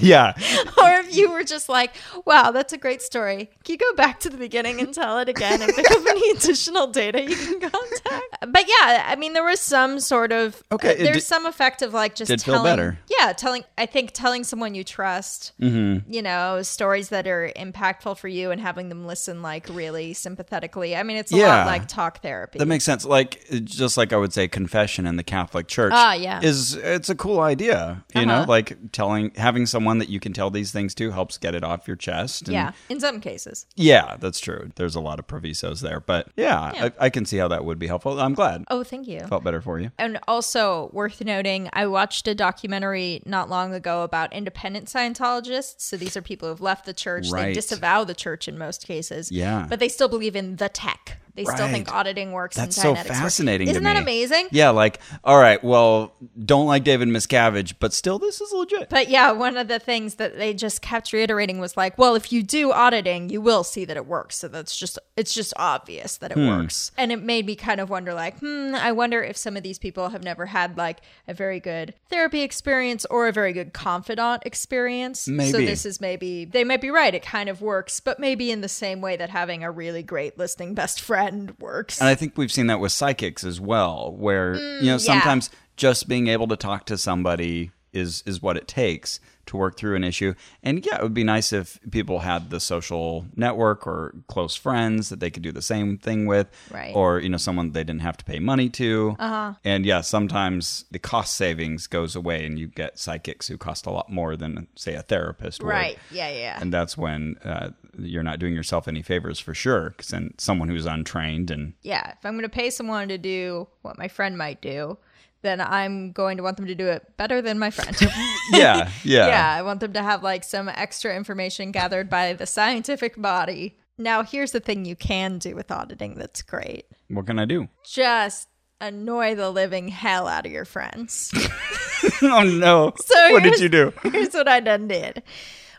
yeah. or if you were just like, wow, that's a great story. Can you go back to the beginning and tell it again and pick up any additional data you can contact? But yeah, I mean, there was some sort of, uh, Okay, it there's di- some effect of like just did feel telling, better. yeah, telling, I think telling someone you trust, Mm-hmm. you know, stories that are impactful for you and having them listen like really sympathetically. I mean, it's a Yeah. lot like talk therapy. That makes sense. Like just like I would say, confession in the Catholic Church. Ah, yeah. Uh-huh. is it's a cool idea. You know, like telling having someone that you can tell these things to helps get it off your chest. and- yeah, in some cases. yeah, that's true. There's a lot of provisos there, but yeah, I, I can see how that would be helpful. I I'm glad. Oh, thank you. Felt better for you. And also worth noting, I watched a documentary not long ago about independent Scientologists. So these are people who've left the church. They Right. disavow the church in most cases. Yeah. But they still believe in the tech. They still think Right. auditing works That's so and Dianetics work. fascinating. to Isn't that me. amazing? Yeah, like, all right, well, don't like David Miscavige, but still, this is legit. But yeah, one of the things that they just kept reiterating was like, well, if you do auditing, you will see that it works. So that's just it's just obvious that it Hmm. works. And it made me kind of wonder like, hmm, I wonder if some of these people have never had like a very good therapy experience or a very good confidant experience. So Maybe. this is maybe they might be right. It kind of works, but maybe in the same way that having a really great listening best friend works. and I think we've seen that with psychics as well, where Mm, you know sometimes just being able to talk to somebody is is what it takes to work through an issue. And yeah, it would be nice if people had the social network or close friends that they could do the same thing with, Right. Or you know someone they didn't have to pay money to. Uh-huh. And yeah, sometimes the cost savings goes away, and you get psychics who cost a lot more than say a therapist, would. right. Yeah, yeah. And that's when uh, you're not doing yourself any favors for sure. Because then someone who's untrained and yeah, if I'm going to pay someone to do what my friend might do, then I'm going to want them to do it better than my friend. yeah, yeah. yeah, I want them to have like some extra information gathered by the scientific body. Now, here's the thing you can do with auditing that's great What can I do? just annoy the living hell out of your friends. oh no. So what did here's- you do? Here's what I done did.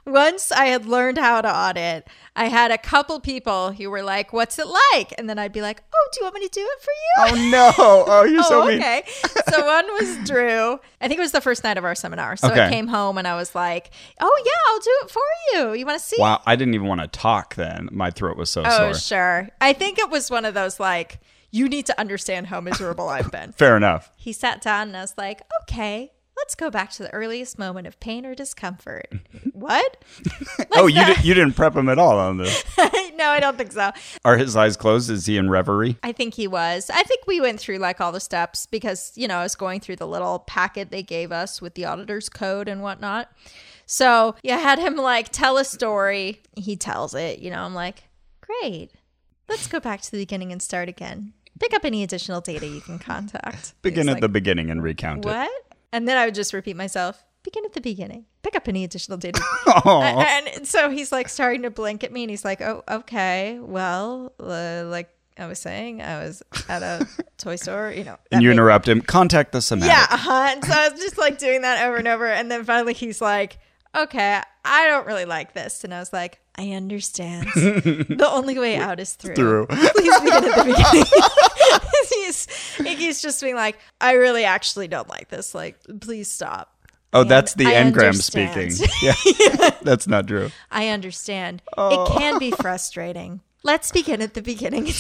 Once I had learned how to audit, I had a couple people who were like, What's it like? And then I'd be like, Oh, do you want me to do it for you? Oh no. Oh, you're so oh, mean. okay. So one was Drew. I think it was the first night of our seminar. So I Okay. came home and I was like, "Oh yeah, I'll do it for you. You want to see?" Wow, I didn't even want to talk then. My throat was so oh sore. sure. I think it was one of those like, "You need to understand how miserable I've been." Fair enough. He sat down and I was like, "Okay." Let's go back to the earliest moment of pain or discomfort. what? oh, you di- you didn't prep him at all on this. no, I don't think so. Are his eyes closed? Is he in reverie? I think he was. I think we went through like all the steps because, you know, I was going through the little packet they gave us with the auditor's code and whatnot. So you had him like tell a story. He tells it, you know, I'm like, great. Let's go back to the beginning and start again. Pick up any additional data you can contact. Begin He's at like, the beginning and recount What? And then I would just repeat myself. Begin at the beginning. Pick up any additional data it. Oh, and and so he's like starting to blink at me and he's like oh okay well uh, like i was saying i was at a toy store you know that and you big- interrupt him. Contact the somatic. yeah uh-huh. and so i was just like doing that over and over and then finally he's like okay i don't really like this and i was like i understand the only way out is through Through. please begin at the beginning he's, he's just being like i really actually don't like this like please stop Oh, that's the I engram understand. speaking. Yeah. that's not true. I understand. Oh. It can be frustrating. Let's begin at the beginning.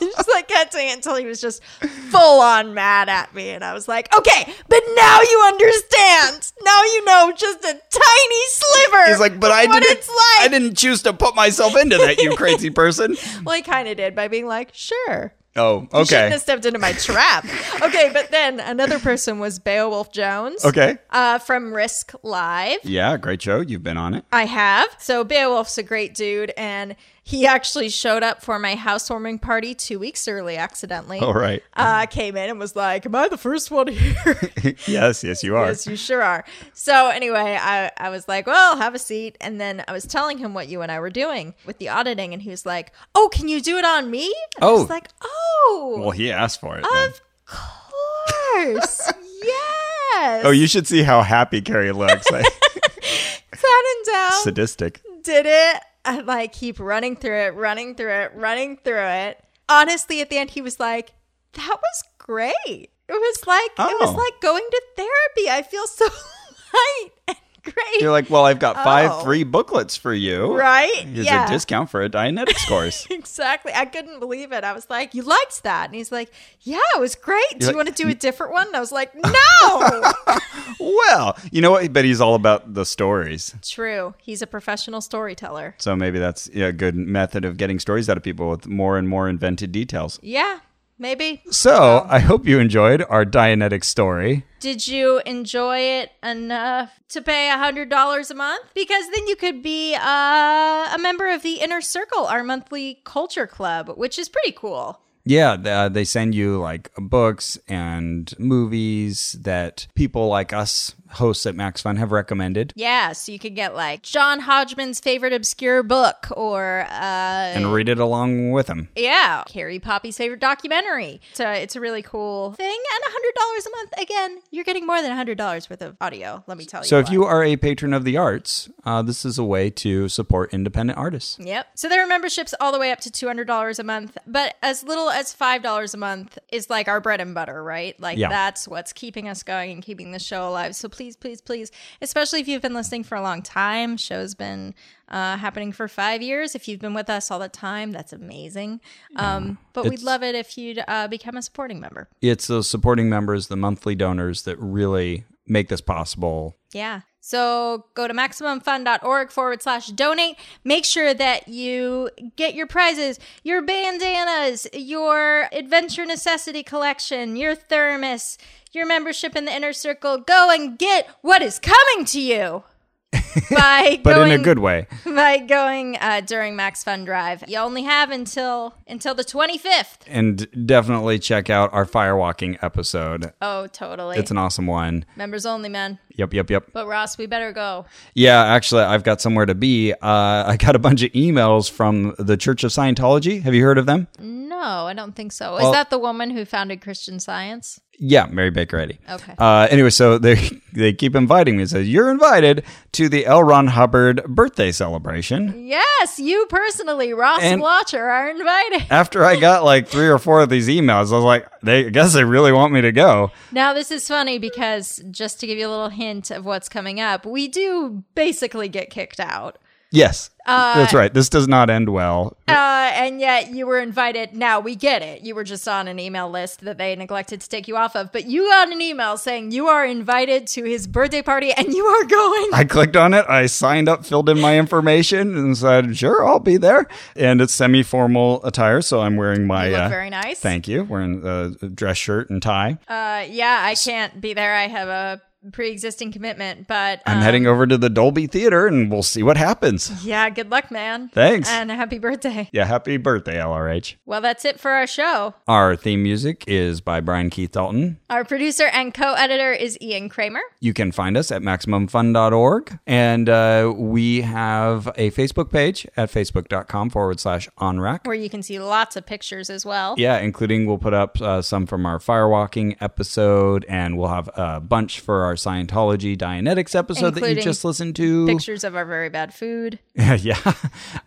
It's just like kept saying it until he was just full on mad at me, and I was like, "Okay, but now you understand. Now you know just a tiny sliver." He's like, but I what didn't. It's like. I didn't choose to put myself into that. You crazy person. Well, he kind of did by being like, "Sure." Oh, You shouldn't okay. have stepped into my trap. okay, but then another person was Beowulf Jones. Okay. Uh, from Risk Live. Yeah, great show. You've been on it. I have. So Beowulf's a great dude, and he actually showed up for my housewarming party two weeks early accidentally. All right. Uh, came in and was like, "Am I the first one here?" yes, yes, you are. yes, you sure are. So anyway, I I was like, "Well, have a seat," and then I was telling him what you and I were doing with the auditing, and he was like, "Oh, can you do it on me?" And I Oh. was like, "Oh, Well, he asked for it. then. of course, yes." Oh, you should see how happy Carrie looks. Like sat him down. sadistic. did it. I like keep running through it, running through it, running through it. Honestly, at the end, he was like, "That was great. It was like it was Oh. like going to therapy. I feel so light and great." You're like, well, I've got Oh. five free booklets for you. Right? Here's Yeah. a discount for a Dianetics course. exactly. I couldn't believe it. I was like, "You liked that?" And he's like, "Yeah, it was great. Do You're you like, want to do a different one?" And I was like, "No." well, you know what? But he's all about the stories. True. He's a professional storyteller. So maybe that's yeah, a good method of getting stories out of people with more and more invented details. Yeah, maybe. So I hope you enjoyed our Dianetic story. Did you enjoy it enough to pay $100 a month? Because then you could be uh, a member of the Inner Circle, our monthly culture club, which is pretty cool. Yeah, th- uh, they send you like books and movies that people like us hosts at Max Fun have recommended. Yeah, so you could get like John Hodgman's favorite obscure book or uh And read it along with them. yeah, Carrie Poppy's favorite documentary. So it's a really cool thing and $100 a month again. You're getting more than $100 worth of audio, let me tell you. So if what. you are a patron of the arts, uh, this is a way to support independent artists. Yep. So there are memberships all the way up to $200 a month, but as little as $5 a month is like our bread and butter, right? Like Yeah. that's what's keeping us going and keeping the show alive. So please, please, please, especially if you've been listening for a long time, show's been uh, happening for five years. If you've been with us all the time, that's amazing. Um, but we'd It's- love it if you'd uh, become a supporting member. It's those supporting members, the monthly donors that really make this possible. Yeah. So go to MaximumFun.org forward slash donate. Make sure that you get your prizes, your bandanas, your adventure necessity collection, your thermos, your membership in the inner circle. Go and get what is coming to you. by But going in a good way. by going uh, during Max Fun Drive. You only have until until the twenty fifth. And definitely check out our firewalking episode. Oh, totally. It's an awesome one. Members only, man. Yep, yep, yep. But Ross, we better go. Yeah, actually, I've got somewhere to be. Uh, I got a bunch of emails from the Church of Scientology. Have you heard of them? No, I don't think so. Is Well- that the woman who founded Christian Science? Yeah, Mary Baker Eddy. Okay. Uh, anyway, so they they keep inviting me. It says you're invited to the L. Ron Hubbard birthday celebration. Yes, you personally, Ross And- Blotcher, are invited. After I got like three or four of these emails, I was like, they I guess they really want me to go. Now, this is funny because just to give you a little hint of what's coming up, we do basically get kicked out. Yes, that's right. This does not end well. Uh, and yet you were invited. Now we get it. You were just on an email list that they neglected to take you off of, but you got an email saying you are invited to his birthday party and you are going. I clicked on it. I signed up, filled in my information, and said, "Sure, I'll be there." And it's semi-formal attire, so I'm wearing my. You look uh, very nice. Thank you. Wearing a dress shirt and tie. Uh, yeah, I can't be there. I have a pre existing commitment, but I'm um, heading over to the Dolby Theater, and we'll see what happens. Yeah, good luck, man. Thanks. And happy birthday. Yeah, happy birthday, LRH. Well, that's it for our show. Our theme music is by Brian Keith Dalton. Our producer and co editor is Ian Kramer. You can find us at MaximumFun.org. And uh, we have a Facebook page at facebook.com forward slash onrack. Where you can see lots of pictures as well. Yeah, including we'll put up uh, some from our firewalking episode, and we'll have a bunch for our Scientology Dianetics episode that Including you just listened to. Pictures of our very bad food. yeah,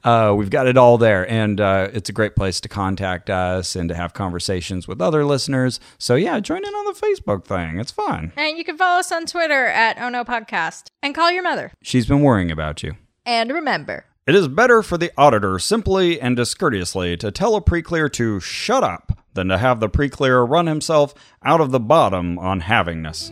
uh, we've got it all there, and uh, it's a great place to contact us and to have conversations with other listeners. So yeah, join in on the Facebook thing; it's fun. And you can follow us on Twitter at Oh No Podcast and call your mother. She's been worrying about you. And remember, It is better for the auditor simply and discourteously to tell a preclear to shut up than to have the preclear run himself out of the bottom on havingness.